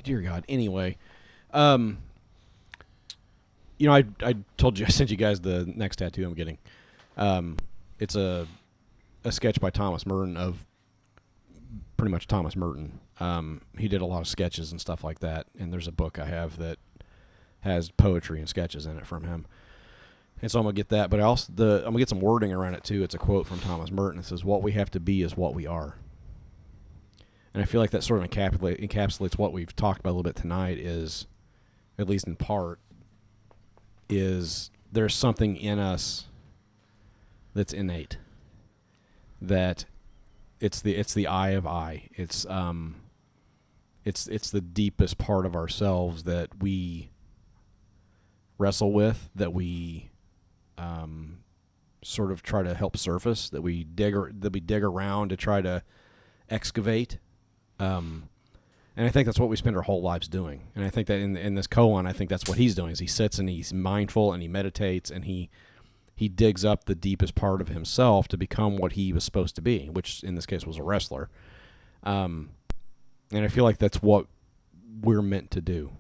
Dear God. Anyway, um, you know, I I told you I sent you guys the next tattoo I'm getting. Um, it's a a sketch by Thomas Merton of pretty much Thomas Merton. Um, he did a lot of sketches and stuff like that. And there's a book I have that has poetry and sketches in it from him. And so I'm gonna get that, but I also the I'm gonna get some wording around it too. It's a quote from Thomas Merton. It says, "What we have to be is what we are." And I feel like that sort of encapsulate, encapsulates what we've talked about a little bit tonight. Is at least in part is there's something in us that's innate that it's the it's the eye of eye. It's um it's it's the deepest part of ourselves that we wrestle with that we um, sort of try to help surface that we dig or, that we dig around to try to excavate um, and I think that's what we spend our whole lives doing and I think that in in this koan I think that's what he's doing is he sits and he's mindful and he meditates and he he digs up the deepest part of himself to become what he was supposed to be which in this case was a wrestler um, and I feel like that's what we're meant to do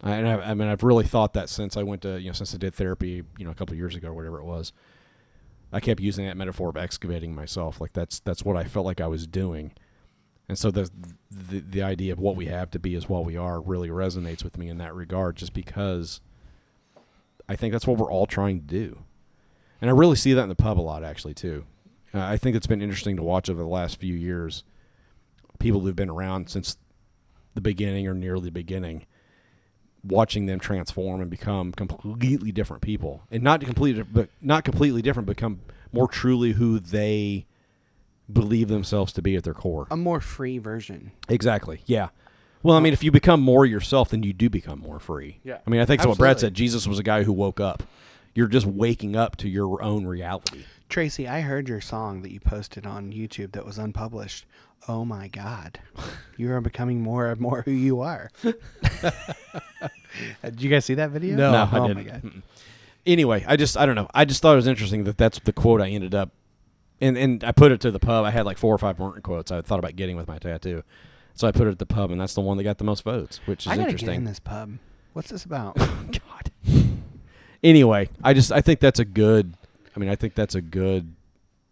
I, and I, I mean, I've really thought that since I went to, you know, since I did therapy, you know, a couple of years ago or whatever it was. I kept using that metaphor of excavating myself. Like that's that's what I felt like I was doing, and so the the, the idea of what we have to be is what we are really resonates with me in that regard, just because I think that's what we're all trying to do, and I really see that in the pub a lot actually too. Uh, I think it's been interesting to watch over the last few years, people who've been around since the beginning or nearly the beginning watching them transform and become completely different people, and not completely, but not completely different, become more truly who they believe themselves to be at their core. A more free version. Exactly. Yeah. Well, I mean, if you become more yourself, then you do become more free. Yeah. I mean, I think that's what Brad Absolutely. said. Jesus was a guy who woke up. You're just waking up to your own reality. Tracy, I heard your song that you posted on YouTube that was unpublished. Oh my God. You are becoming more and more who you are. Did you guys see that video? No, oh I my didn't. God. Mm-mm. Anyway, I just I don't know. I just thought it was interesting that that's the quote I ended up, and and I put it to the pub. I had like four or five Merton quotes I thought about getting with my tattoo, so I put it at the pub, and that's the one that got the most votes, which is I gotta interesting. get in this pub. What's this about? God. Anyway, I just I think that's a good. I mean, I think that's a good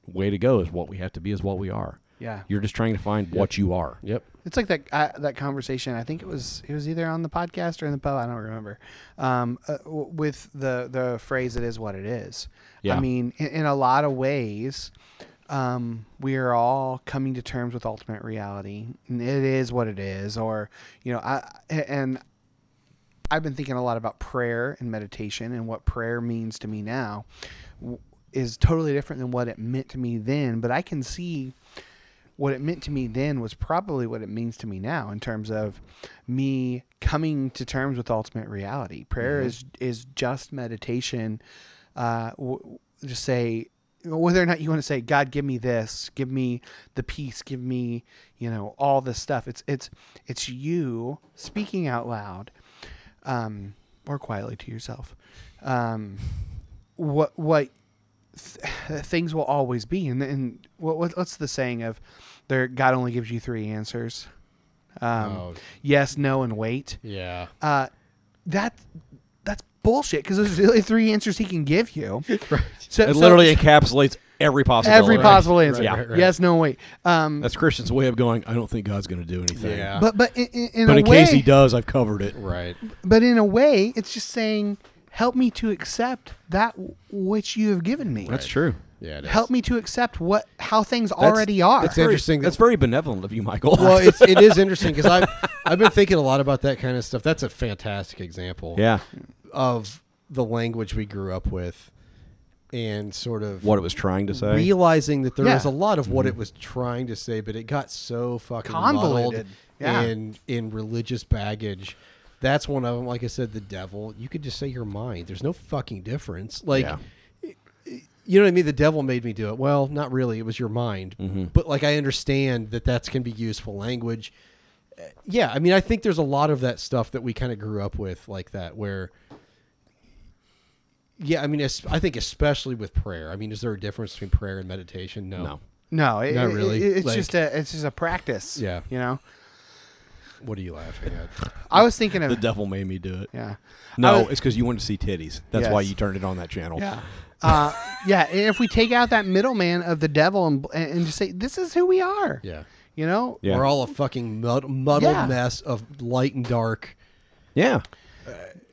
way to go. Is what we have to be is what we are. Yeah. you're just trying to find what you are. Yep. It's like that I that conversation. I think it was it was either on the podcast or in the pub. I don't remember. Um, uh, w- with the the phrase "it is what it is." Yeah. I mean, in, in a lot of ways, um, we are all coming to terms with ultimate reality. And it is what it is, or you know, I and I've been thinking a lot about prayer and meditation and what prayer means to me now w- is totally different than what it meant to me then. But I can see what it meant to me then was probably what it means to me now in terms of me coming to terms with ultimate reality. Prayer Mhm. is is just meditation. Uh, w- w- just say whether or not you want to say god give me this give me the peace give me you know all this stuff it's it's it's you speaking out loud um or quietly to yourself um what what th- things will always be and and what, what what's the saying of there god only gives you three answers um Oh. yes no and wait Yeah. uh that that's bullshit because there's really three answers he can give you right. so it so- literally encapsulates every possibility. Every possible answer. Yeah. Yes, no, wait. Um, That's Christian's way of going. I don't think God's going to do anything. Yeah. But- but in- in- in but a in case way- he does, I've covered it. Right. but in a way, it's just saying, help me to accept that w- which you have given me. That's true. Yeah. Help me to accept what how things already are. That's very- That's very benevolent of you, Michael. Well, it's, it is interesting because I've I've been thinking a lot about that kind of stuff. That's a fantastic example. Yeah. Of the language we grew up with, and sort of What it was trying to say. Realizing that there Yeah. Mm-hmm. was a lot of what it was trying to say, but it got so fucking Convoluted. convoluted Yeah. and in religious baggage. That's one of them. Like I said, the devil. You could just say your mind. There's no fucking difference. Like. Yeah. You know what I mean? The devil made me do it. Well, not really. It was your mind. Mm-hmm. But like, I understand that that's can be useful language. Uh, Yeah, I mean, I think there's a lot of that stuff that we kind of grew up with like that, where. Yeah, I mean, es- I think especially with prayer. I mean, is there a difference between prayer and meditation? No, no, no, it, not really. it- it's Like, just a it's just a practice. Yeah. you know. What are you laughing at? I was thinking of the devil made me do it. Yeah. I No, was- it's because you wanted to see titties. That's why Yes. you turned it on that channel. Yeah. Uh, yeah, and if we take out that middleman of the devil and, and just say this is who we are, yeah, you know, Yeah. we're all a fucking mud- muddled Yeah. mess of light and dark. Yeah.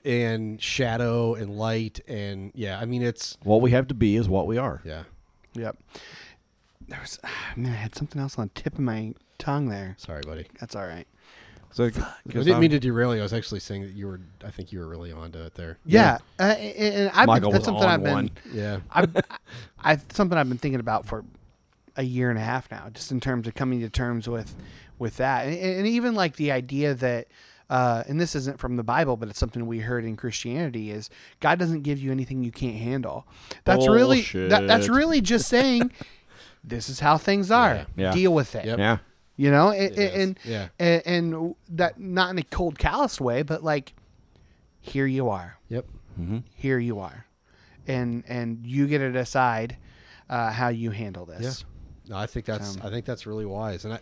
and shadow and light and yeah. I mean, it's What we have to be is what we are. Yeah. Yep. There was ah, man, I had something else on the tip of my tongue there. Sorry, buddy. That's all right. So, I didn't mean to derail you. I was actually saying that you were. I think you were really onto it there. Yeah, Uh, and and I've Michael been, that's was something on I've been. one. Yeah. I've, I, have something I've been thinking about for a year and a half now, just in terms of coming to terms with with that, and, and even like the idea that, uh, and this isn't from the Bible, but it's something we heard in Christianity is God doesn't give you anything you can't handle. That's really that, that's Bullshit. really just saying, this is how things are. Yeah. Deal with it. Yep. Yeah. You know, and, It and, is. Yeah. and and that not in a cold, callous way, but like, here you are Yep. here you are and and you get to decide uh, how you handle this No, I think that's Um, I think that's really wise, and I,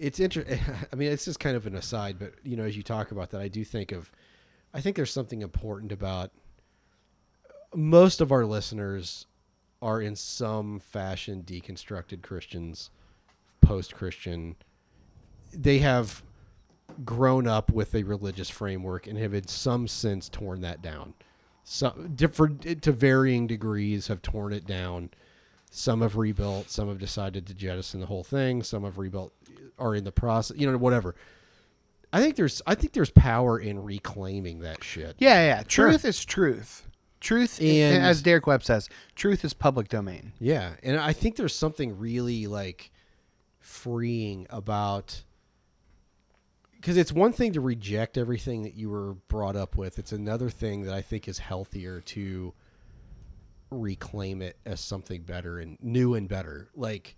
it's interesting. I mean, it's just kind of an aside, but you know, as you talk about that, I do think of, I think there's something important about. Most of our listeners are in some fashion deconstructed Christians, post Christian. They have grown up with a religious framework and have in some sense torn that down. Some different to varying degrees have torn it down. Some have rebuilt, some have decided to jettison the whole thing, some have rebuilt are in the process, you know, whatever. I think there's I think there's power in reclaiming that shit. yeah yeah truth is truth truth i- And- as derek webb says truth is public domain Yeah, and I think there's something really like freeing about because it's one thing to reject everything that you were brought up with. It's another thing that I think is healthier to reclaim it as something better and new and better. Like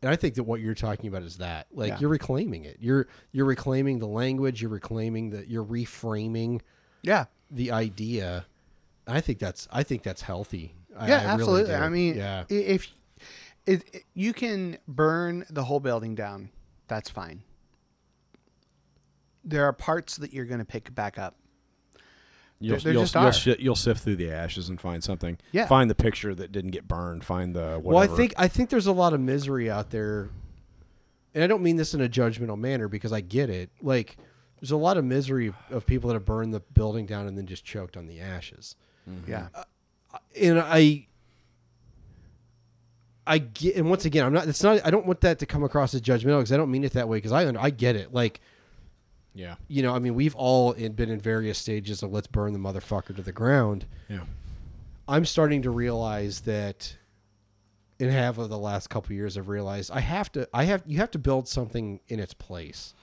and I think that what you're talking about is that. Like Yeah. you're reclaiming it. You're you're reclaiming the language, you're reclaiming the you're reframing yeah the idea. I think that's I think that's healthy. I- yeah I really absolutely do. i mean yeah. i- if it, it- you can burn the whole building down that's fine there are parts that you're going to pick back up You'll, There- there you'll, just you'll are. shi- you'll sift through the ashes and find something. Yeah. Find the picture that didn't get burned. Find the whatever. Well, I think I think there's a lot of misery out there, and I don't mean this in a judgmental manner because I get it. Like, there's a lot of misery of people that have burned the building down and then just choked on the ashes. Mm-hmm. Yeah. and I, I get, and once again, I'm not. It's not. I don't want that to come across as judgmental because I don't mean it that way. Because I, I get it. Like, Yeah. you know, I mean, we've all in, been in various stages of let's burn the motherfucker to the ground. Yeah. I'm starting to realize that in half of the last couple years I've realized I have to I have you have to build something in its place.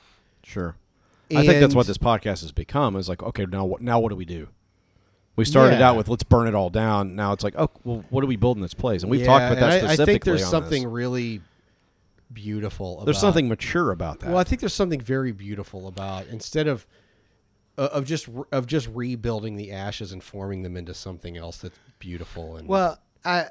Sure. I think that's And- what this podcast has become. Is like, okay, now what? Now what do we do? We started Yeah. out with let's burn it all down. Now it's like, oh, well, what are we building this place? And we've Yeah, talked about that and I- specifically. I, think there's on something This. really beautiful. About, There's something mature about that. Well, I think there's something very beautiful about instead of uh, of just re- of just rebuilding the ashes and forming them into something else that's beautiful and Well, I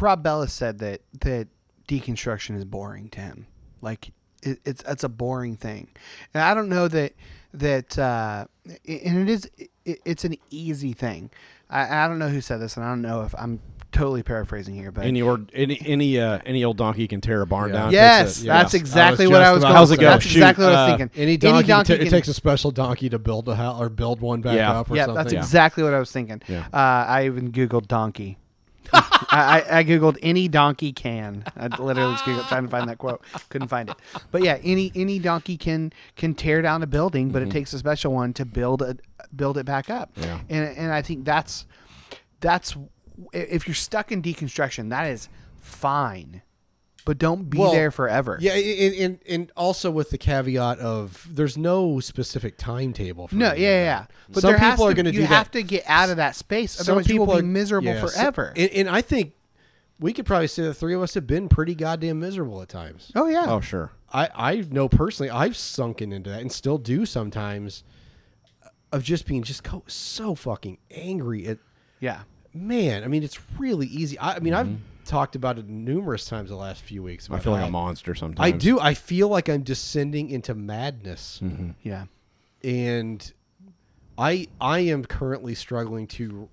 Rob Bella said that that deconstruction is boring to him. Like it, it's it's a boring thing, and I don't know that that uh, and it is it, it's an easy thing. I, I don't know who said this, and I don't know if I'm totally paraphrasing here, but Any or any any uh, any old donkey can tear a barn down. Yes, Takes a- that's exactly what just I was about going to How's it say. go? That's Shoot. exactly what I was Uh, thinking. Any donkey, can ta- can- it takes a special donkey to build a house or build one back Yeah. up or yeah, something. that's exactly what I was thinking. Yeah. Uh, I even Googled donkey. I, I, I Googled any donkey can. I literally was Googled, trying to find that quote. Couldn't find it. But yeah, any any donkey can can tear down a building, but it Mm-hmm. takes a special one to build a build it back up. Yeah. And and I think that's that's if you're stuck in deconstruction, that is fine. But don't be Well, there forever. Yeah, and, and and also with the caveat of there's no specific timetable. For No, yeah, any of yeah. that. yeah. But some there has people to, are going to you do have that. to get out of that space. Some Otherwise, you will be people are- miserable yeah, so- forever. and, and I think we could probably say the three of us have been pretty goddamn miserable at times. Oh yeah. Oh sure. I I know personally I've sunken into that and still do sometimes uh, of just being just co- so fucking angry at yeah man. I mean it's really easy. I, I mean I've Mm-hmm. talked about it numerous times the last few weeks. I about feel like how- a monster sometimes. I do. I feel like I'm descending into madness. Mm-hmm. Yeah. And I I am currently struggling to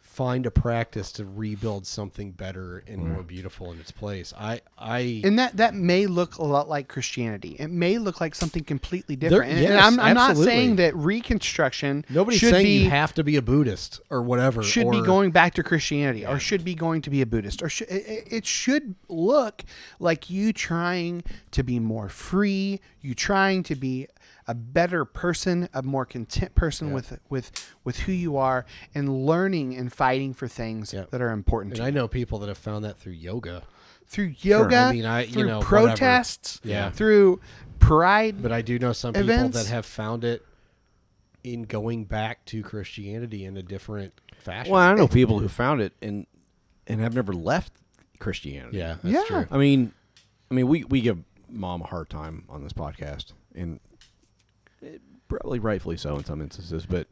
find a practice to rebuild something better and more beautiful in its place. I I Mm. and that that may look a lot like Christianity. It may look like something completely There- different. And- and yes, I'm, I'm not absolutely. saying that Reconstruction nobody's should saying be you have to be a Buddhist or whatever. should or, be going back to Christianity or should be going to be a Buddhist or should, it, it- it should look like you trying to be more free, you trying to be a better person, a more content person with with with who you are and learning and fighting for things that are important And to I you. know people that have found that through yoga. Through Sure, yoga, I mean, I through you know whatever. protests, Yeah. through pride But I do know some events. people that have found it in going back to Christianity in a different fashion. Well, I know people who found it and and have never left Christianity. Yeah, that's Yeah. true. I mean, I mean, we we give mom a hard time on this podcast, and eh, probably rightfully so in some instances. But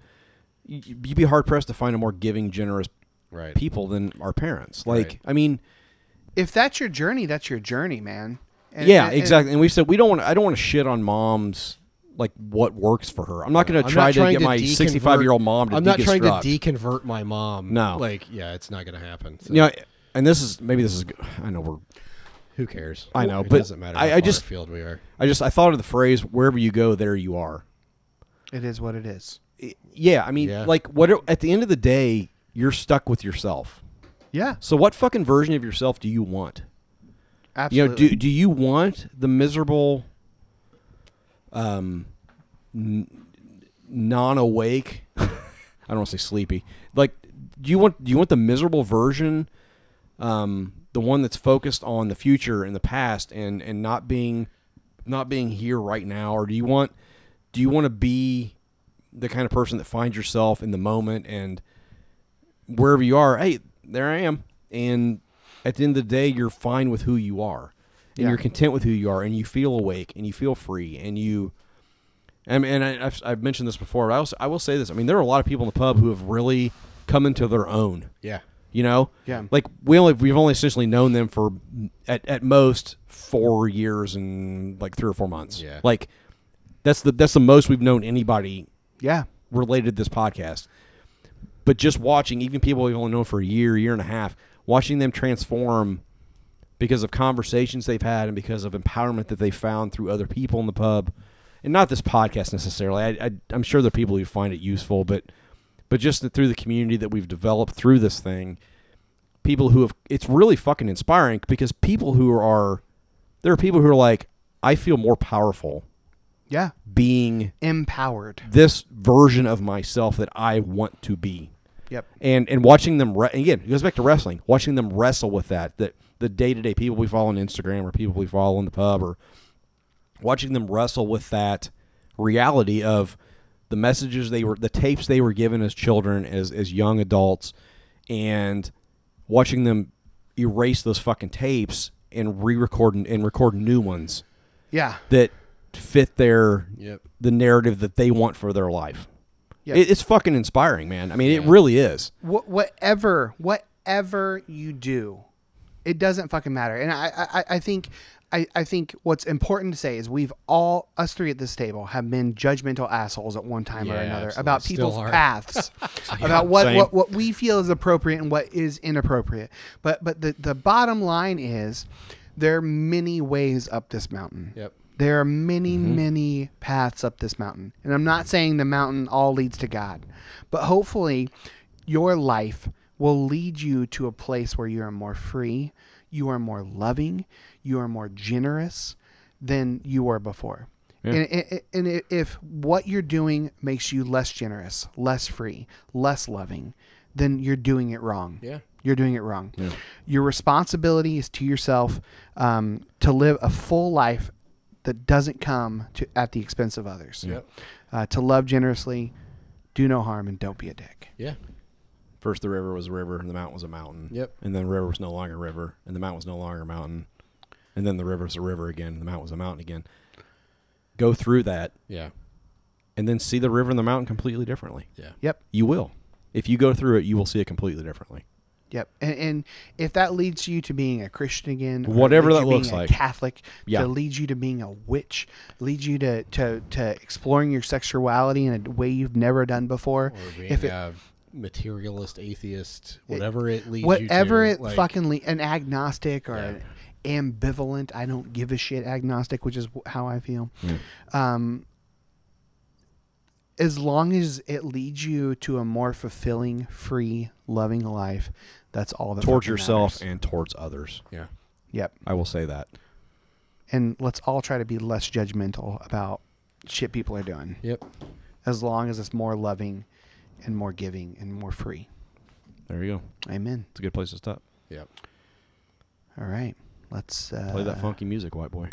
y- you'd be hard pressed to find a more giving, generous Right. people than our parents. Like, Right. I mean, if that's your journey, that's your journey, man. And- yeah, and- and- exactly. And we've said we don't want. I don't want to shit on moms. Like what works for her. I'm not going I'm to uh, try not to trying get my deconvert- 65 year old mom to I'm not trying to deconstruct. deconvert my mom. No. like yeah, it's not going to happen. So you know, and this is maybe this is. I know we're who cares? I know, it but doesn't matter. How I- I far just- field we are. I just I thought of the phrase "wherever you go, there you are." It is what it is. Yeah, I mean, Yeah. like what at the end of the day, you're stuck with yourself. Yeah, So what fucking version of yourself do you want? You know, absolutely. do do you want the miserable, um, n- non-awake? I don't want to say sleepy. Like, do you want do you want the miserable version, um, the one that's focused on the future and the past and and not being, not being here right now, or do you want, do you want to be, the kind of person that finds yourself in the moment and wherever you are, hey, there I am. And at the end of the day, you're fine with who you are, and Yeah. you're content with who you are, and you feel awake, and you feel free, and you. And, and I, I've, I've mentioned this before, but I, also, I will say this. I mean, there are a lot of people in the pub who have really come into their own. Yeah. You know. Yeah. Like we only we've only essentially known them for at, at most four years and like three or four months. Yeah. Like that's the that's the most we've known anybody yeah, related to this podcast. But just watching, even people we've only known for a year, year and a half, watching them transform because of conversations they've had and because of empowerment that they found through other people in the pub, and not this podcast necessarily. I, I, I'm sure there are people who find it useful, but but just that through the community that we've developed through this thing, people who have it's really fucking inspiring because people who are there are people who are like, I feel more powerful yeah. being Empowered. this version of myself that I want to be. Yep. And and watching them re- and again, it goes back to wrestling. Watching them wrestle with that that the day to day people we follow on Instagram or people we follow in the pub or watching them wrestle with that reality of the messages they were, the tapes they were given as children, as as young adults, and watching them erase those fucking tapes and re-record and, and record new ones. Yeah. that fit their Yep. the narrative that they want for their life. Yep. It, it's fucking inspiring, man. I mean, it really is. What whatever whatever you do, it doesn't fucking matter. And I I- I, I think I, I think what's important to say is we've all us three at this table have been judgmental assholes at one time or Yeah, another absolutely. about Still people's are. paths, Yeah, about what, same. what what we feel is appropriate and what is inappropriate. But but the the bottom line is there are many ways up this mountain. Yep. There are many, many paths up this mountain. And I'm not saying the mountain all leads to God, but hopefully your life will lead you to a place where you are more free, you are more loving, you are more generous than you were before. Yeah. And, and, and i- if what you're doing makes you less generous, less free, less loving, then you're doing it wrong. Yeah. You're doing it wrong. Your responsibility is to yourself um, to live a full life that doesn't come to, at the expense of others. Yep. Uh, to love generously, do no harm, and don't be a dick. Yeah. First, the river was a river, and the mountain was a mountain. Yep. And then the river was no longer a river, and the mountain was no longer a mountain. And then the river was a river again, and the mountain was a mountain again. Go through that. Yeah. And then see the river and the mountain completely differently. Yeah. Yep. You will. If you go through it, you will see it completely differently. Yep. And, and if that leads you to being a Christian again, or Whatever leads that you being looks a like. Catholic, Yeah. to lead you to being a witch, leads you to, to, to exploring your sexuality in a way you've never done before. Or being if it, a materialist, atheist, whatever it, leads whatever you to, it like- fucking le- an agnostic or an ambivalent i don't give a shit agnostic which is wh- how i feel um as long as it leads you to a more fulfilling free loving life that's all that towards fucking yourself matters. and towards others. Yeah. yep I will say that. and let's all try to be less judgmental about shit people are doing Yep. as long as it's more loving and more giving and more free There you go. amen It's a good place to stop. Yep. all right let's uh, Play that funky music, white boy.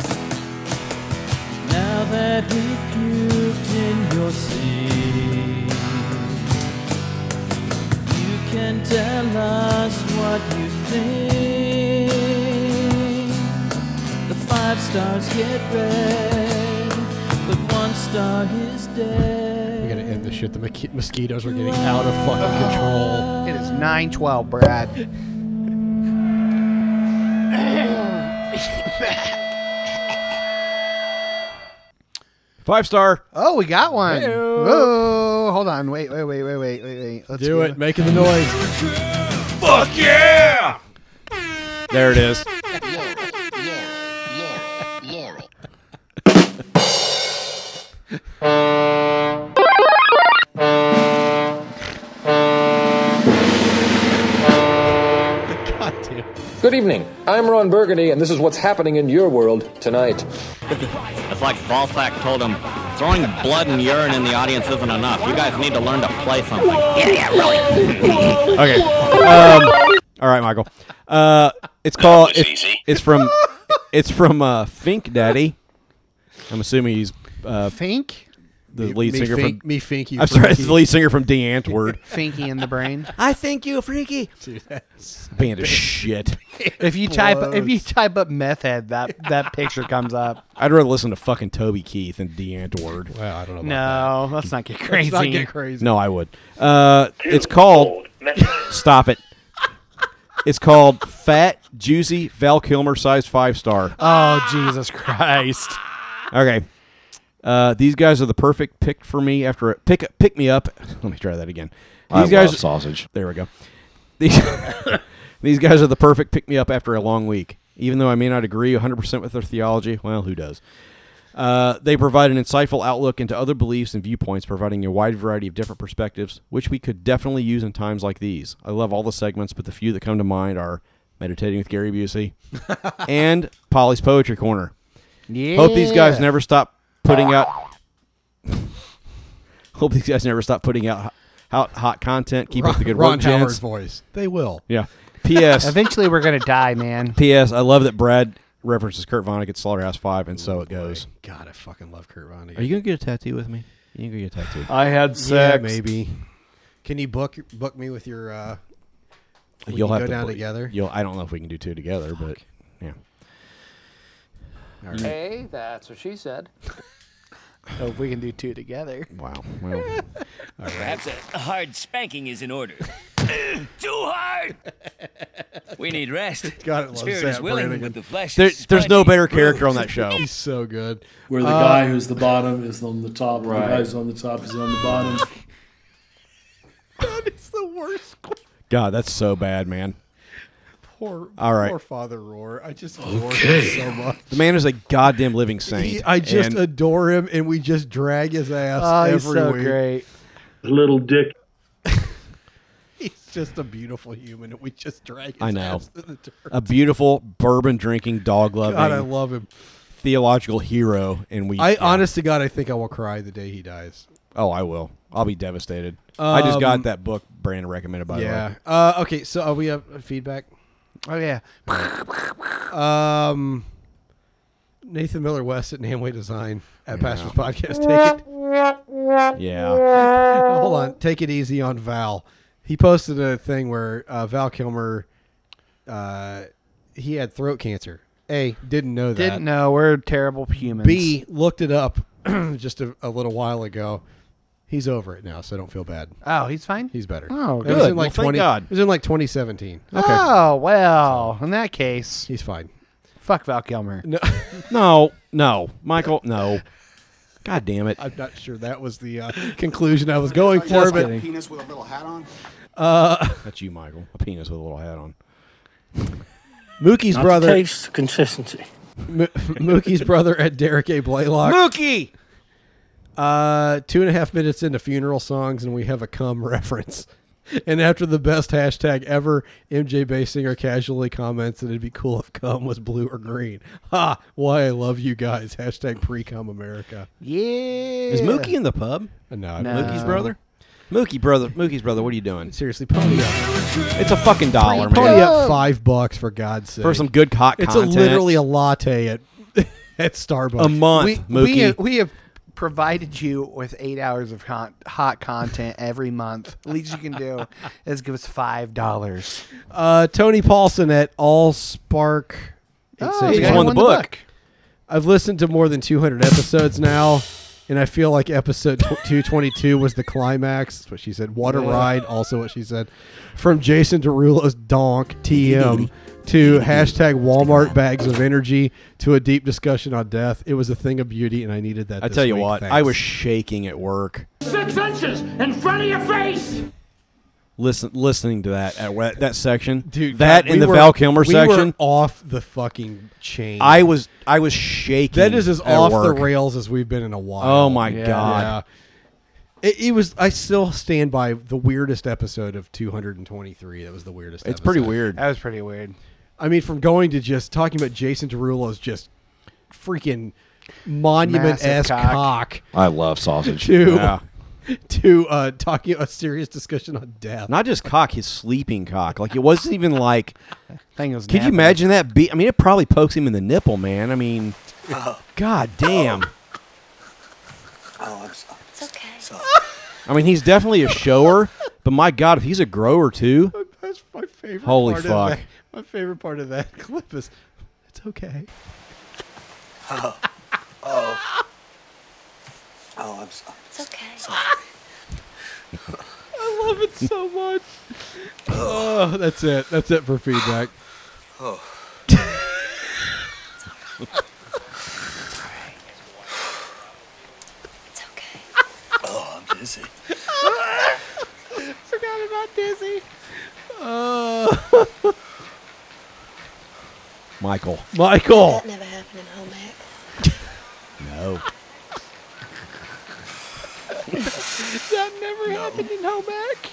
Now that we puked in your seat, you can tell us what you think. The five stars get red, but one star is dead. We gotta end this shit. The mo- mosquitoes are getting out of fucking control. It is 912, Brad. Five star. Oh, we got one. Heyo. Whoa, hold on. Wait, wait, wait, wait, wait, wait, wait. Let's Do give it, making the noise. Fuck yeah! There it is. Good evening. I'm Ron Burgundy, and this is what's happening in your world tonight. It's like Ballsack told him, throwing blood and urine in the audience isn't enough. You guys need to learn to play something. Yeah, yeah, really. Okay. Um, all right, Michael. Uh, it's called. It's, it's from. It's from uh, Fink Daddy. I'm assuming he's uh, Fink, the Me- lead me singer Fink- from me Fink, you I'm sorry, it's the freaky. lead singer from De Antwoord. Finky in the brain. I think you freaky. Band of shit. If you type if you type up meth head, that that picture comes up. I'd rather listen to fucking Toby Keith than De Antwoord. Well, I don't know. No, let's not get crazy. No, I would. Uh, it's called. stop it. It's called Fat Juicy Val Kilmer size five star. Oh Jesus Christ! Okay. Uh, these guys are the perfect pick for me after a pick pick me up. Let me try that again. I These guys love sausage. There we go. These these guys are the perfect pick me up after a long week. Even though I may not agree 100% with their theology, well, who does? Uh, they provide an insightful outlook into other beliefs and viewpoints, providing a wide variety of different perspectives, which we could definitely use in times like these. I love all the segments, but the few that come to mind are Meditating with Gary Busey and Polly's Poetry Corner. Hope these guys Yeah. never stop putting out. Hope these guys never stop putting out hot, hot content. Keep up the good Ron work, Howard gents. voice. They will. Yeah. P.S. Eventually, we're gonna die, man. P.S. I love that Brad Oh, references Kurt Vonnegut Slaughterhouse Five, and so it goes. God, I fucking love Kurt Vonnegut. Are you gonna get a tattoo with me? You can get your tattoo. I had sex. Yeah, maybe. Can you book book me with your? uh we You'll can have go to down put- together. You'll. I don't know if we can do two together, but yeah. All right. Hey, that's what she said. So if we can do two together. Wow. Well, all right. Perhaps a hard spanking is in order. Too hard. We need rest. God, I love Spirit is Sam willing, Brannigan. but the flesh. There- is there's no spongy. better character on that show. He's so good. Where the Uh, guy who's the bottom is on the top. Right. The guy's on the top is on the bottom. That is the worst. God, that's so bad, man. Poor, All right. poor Father Roar. I just adore Okay. him so much. The man is a goddamn living saint. He- I just and- adore him, and we just drag his ass Oh, Ah, every week. Little dick. He's just a beautiful human, and we just drag his I know. ass to the dirt. A beautiful bourbon drinking, dog loving. God, I love him. Theological hero, and we. I honest to God, I think I will cry the day he dies. oh, I will. I'll be devastated. I just Um, got that book Brandon recommended. By the yeah. way, Uh, okay, so are we up uh, feedback? Oh yeah. Um, Nathan Miller West at Namway Design at Yeah. Pastors Podcast. Take it. Yeah. Hold on. Take it easy on Val. He posted a thing where uh, Val Kilmer, uh, he had throat cancer. A didn't know that. Didn't know. We're terrible humans. B looked it up just a, a little while ago. He's over it now, so don't feel bad. Oh, he's fine. He's better. Oh, It good. was in like well, thank 20 God. It was in like 2017. Oh well. In that case, he's fine. Fuck Val Kilmer. No, no, no, Michael, no. God damn it! I'm not sure that was the uh, conclusion I was going for, but penis with a little hat on. uh, That's you, Michael. A penis with a little hat on. Mookie's Not the brother. taste, consistency. Mo- Mookie's brother at Derek A. Blaylock. Mookie. Uh, two and a half minutes into funeral songs, and we have a cum reference. And after the best hashtag ever, MJ Basinger casually comments that it'd be cool if cum was blue or green. Ha! Why I love you guys. Hashtag pre cum America. Uh, Yeah. Is Mookie in the pub? No, Mookie's brother. Mookie brother. Mookie's brother. What are you doing? Seriously, pony up. It's a fucking dollar, man. Pony up five bucks for God's sake For some good hot It's content. a literally a latte at at Starbucks. A month, we, we, Mookie. have, we have provided you with eight hours of hot, hot content every month. least you can do is give us five dollars. Uh, Tony Paulson at All Spark. Oh, he's the guy who won the book. I've listened to more than 200 episodes now, and I feel like episode tw- 222 was the climax. That's what she said. Water Yeah. ride, also what she said. From Jason Derulo's donk TM to hashtag Walmart bags of energy to a deep discussion on death. It was a thing of beauty, and I needed that. I this tell you week. what, I Thanks. was shaking at work Six inches in front of your face. listen listening to that at wa- that section. Dude, that God, in we the were- Val Kilmer we were section. off the fucking chain. I was I was shaking. That is as at off work. the rails as we've been in a while. Oh my God. Yeah. It, it was. I still stand by the weirdest episode of 223. That was the weirdest. It's pretty episode. weird. That was pretty weird. I mean, from going to just talking about Jason Derulo's just freaking monument ass Massive cock. cock. I love sausage. to Yeah. to uh, talking a serious discussion on death. Not just cock, his sleeping cock. Like it wasn't even like. Thing was. Could you imagine that? Be- I mean, it probably pokes him in the nipple, man. I mean, god damn. Oh, I'm sorry. It's okay. I mean, he's definitely a shower, but my god, if he's a grower too, That's my favorite. Holy part fuck. Of that, my favorite part of that clip is, it's okay. Oh. Oh. Oh, I'm sorry. It's okay. I love it so much. oh, that's it. That's it for feedback. Oh. Oh, I'm dizzy. Forgot about Dizzy. Uh, Michael. Michael. never happened in home ec. No. that never happened in home ec.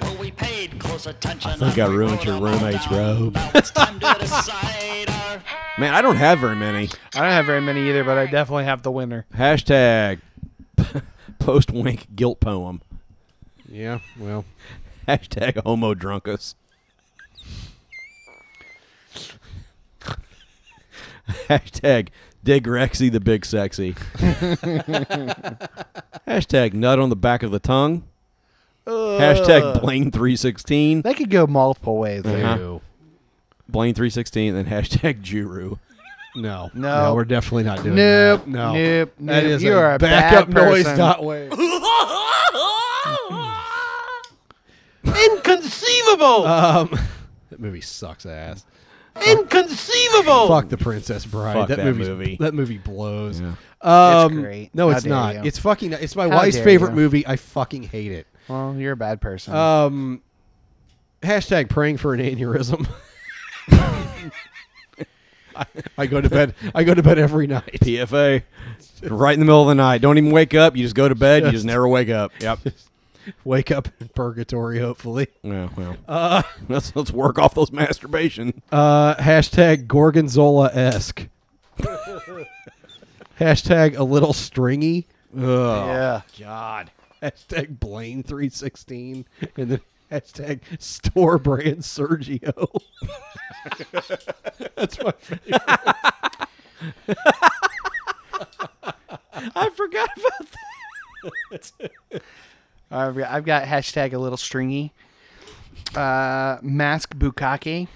Well, we paid close attention. I think I ruined your roommate's robe. Cider. Man, I don't have very many. I don't have very many either, but I definitely have the winner. Hashtag post wink guilt poem. Yeah, well. Hashtag homo drunkus. Hashtag dig Rexy the big sexy. Hashtag nut on the back of the tongue. Hashtag Blaine three sixteen. They could go multiple ways. there. Uh-huh. Blaine three sixteen and hashtag Juru. No, No. we're definitely not doing Nope, that. No, nope, that nope. is You a are a bad backup noise. person. Dot wave. Inconceivable! Uh, Um, that movie sucks ass. Inconceivable! Fuck the Princess Bride. Fuck that movie's- movie. That movie blows. It's Um, great. No, How it's dare not. you. It's fucking. It's my How wife's dare favorite you. movie. I fucking hate it. Well, you're a bad person. Um, hashtag praying for an aneurysm. I, I go to bed. I go to bed every night. PFA. Right in the middle of the night. Don't even wake up. You just go to bed. you just never wake up. Yep. Wake up in purgatory, hopefully. Yeah, well. Uh, let's let's work off those masturbation. Uh, hashtag Gorgonzola esque. hashtag a little stringy. Yeah. God. Hashtag Blaine three sixteen and then hashtag store brand Sergio. That's my favorite. I forgot about that. I've got, I've got hashtag a little stringy. Uh, mask bukake.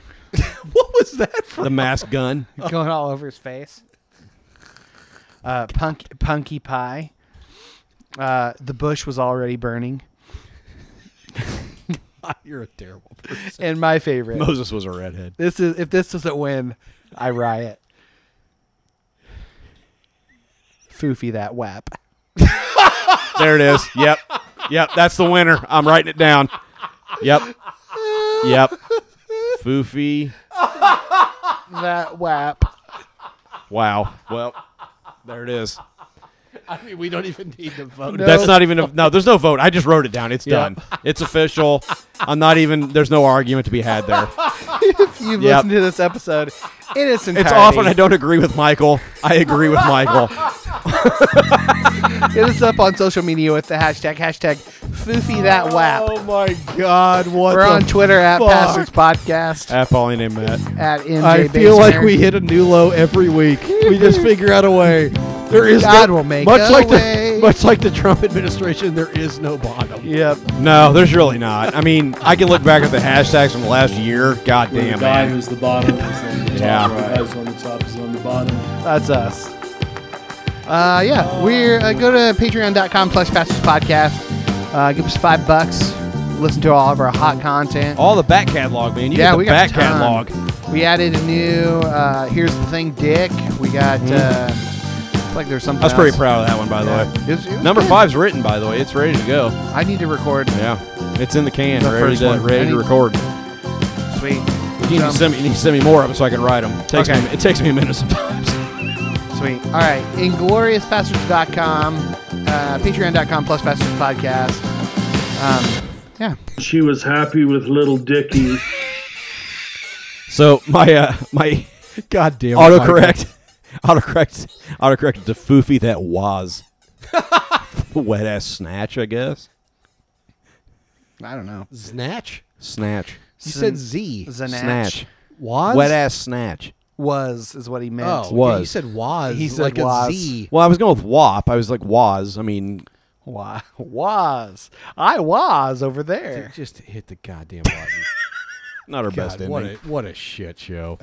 what was that The mask gun. Going all over his face. Uh, punk, punky pie. Uh, the bush was already burning. You're a terrible person. And my favorite. Moses was a redhead. This is if this doesn't win, I riot. Foofy that wap. There it is. Yep. Yep. That's the winner. I'm writing it down. Yep. Yep. Foofy. that wap. Wow. Well, there it is. I mean, we don't even need to vote. That's not even a, no. There's no vote. I just wrote it down. It's Yep. done. It's official. I'm not even. There's no argument to be had there. if you've Yep. listened to this episode, it is It's off when I don't agree with Michael. I agree with Michael. Hit us up on social media with the hashtag hashtag foofy that wap. Oh my God! Oh, What We're the on Twitter at fuck? Passage Podcast At Pauline and Matt. at MJ I feel like Basener. we hit a new low every week. We just figure out a way. There is God no, will make much a like way. the much like the Trump administration. There is no bottom. Yep. No, there's really not. I mean, I can look back at the hashtags from the last year. God Where damn the guy man. who's the bottom is on the top. Yeah. The guy's on the top is on the bottom. That's us. Uh, yeah, we're uh, go to patreon.com slash Passage Podcast. Uh, give us five bucks. Listen to all of our hot content. All the back catalog, man. Oh, You yeah, got the we back got a ton. catalog. We added a new. Uh, Here's the thing, Dick. We got. Mhm. Uh, like there's something. I was Mm-hmm. pretty else. proud of that one, by the Yeah. way. It was- it was Number good. five's written, by the way. It's ready to go. I need to record. Yeah, it's in the can, The ready, first to, one. ready I to need- record. Sweet. You need, to So- send me, you need to send me more of them so I can write them. Takes Okay. me, it takes me a minute sometimes. Sweet. All right. Ingloriouspastors.com, uh, patreon.com plus pastors podcast. Um, yeah. She was happy with little Dickie. So my uh, my God Oh damn it, autocorrect autocorrect autocorrect to foofy that was wet ass snatch I guess I don't know. Snatch. snatch You said Z. Zanatch. snatch Was? wet ass snatch Was is what he meant. Oh, okay, Was. you said was. He said like a was. Z. well I was going with wop I was like was I mean Wa- was. I was over there. Just hit the goddamn button. not our best God, what ending a what a shit show.